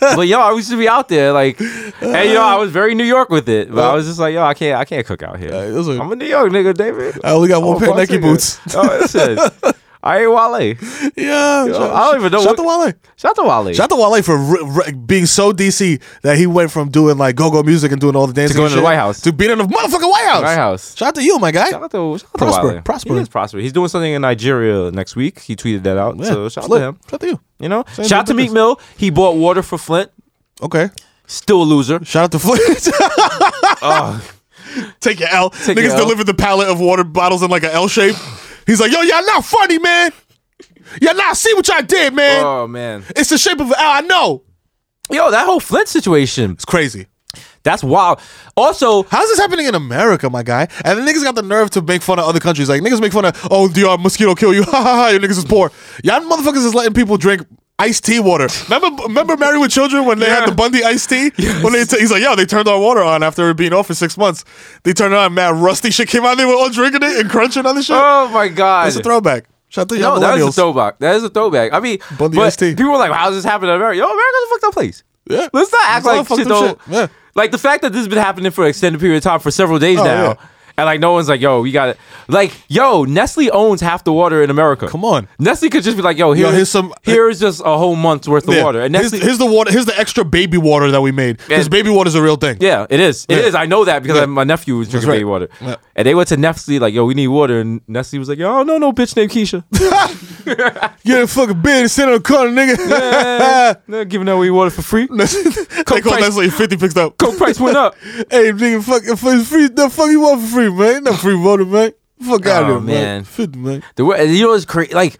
S3: But yo, I used to be out there like, and yo, I was very New York with it. But I was just like, yo, I can't, I can't cook out here.
S1: Hey, those are-
S3: I'm a New York nigga, David.
S1: I only got
S3: I'm a
S1: one pair of
S3: Bronx
S1: Nike
S3: nigga.
S1: boots.
S3: Oh, listen, I ain't Wale.
S1: Yeah, shout-
S3: I don't even know
S1: Shout
S3: what-
S1: to Wale.
S3: Shout out to Wale.
S1: Shout to Wale for r- r- being so DC that he went from doing like go-go music and doing all the dancing
S3: going
S1: and
S3: to the
S1: shit
S3: White House.
S1: to being in the motherfucking White House.
S3: White House.
S1: Shout out to you, my guy.
S3: Shout out to, shout out
S1: Prosper,
S3: to Wale.
S1: Prosper.
S3: He is Prosper. He's doing something in Nigeria next week. He tweeted that out.
S1: Yeah,
S3: so shout out
S1: slick.
S3: to him.
S1: Shout out to you.
S3: You know,
S1: Same
S3: shout out to
S1: business.
S3: Meek Mill. He bought water for Flint.
S1: Okay.
S3: Still a loser.
S1: Shout out to Flint. Take your L.
S3: Ah.
S1: Niggas
S3: Take your L.
S1: delivered the pallet of water bottles in like an L shape. He's like, yo, y'all not funny, man. Y'all not see what y'all did, man.
S3: Oh man,
S1: it's the shape of an L. I know.
S3: yo, that whole Flint situation.
S1: It's crazy.
S3: That's wild. Also,
S1: How's this happening in America, my guy? And the niggas got the nerve to make fun of other countries. Like niggas make fun of, oh, the uh, mosquito kill you. Ha ha ha! Your niggas is poor. Y'all motherfuckers is letting people drink iced tea water. Remember, remember Married with Children when they had the Bundy iced tea? When they t- he's like, yo, they turned our water on after it being off for six months. They turned it on, mad rusty shit came out. They were all drinking it and crunching other shit.
S3: oh my god,
S1: That's a throwback. Shout out to y'all
S3: no, that is a
S1: millennials.
S3: throwback. That is a throwback. I mean,
S1: Bundy
S3: but
S1: ST.
S3: people are like, "How's this happening in America?" Yo, America's a fucked up place.
S1: Yeah.
S3: let's not act
S1: It's a lot
S3: like
S1: of fucked
S3: shit.
S1: up
S3: Though,
S1: shit. Yeah.
S3: like the fact that this has been happening for an extended period of time for several days
S1: Oh,
S3: now,
S1: yeah.
S3: and like no one's like, "Yo, we got it." Like, yo, Nestle owns half the water in America.
S1: Come on.
S3: Nestle could just be like, "Yo, here,
S1: here's some-
S3: Here is just a whole month's worth of
S1: Yeah.
S3: water." And
S1: here's,
S3: Nestle,
S1: here's the water. Here's the extra baby water that we made. Because
S3: And-
S1: baby water's a real thing.
S3: Yeah, it is. It is.
S1: Yeah.
S3: I know that because
S1: Yeah.
S3: I- my nephew was drinking
S1: right.
S3: baby water.
S1: Yeah.
S3: And they went to Nestle, like, yo, we need water. And Nestle was like, yo, I don't know no bitch named Keisha.
S1: Get a fucking beer and sit on the corner, nigga.
S3: They're giving away water for free.
S1: they call
S3: price-
S1: Nestle 50 picks up.
S3: Coke price went up.
S1: Hey, nigga, fuck, if it's free, the fuck you want for free, man? Not free water, man. Fuck out
S3: Oh,
S1: of here, man.
S3: man.
S1: 50, man.
S3: The war, you know, it's crazy. Like,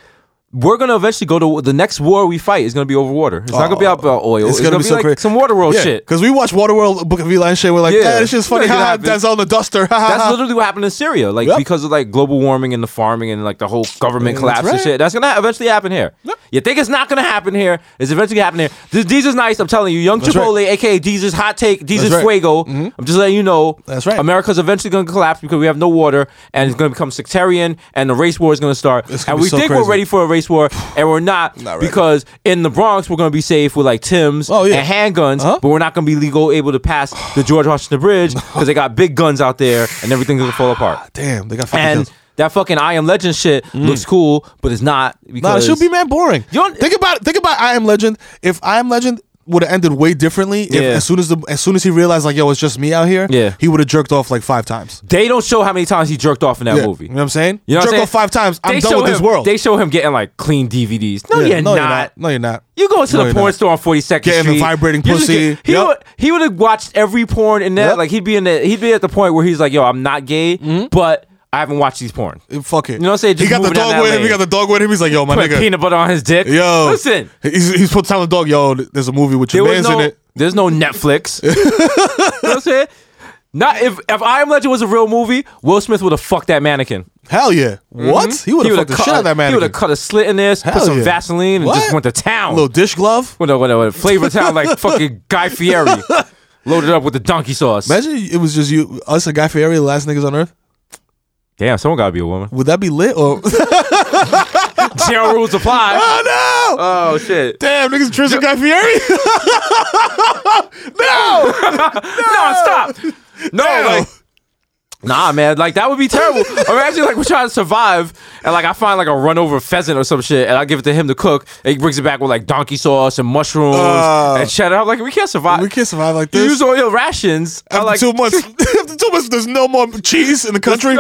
S3: we're gonna eventually go to the next war we fight is gonna be over water. It's not gonna be
S1: Oh.
S3: about oil. It's, gonna, be, like
S1: crazy.
S3: some water world shit.
S1: Because we watch Waterworld, Book of Eli and shit. We're like, yeah,
S3: Yeah.
S1: this shit's funny.
S3: Make it
S1: Ha ha,
S3: happen.
S1: that's on the duster. Ha ha.
S3: That's
S1: ha."
S3: literally what happened in Syria, like
S1: Yep.
S3: because of like global warming and the farming and like the whole government
S1: That's
S3: collapse and
S1: right.
S3: shit. That's gonna eventually happen here. You think it's not gonna happen here? It's eventually happening here. This Jesus nice. I'm telling you, Young
S1: right.
S3: Chipotle, aka Jesus Hot Take, Jesus
S1: right. Mm-hmm.
S3: Fuego. I'm just letting you know.
S1: That's right.
S3: America's eventually gonna collapse because we have no water and it's gonna become sectarian and the race war is gonna start.
S1: It's gonna
S3: and
S1: be
S3: we
S1: so
S3: think
S1: crazy.
S3: we're ready for a race war and we're not,
S1: ready.
S3: because in the Bronx we're gonna be safe with like Tim's
S1: Oh, yeah.
S3: and handguns,
S1: Uh-huh.
S3: but we're not gonna be legal able to pass the George Washington Bridge because they got big guns out there and everything's gonna fall apart.
S1: Ah, Damn, they got 50
S3: And
S1: kills.
S3: that fucking I Am Legend shit looks cool, but it's not because
S1: Nah, it should be man boring.
S3: You don't-
S1: think about think about I Am Legend. If I Am Legend would have ended way differently, if
S3: Yeah.
S1: as soon as the as soon as he realized like, yo, it's just me out here,
S3: Yeah.
S1: he would have jerked off like five times.
S3: They don't show how many times he jerked off in that
S1: Yeah.
S3: movie.
S1: You know what I'm saying?
S3: You know what
S1: Jerk
S3: I'm saying?
S1: off five times. I'm
S3: They
S1: done
S3: show
S1: with this
S3: him-
S1: world.
S3: They show him getting like clean DVDs. No,
S1: Yeah,
S3: you're,
S1: no,
S3: not.
S1: you're not. No, you're not.
S3: You go to
S1: No,
S3: the
S1: you're
S3: porn
S1: not.
S3: store on 42nd
S1: Getting the
S3: Street.
S1: vibrating
S3: you just
S1: pussy.
S3: Get, he
S1: Yep.
S3: would he would have watched every porn in that.
S1: Yep.
S3: Like he'd be in the he'd be at the point where he's like, "Yo, I'm not gay,
S1: Mm-hmm.
S3: but I haven't watched these porn."
S1: Fuck it. You
S3: know what I'm saying?
S1: He
S3: Just
S1: got the
S3: moving down
S1: dog
S3: that
S1: with him. He
S3: lane.
S1: got the dog with him. He's like, yo, my
S3: Put
S1: nigga.
S3: peanut butter on his dick.
S1: Yo,
S3: listen,
S1: He's he's put telling the dog, yo, there's a movie with
S3: there
S1: your
S3: was
S1: man's
S3: no
S1: in it.
S3: there's no Netflix. you know what I'm saying? Not if if I Am Legend was a real movie, Will Smith would have fucked that mannequin.
S1: Hell yeah. What? He would have
S3: Mm-hmm. would've
S1: fucked the shit out of that man.
S3: He would have cut a slit in this,
S1: Hell
S3: put some
S1: yeah.
S3: Vaseline, and just
S1: What?
S3: went to town.
S1: Little dish glove.
S3: What a, what a, what a flavor town like fucking Guy Fieri, loaded up with the donkey sauce.
S1: Imagine it was just you, us, and Guy Fieri, the last niggas on earth.
S3: Damn, someone gotta be a woman.
S1: Would that be lit or?
S3: Zero rules apply.
S1: oh no!
S3: Oh shit.
S1: Damn, niggas Tristan Guy Fieri.
S3: No, stop. No,
S1: Damn.
S3: like Nah, man, like that would be terrible. Imagine like we're trying to survive, and like I find like a run over pheasant or some shit, and I give it to him to cook, and he brings it back with like donkey sauce and mushrooms and cheddar. I'm like, we can't survive.
S1: Uh. We can't survive like
S3: You
S1: this.
S3: use all your rations.
S1: After
S3: I'm like,
S1: two months, after two months, there's no more cheese in the country.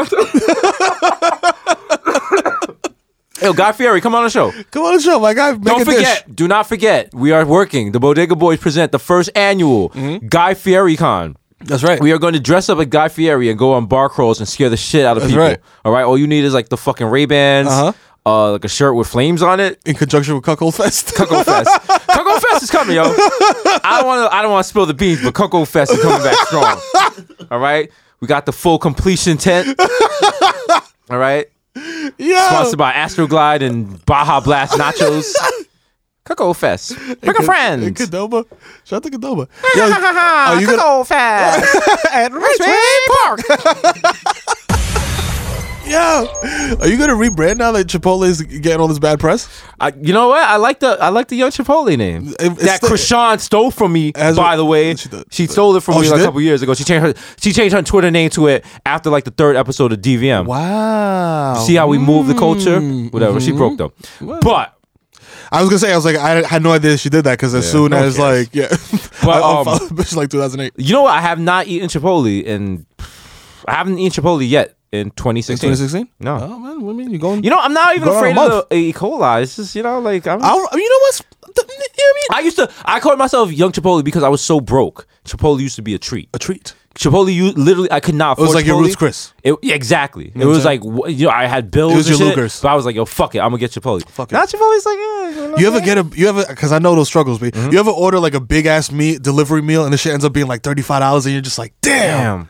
S3: yo, Guy Fieri, come on the show.
S1: Come on, the show, my guy. Make
S3: Don't
S1: a
S3: forget,
S1: dish.
S3: do not forget, we are working. The Bodega Boys present the first annual
S1: Mm-hmm.
S3: Guy Fieri Con.
S1: That's right.
S3: We are going to dress up like Guy Fieri and go on bar crawls and scare the shit out of
S1: That's
S3: people.
S1: right. Uh-huh.
S3: All right, all you need is like the fucking Ray Bans, uh like a shirt with flames on it.
S1: in conjunction with Cuckold Fest.
S3: Coco Fest. Coco Fest is coming, yo. I don't want to. I don't want to spill the beans, but Coco Fest is coming back strong. All right, we got the full completion tent. All right,
S1: yeah.
S3: sponsored by Astroglide and Baja Blast Nachos. Coco Fest. Bring a
S1: In
S3: friend.
S1: Cadoma. Shout out to Cadoma.
S3: Are
S1: you gonna-
S3: Coco Fest
S1: At
S3: Richmond Park?
S1: Yeah. Are you gonna rebrand now that Chipotle is getting all this bad press?
S3: I, you know what? I like the I like the Yo Chipotle name.
S1: It- it's
S3: that
S1: the-
S3: Krishan stole from me.
S1: As
S3: by
S1: a-
S3: the way,
S1: she
S3: she,
S1: did.
S3: stole it from
S1: Oh,
S3: me
S1: she
S3: like a
S1: did?
S3: couple years ago. She changed her she changed her Twitter name to it after like the third episode of DVM.
S1: Wow.
S3: See how we move the culture?
S1: Mm-hmm.
S3: Whatever. She broke them, but.
S1: I was gonna say I was like I had no idea she did that because as soon as
S3: cares?
S1: like yeah,
S3: But,
S1: I
S3: um,
S1: unfollowed bitch like 2008.
S3: You know what? I have not eaten Chipotle and I haven't eaten Chipotle yet in 2016.
S1: 2016?
S3: No.
S1: Oh man, what do you mean? You going?
S3: You know, I'm not even
S1: Going on a
S3: afraid of the E. coli. It's just, you know, like I'm.
S1: I don't, you know what's the, you know what I mean?
S3: I used to. I called myself Young Chipotle because I was so broke. Chipotle used to be a treat.
S1: A treat.
S3: Chipotle, you literally, I could not. Afford
S1: was like your
S3: Chipotle.
S1: Ruth's Chris.
S3: It, yeah, exactly. it
S1: what
S3: was
S1: I'm
S3: like wh- you know, I had bills.
S1: It was
S3: and
S1: your
S3: shit,
S1: Lucas.
S3: But I was like, yo, fuck it, I'm gonna get Chipotle. Fuck
S1: it.
S3: Now Chipotle's like, yeah. You, know,
S1: You ever get a you ever because I know those struggles, but
S3: Mm-hmm.
S1: you ever order like a big ass meat delivery meal and the shit ends up being like thirty five dollars and you're just like damn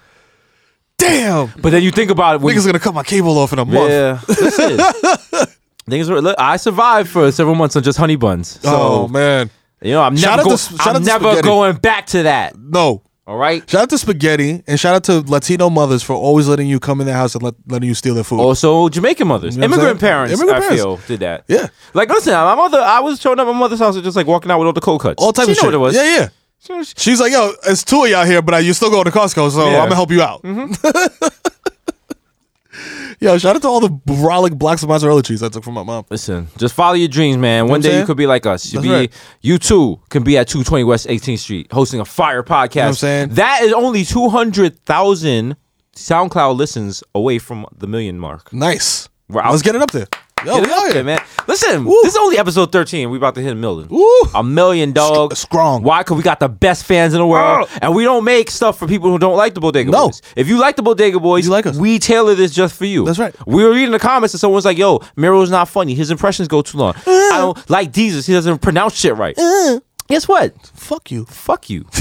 S3: damn.
S1: damn,
S3: But then you think about it when
S1: niggas gonna cut my cable off in a month.
S3: Yeah. This is. Things were, look, I survived for several months on just honey buns. So,
S1: oh man,
S3: you know, I'm
S1: Shout
S3: never,
S1: out to
S3: go-
S1: s- shout out
S3: I'm
S1: to
S3: never
S1: spaghetti.
S3: going back to that.
S1: no.
S3: All right.
S1: Shout out to spaghetti and shout out to Latino mothers for always letting you come in their house and let, letting you steal their food.
S3: Also, Jamaican mothers,
S1: know what I'm
S3: immigrant
S1: saying?
S3: parents,
S1: Immigrant
S3: I
S1: parents.
S3: feel, did that.
S1: Yeah.
S3: Like, listen, my mother, I was showing up at my mother's house and just like walking out with all the cold cuts.
S1: all types
S3: she
S1: of
S3: knew
S1: shit.
S3: What it was.
S1: Yeah, yeah.
S3: She- she-
S1: She's like, yo, it's two of y'all here, but uh, you're still going to Costco, so
S3: Yeah. Mm-hmm.
S1: I'm gonna help you out. yo, shout out to all the brolic blocks of mozzarella cheese I took from my mom.
S3: Listen, just follow your dreams, man. One
S1: I'm
S3: day you
S1: saying?
S3: could be like us. You
S1: That's
S3: be,
S1: right.
S3: you too can be at 220 West 18th Street hosting a fire podcast.
S1: I'm saying?
S3: That is only 200,000 SoundCloud listens away from the million mark.
S1: Nice.
S3: Wow.
S1: Let's get it up there. Yo,
S3: Get
S1: we
S3: it up
S1: out
S3: there,
S1: here.
S3: man. Listen,
S1: Woo.
S3: this is only episode 13. We about to hit a million.
S1: Woo.
S3: A million, dog.
S1: Sc- strong. Oh.
S3: Why? Because we got the best fans in the world. And we don't make stuff for people who don't like the Bodega
S1: No.
S3: Boys. If you like the Bodega Boys,
S1: You like us.
S3: we tailor this just for you.
S1: That's right.
S3: We were reading the comments and someone's like, yo, Miro's not funny. His impressions go too long.
S1: Uh.
S3: I don't like Jesus. He doesn't pronounce shit right. Guess what?
S1: Fuck you.
S3: Fuck you.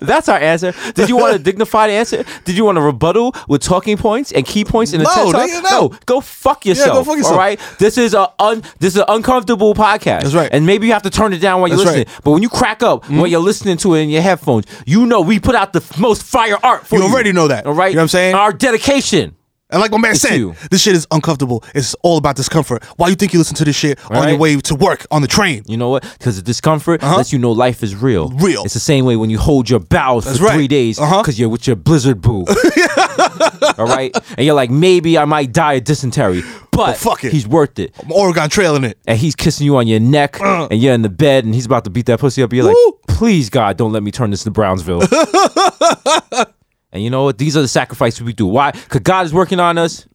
S3: That's our answer. Did you want a dignified answer? Did you want a rebuttal with talking points and key points in a
S1: No,
S3: TED talk?
S1: nigga, no.
S3: go fuck yourself.
S1: go fuck yourself.
S3: All right, this is a un this is an uncomfortable podcast.
S1: That's right.
S3: And maybe you have to turn it down while you're
S1: That's Mm-hmm.
S3: listening. But when you crack up when you're listening to it in your headphones, you know we put out the f- most fire art for
S1: You
S3: you.
S1: already know that.
S3: All right,
S1: You know what I'm saying?
S3: Our dedication.
S1: And like my man said,
S3: you.
S1: this shit is uncomfortable. It's all about discomfort. Why you think you listen to this shit on
S3: Right.
S1: your way to work on the train?
S3: You know what? Because the discomfort lets you know life is real.
S1: Uh-huh. Real.
S3: It's the same way when you hold your bowels for
S1: right.
S3: three days because
S1: Uh-huh.
S3: you're with your blizzard boo. All right? And you're like, maybe I might die of dysentery, but
S1: fuck it.
S3: he's worth it.
S1: I'm Oregon trailing it.
S3: And he's kissing you on your neck and you're in the bed and he's about to beat that pussy up. You're
S1: Uh. Woo.
S3: like, please, God, don't let me turn this to Brownsville. and you know what? These are the sacrifices we do. Why? Because God is working on us.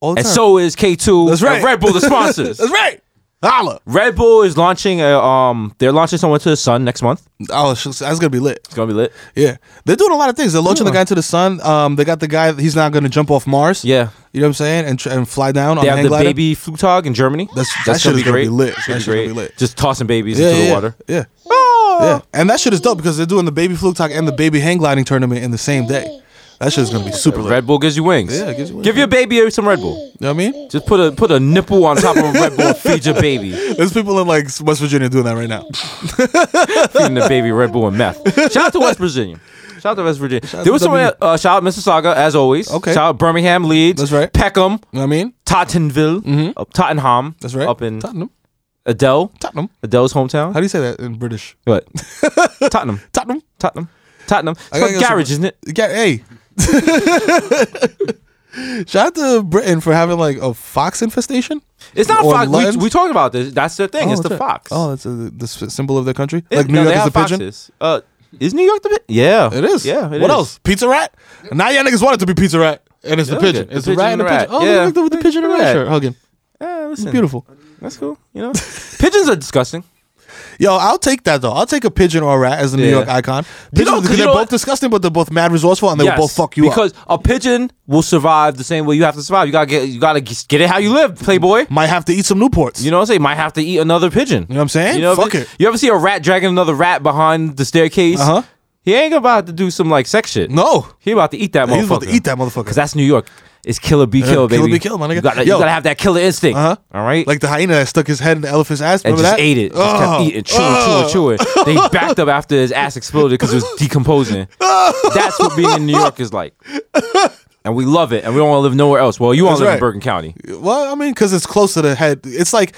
S1: All the
S3: And
S1: time.
S3: so is K2
S1: That's
S3: and
S1: right.
S3: Red Bull, the sponsors.
S1: That's right. Holla.
S3: Red Bull is launching a, um they're launching someone to the sun next month.
S1: Oh, sh- that's gonna be lit.
S3: It's gonna be lit.
S1: Yeah, they're doing a lot of things. They're launching the guy to the sun. Um, they got the guy. He's now going to jump off Mars.
S3: Yeah.
S1: you know what I'm saying, and tr- and fly down on
S3: They
S1: a
S3: have
S1: hang
S3: the
S1: glider.
S3: baby Flutog in Germany.
S1: That's- that shit is gonna be lit. That
S3: That's gonna be
S1: shit's gonna
S3: great.
S1: be lit.
S3: Just tossing babies
S1: Yeah,
S3: into
S1: yeah,
S3: the water. Ah.
S1: Yeah. Yeah, and that shit is dope because they're doing the baby fluke talk and the baby hang gliding tournament in the same day. That shit is gonna be super lit.
S3: Red Bull gives you wings.
S1: Yeah, it gives you wings.
S3: Give your baby some Red Bull.
S1: You know what I mean?
S3: Just put a put a nipple on top of a Red Bull. and Feed your baby.
S1: There's people in like West Virginia doing that right now.
S3: Feeding the baby Red Bull and meth. Shout out to West Virginia. Shout out to West Virginia.
S1: out
S3: there
S1: to
S3: was someone. Uh, shout out Mississauga as always.
S1: Okay.
S3: Shout out Birmingham, Leeds.
S1: That's right.
S3: Peckham,
S1: You know what I mean?
S3: Tottenville, uh, Tottenham.
S1: That's right.
S3: Up in
S1: Tottenham.
S3: Adele.
S1: Tottenham.
S3: Adele's hometown.
S1: How do you say that in British?
S3: what? Tottenham.
S1: Tottenham.
S3: Tottenham. Tottenham.
S1: I
S3: It's
S1: gotta
S3: called
S1: get some-
S3: garage, isn't it?
S1: Yeah, hey. Shout out to Britain for having like a fox infestation.
S3: It's not
S1: Or
S3: fox.
S1: lions?
S3: We, we talked about this. That's the thing.
S1: Oh,
S3: it's the
S1: that's right.
S3: fox.
S1: Oh, that's a, the s- symbol of their country.
S3: It-
S1: like New
S3: no, they
S1: York is
S3: have
S1: a pigeon.
S3: foxes. Uh, is New York the pigeon? Yeah,
S1: It is.
S3: Yeah. it
S1: what
S3: is.
S1: else? Pizza rat. Now y'all niggas want it to be pizza rat, and it's the
S3: Yeah,
S1: pigeon.
S3: okay.
S1: It's
S3: The
S1: the rat and the
S3: pigeon
S1: pigeon.
S3: rat.
S1: Oh,
S3: Yeah.
S1: look at the pigeon and
S3: Rat.
S1: rat shirt hugging.
S3: Yeah, listen.
S1: Beautiful.
S3: That's cool. You know, pigeons are disgusting.
S1: Yo, I'll take that though. I'll take a pigeon or a rat as the New
S3: Yeah.
S1: York icon.
S3: You know,
S1: Pigeons,
S3: 'cause you
S1: they're
S3: know
S1: both
S3: what?
S1: disgusting, but they're both mad resourceful, and they will both fuck you
S3: because
S1: up.
S3: a pigeon will survive the same way you have to survive. You gotta get you gotta g- get it how you live, playboy.
S1: Might have to eat some Newports.
S3: You know what I'm saying? Might have to eat another pigeon. You
S1: know what I'm saying?
S3: if
S1: Fuck
S3: it-
S1: it.
S3: You ever see a rat dragging another rat behind the staircase?
S1: Uh-huh.
S3: He ain't about to do some like sex shit.
S1: No.
S3: He about to eat that motherfucker.
S1: He's about to eat that motherfucker. Uh-huh.
S3: Cause that's New York. It's killer be killer,
S1: kill or
S3: baby.
S1: be killed, my nigga.
S3: You gotta, you
S1: Yo.
S3: gotta have that killer instinct.
S1: Uh-huh.
S3: All right.
S1: Like the hyena that stuck his head in the elephant's ass.
S3: and
S1: Remember
S3: just
S1: that? Oh.
S3: ate it. Just kept eating, chewing, chewing, chewing. Then he backed up after his ass exploded because it was decomposing.
S1: Oh.
S3: That's what being in New York is like. And we love it, and we don't want to live nowhere else. Well, you want to
S1: That's
S3: live in
S1: right.
S3: Bergen County.
S1: Well, I mean, because it's close to the head. It's like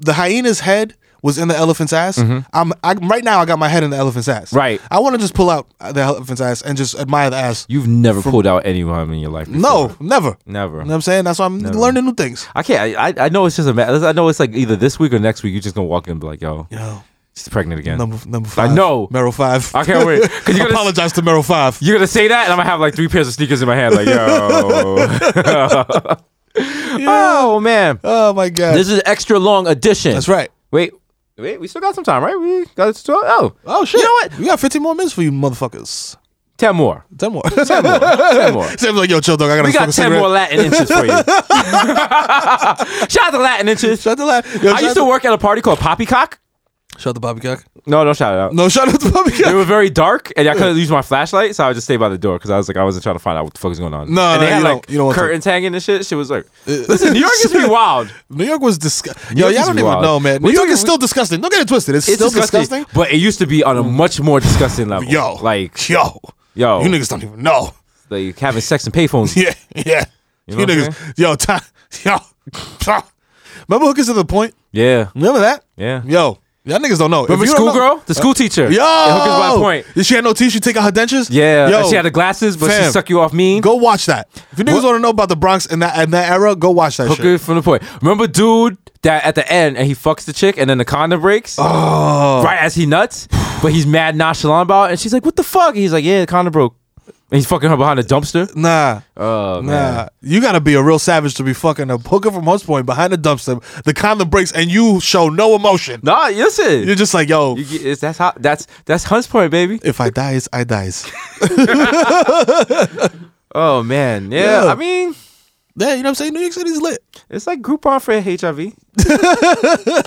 S1: the hyena's head was in the elephant's ass. I'm I, right now. I got my head in the elephant's ass.
S3: Mm-hmm. Right.
S1: I want to just pull out the elephant's ass and just admire the ass.
S3: You've never pulled out any rhyme in your life. before.
S1: no, never.
S3: Never.
S1: You know what I'm saying? That's why I'm learning new things.
S3: I can't. I, I- I know it's just a matter. I know it's like either this week or next week. You're just gonna walk in and be like, "Yo,
S1: Yo,
S3: she's pregnant again."
S1: number number five.
S3: know.
S1: Meryl five.
S3: I can't wait. 'Cause you're gonna-
S1: apologize to Meryl five.
S3: You're gonna say that, and I'm gonna have like three pairs of sneakers in my hand. Like, yo, oh man,
S1: Oh my god.
S3: this is an extra long edition.
S1: That's right.
S3: Wait, wait, we still got some time, right? We got to oh,
S1: Oh shit.
S3: You know what?
S1: We got 15 more minutes for you, motherfuckers.
S3: Ten more.
S1: Ten more. Ten more.
S3: Ten more.
S1: Sam's like, yo, chill, dog. I gotta
S3: We
S1: smoke
S3: got
S1: a
S3: ten more
S1: cigarette.
S3: Latin inches for you. Shout out to Latin inches.
S1: Shut the lap. Yo,
S3: I used to work at a party called Poppycock.
S1: Shut the poppycock.
S3: No, don't shout it out.
S1: No, shut up the poppycock.
S3: They were very dark, and I couldn't use my flashlight, so I would just stay by the door because I was like, I wasn't trying to find out what the fuck is going on.
S1: No, no,
S3: and they had
S1: you
S3: like
S1: don't- you don't want to. Uh,
S3: curtains hanging and shit. She was like, "Listen, New York is pretty wild.
S1: New York was disgusting. Yo,
S3: York
S1: y'all
S3: is
S1: don't even
S3: wild.
S1: know, man.
S3: We
S1: New York
S3: talking-
S1: is still disgusting. Don't get it twisted. It's,
S3: It's
S1: still
S3: disgusting,
S1: disgusting.
S3: but it used to be on a much more disgusting level.
S1: Yo,
S3: like,
S1: yo,
S3: yo,
S1: you niggas don't even know.
S3: like having sex in payphones.
S1: Yeah, yeah. You,
S3: know what I'm
S1: niggas, yo, time, yo. Remember hookers to the point?
S3: yeah,
S1: Remember that?
S3: Yeah.
S1: Yo, y'all niggas don't know. If
S3: Remember
S1: you don't know-
S3: schoolgirl, the school teacher.
S1: Yo,
S3: At Hookers by Point.
S1: Did she had no teeth? She take out her dentures?
S3: Yeah,
S1: yo,
S3: she had the glasses, but she
S1: fam.
S3: suck you off mean.
S1: Go watch that. If you niggas
S3: What-
S1: want to know about the Bronx in that in that era, go watch that
S3: Hooker
S1: shit.
S3: from the point. Remember, dude, that at the end and he fucks the chick and then the condom breaks. Oh, right as he nuts, but he's mad nonchalant about it. And she's like, "What the fuck?" And he's like, "Yeah, the condom broke." And he's fucking her behind a dumpster.
S1: Nah,
S3: Oh man,
S1: nah. You gotta be a real savage to be fucking a hooker from Hunts Point behind the dumpster. The condom breaks and you show no emotion.
S3: nah, listen,
S1: You're just like, yo,
S3: You get- it's- that's how that's that's Hunt's point, baby.
S1: if I dies, I dies.
S3: Oh man, yeah.
S1: Yeah.
S3: I mean,
S1: yeah, you know what I'm saying? New York City's lit.
S3: it's like Groupon for HIV.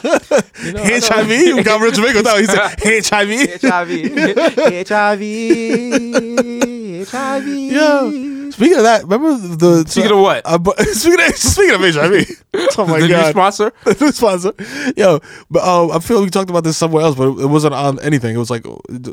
S1: HIV? You got rich Jamaica without. He said HIV.
S3: HIV, HIV, HIV.
S1: Yo, speaking of that, remember the
S3: Speaking of what?
S1: Uh, but- speaking of speaking of HIV. Oh my
S3: the new
S1: god.
S3: sponsor.
S1: new sponsor. Yo, but um, I feel we talked about this somewhere else, but it wasn't on anything. It was like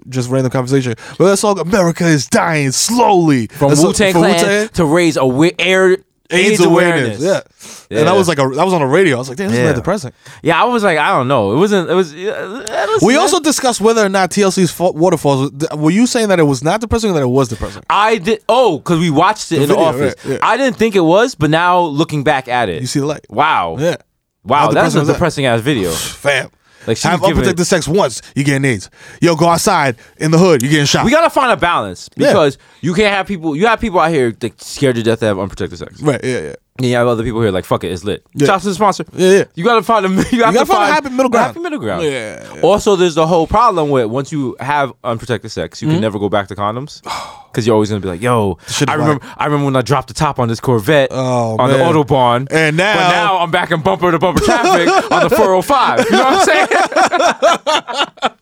S1: just random conversation. But that song, America is dying slowly.
S3: From
S1: That song-
S3: Wu Tang
S1: from
S3: Clan to raise awa- air AIDS,
S1: AIDS
S3: awareness.
S1: awareness. Yeah. And
S3: Yeah.
S1: that was like a that was on the radio. I was like, damn, this
S3: Yeah.
S1: is mad depressing.
S3: Yeah, I was like, I don't know. It wasn't. It was. uh, uh, listen,
S1: We
S3: man.
S1: also discussed whether or not TLC's fa- Waterfalls. Were you saying that it was not depressing or that it was depressing?
S3: I did. Oh, because we watched it in the
S1: video,
S3: office.
S1: right, yeah.
S3: I didn't think it was, but now looking back at it,
S1: You see the light.
S3: Wow.
S1: Yeah.
S3: Wow,
S1: How
S3: that's
S1: depressing
S3: a
S1: was that?
S3: depressing ass video.
S1: Fam.
S3: Like, she
S1: Have
S3: was giving it-
S1: unprotected sex once, you getting AIDS. Yo, go outside in the hood, you getting shot.
S3: We gotta find a balance
S1: Yeah.
S3: because you can't have people. You have people out here that scared to death to have unprotected sex.
S1: right, yeah, yeah.
S3: And you have other people here like fuck it, it's lit.
S1: Yeah.
S3: Shout out to the sponsor.
S1: Yeah, yeah.
S3: You gotta find a you, have to
S1: gotta find a happy middle ground.
S3: happy middle ground.
S1: Yeah,
S3: Also, there's the whole problem with once you have unprotected sex,
S1: Hmm?
S3: you can never go back to condoms because you're always gonna be like, yo,
S1: Should've
S3: I remember I remember when I dropped the top on this Corvette
S1: Oh,
S3: on
S1: man.
S3: the autobahn,
S1: And now-
S3: but now I'm back in bumper to bumper traffic on the 405. You know what I'm saying?
S1: Damn,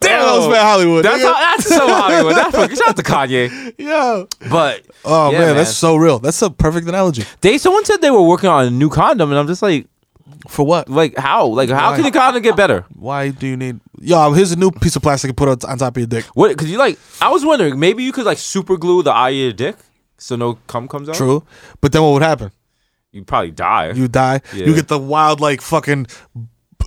S1: that was
S3: Oh,
S1: bad Hollywood.
S3: That's
S1: nigga.
S3: how, that's so Hollywood. That's fucking, shout out to Kanye.
S1: Yo.
S3: But
S1: Oh
S3: yeah,
S1: man, that's so real. That's a perfect analogy.
S3: they. Someone said they were working on a new condom, and I'm just like,
S1: For what?
S3: like how? Like how
S1: Why?
S3: can the condom get better?
S1: Why do you need? Yo, here's a new piece of plastic to put on on top of your dick.
S3: What? Because you like, I was wondering maybe you could like super glue the eye of your dick so no cum comes out.
S1: True, but then what would happen?
S3: You probably die.
S1: You die.
S3: Yeah.
S1: You get the wild like fucking b-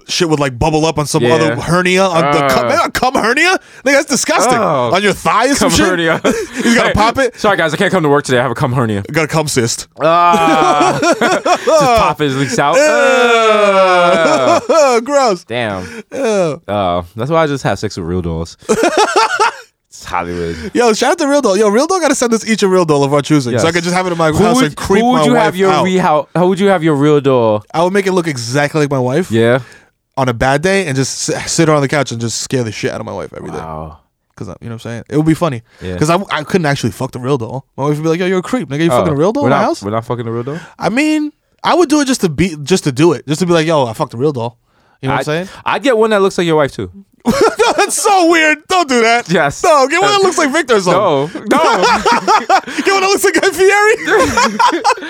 S1: shit would like bubble up on some
S3: Yeah. Ah.
S1: other hernia on the cum, man, a cum hernia. Like that's disgusting
S3: Oh.
S1: on your thigh or some
S3: Cum
S1: shit.
S3: hernia.
S1: you gotta pop it.
S3: Sorry guys, I can't come to work today. I have a cum hernia.
S1: Got a cum cyst.
S3: Ah. Just pop his leaks out. Ah.
S1: Gross.
S3: Damn. Oh, that's why I just have sex with real dolls. it's Hollywood.
S1: Yo, shout out to Real Doll. Yo, Real Doll gotta send us each a Real Doll of our choosing, so I
S3: Yes.
S1: could just have it in my
S3: Who
S1: house
S3: would,
S1: and creep
S3: who would
S1: my
S3: you
S1: wife
S3: have your
S1: out.
S3: re- how, how would you have your real doll?
S1: I would make it look exactly like my wife
S3: Yeah.
S1: on a bad day, and just sit, sit her on the couch and just scare the shit out of my wife every day.
S3: Wow.
S1: Cause I- you know what I'm saying, it would be funny.
S3: Yeah.
S1: Cause I, I couldn't actually fuck the real doll. My wife would be like, "Yo, you're a creep, nigga. You fucking a real doll
S3: Oh. we're
S1: in my
S3: not,
S1: house."
S3: We're not fucking a real doll.
S1: I mean, I would do it just to be, just to do it, just to be like, "Yo, I fucked a real doll." You know what I'm saying?
S3: I'd get one that looks like your wife too.
S1: That's so weird. Don't do that.
S3: Yes.
S1: No, get one that looks like Victor or something.
S3: No, no.
S1: Get one that looks like Guy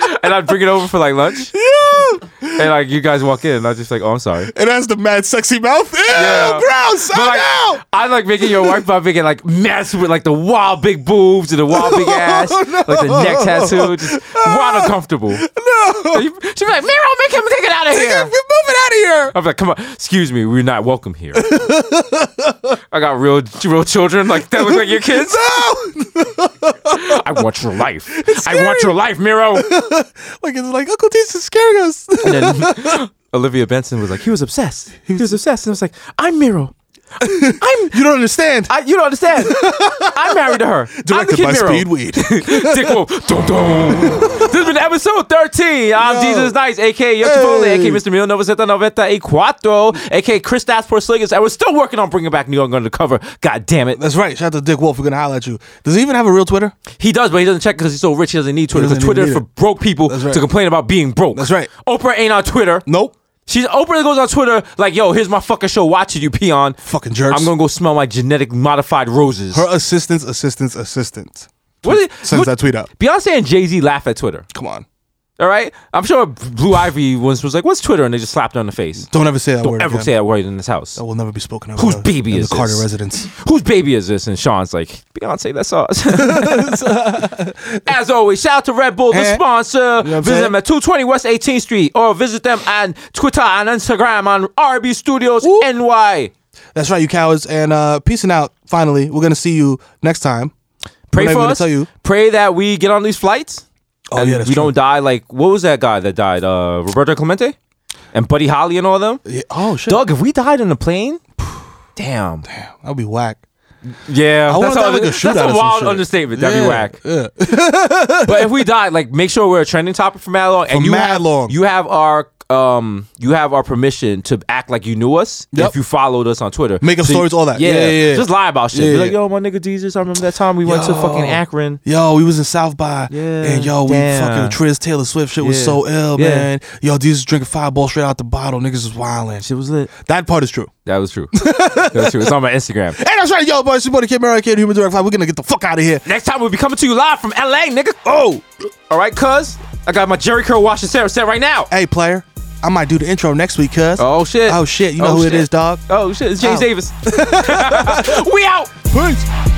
S1: Fieri.
S3: and I'd bring it over for like lunch,
S1: yeah.
S3: and like you guys walk in, and I'm just like, oh, I'm sorry.
S1: It has the mad sexy mouth. Ew,
S3: Yeah.
S1: gross.
S3: But like,
S1: oh,
S3: I like making your wife by making like mess with like the wild big boobs and the wild
S1: Oh,
S3: big ass, like the neck tattoo, just wild uncomfortable. No, she'd be like, Miro, make him take it out of
S1: no. We're
S3: here.
S1: moving out of here.
S3: I'm like, come on, excuse me, we're not welcome here. I got real, real children like that look like your kids.
S1: No.
S3: I want your life. I want your life, Miro.
S1: like it's like Uncle T's is scaring us.
S3: And then Olivia Benson was like, he was obsessed. He was obsessed. And I was like, I'm Miro. I'm.
S1: you don't understand.
S3: I, you don't understand. I'm married to her. I'm the
S1: Directed
S3: kid
S1: by
S3: Miro.
S1: Speedweed.
S3: Dick Wolf. Dun, dun. this has been episode 13. I'm Jesus Nice, aka Yo Chipotle,
S1: Hey.
S3: aka Mr. Mil Novaceta Noveta E Cuatro, aka Chris Stas Porzingis. And we're still working on bringing back New York Undercover. God damn it.
S1: That's right. Shout out to Dick Wolf. We're gonna holler at you. Does he even have a real Twitter?
S3: He does, but he doesn't check because he's so rich. He doesn't need Twitter.
S1: doesn't
S3: Because Twitter
S1: even
S3: is for
S1: need it.
S3: broke people
S1: That's right.
S3: to complain about being broke.
S1: That's right.
S3: Oprah ain't on Twitter.
S1: Nope.
S3: She's Oprah goes on Twitter like, "Yo, here's my fucking show. Watch it, you peon.
S1: Fucking jerks.
S3: I'm gonna go smell my genetic modified roses."
S1: Her assistant's assistant's assistant
S3: what is,
S1: sends that tweet out.
S3: Beyonce and Jay Z laugh at Twitter.
S1: Come on.
S3: All right, I'm sure Blue Ivy once was like, "What's Twitter?" and they just slapped her in the face.
S1: Don't ever say that word.
S3: Ever
S1: again.
S3: say that word in this house?
S1: That will never be spoken of.
S3: Whose
S1: in the-
S3: baby
S1: in
S3: is
S1: the Carter
S3: this?
S1: residence?
S3: Whose baby is this? And Sean's like, Beyonce, that's us. As always, shout out to Red Bull, the
S1: Eh.
S3: sponsor.
S1: I'm
S3: visit
S1: saying?
S3: them at 220 West 18th Street or visit them on Twitter and Instagram on RB Studios NY.
S1: That's right, you cowards. And uh, peacing out. Finally, we're gonna see you next time.
S3: Pray
S1: We're not
S3: for
S1: even gonna
S3: us.
S1: tell you.
S3: Pray that we get on these flights.
S1: Oh,
S3: and
S1: yeah, that's
S3: we
S1: true.
S3: don't die like what was that guy that died? Uh, Roberto Clemente and Buddy Holly and all them.
S1: Yeah. Oh shit,
S3: Doug, if we died in a plane, damn,
S1: that'll be whack.
S3: yeah,
S1: I
S3: that's,
S1: wanna die
S3: how-
S1: like a
S3: that's
S1: shootout or
S3: a
S1: some
S3: wild
S1: shit.
S3: understatement. That'd be
S1: Yeah,
S3: whack. but if we died, like make sure we're a trending topic for mad long, and
S1: For
S3: you
S1: mad
S3: have,
S1: long.
S3: you have our. Um, you have our permission to act like you knew us
S1: Yep.
S3: if you followed us on Twitter.
S1: Make up
S3: So-
S1: stories, all that.
S3: Yeah,
S1: Yeah, yeah, yeah.
S3: Just lie about shit.
S1: Yeah,
S3: Be
S1: yeah.
S3: like, yo, my nigga Jesus, I remember that time we went to fucking
S1: Yo.
S3: Akron.
S1: Yo, we was in South by,
S3: Yeah,
S1: and yo, we
S3: damn.
S1: fucking Triz Taylor Swift shit was
S3: Yeah.
S1: so ill,
S3: Yeah.
S1: man. Yo, these was drinking fireball straight out the bottle. Niggas was wildin'.
S3: Shit was lit.
S1: That part is true.
S3: That was true. that was true. It's on my Instagram.
S1: And that's right, yo, boys. It's your boy, the Kid Mary, Kid Human Direct Five. We're gonna get the fuck out of here.
S3: Next time we'll be coming to you live from LA, nigga. Oh, all right, cuz I got my Jerry Curl wash and Sarah set right now.
S1: Hey, player, I might do the intro next week, cuz.
S3: Oh shit.
S1: Oh, shit. You know who it
S3: shit.
S1: is, dog.
S3: Oh shit, it's James
S1: Oh.
S3: Davis. we out.
S1: Peace.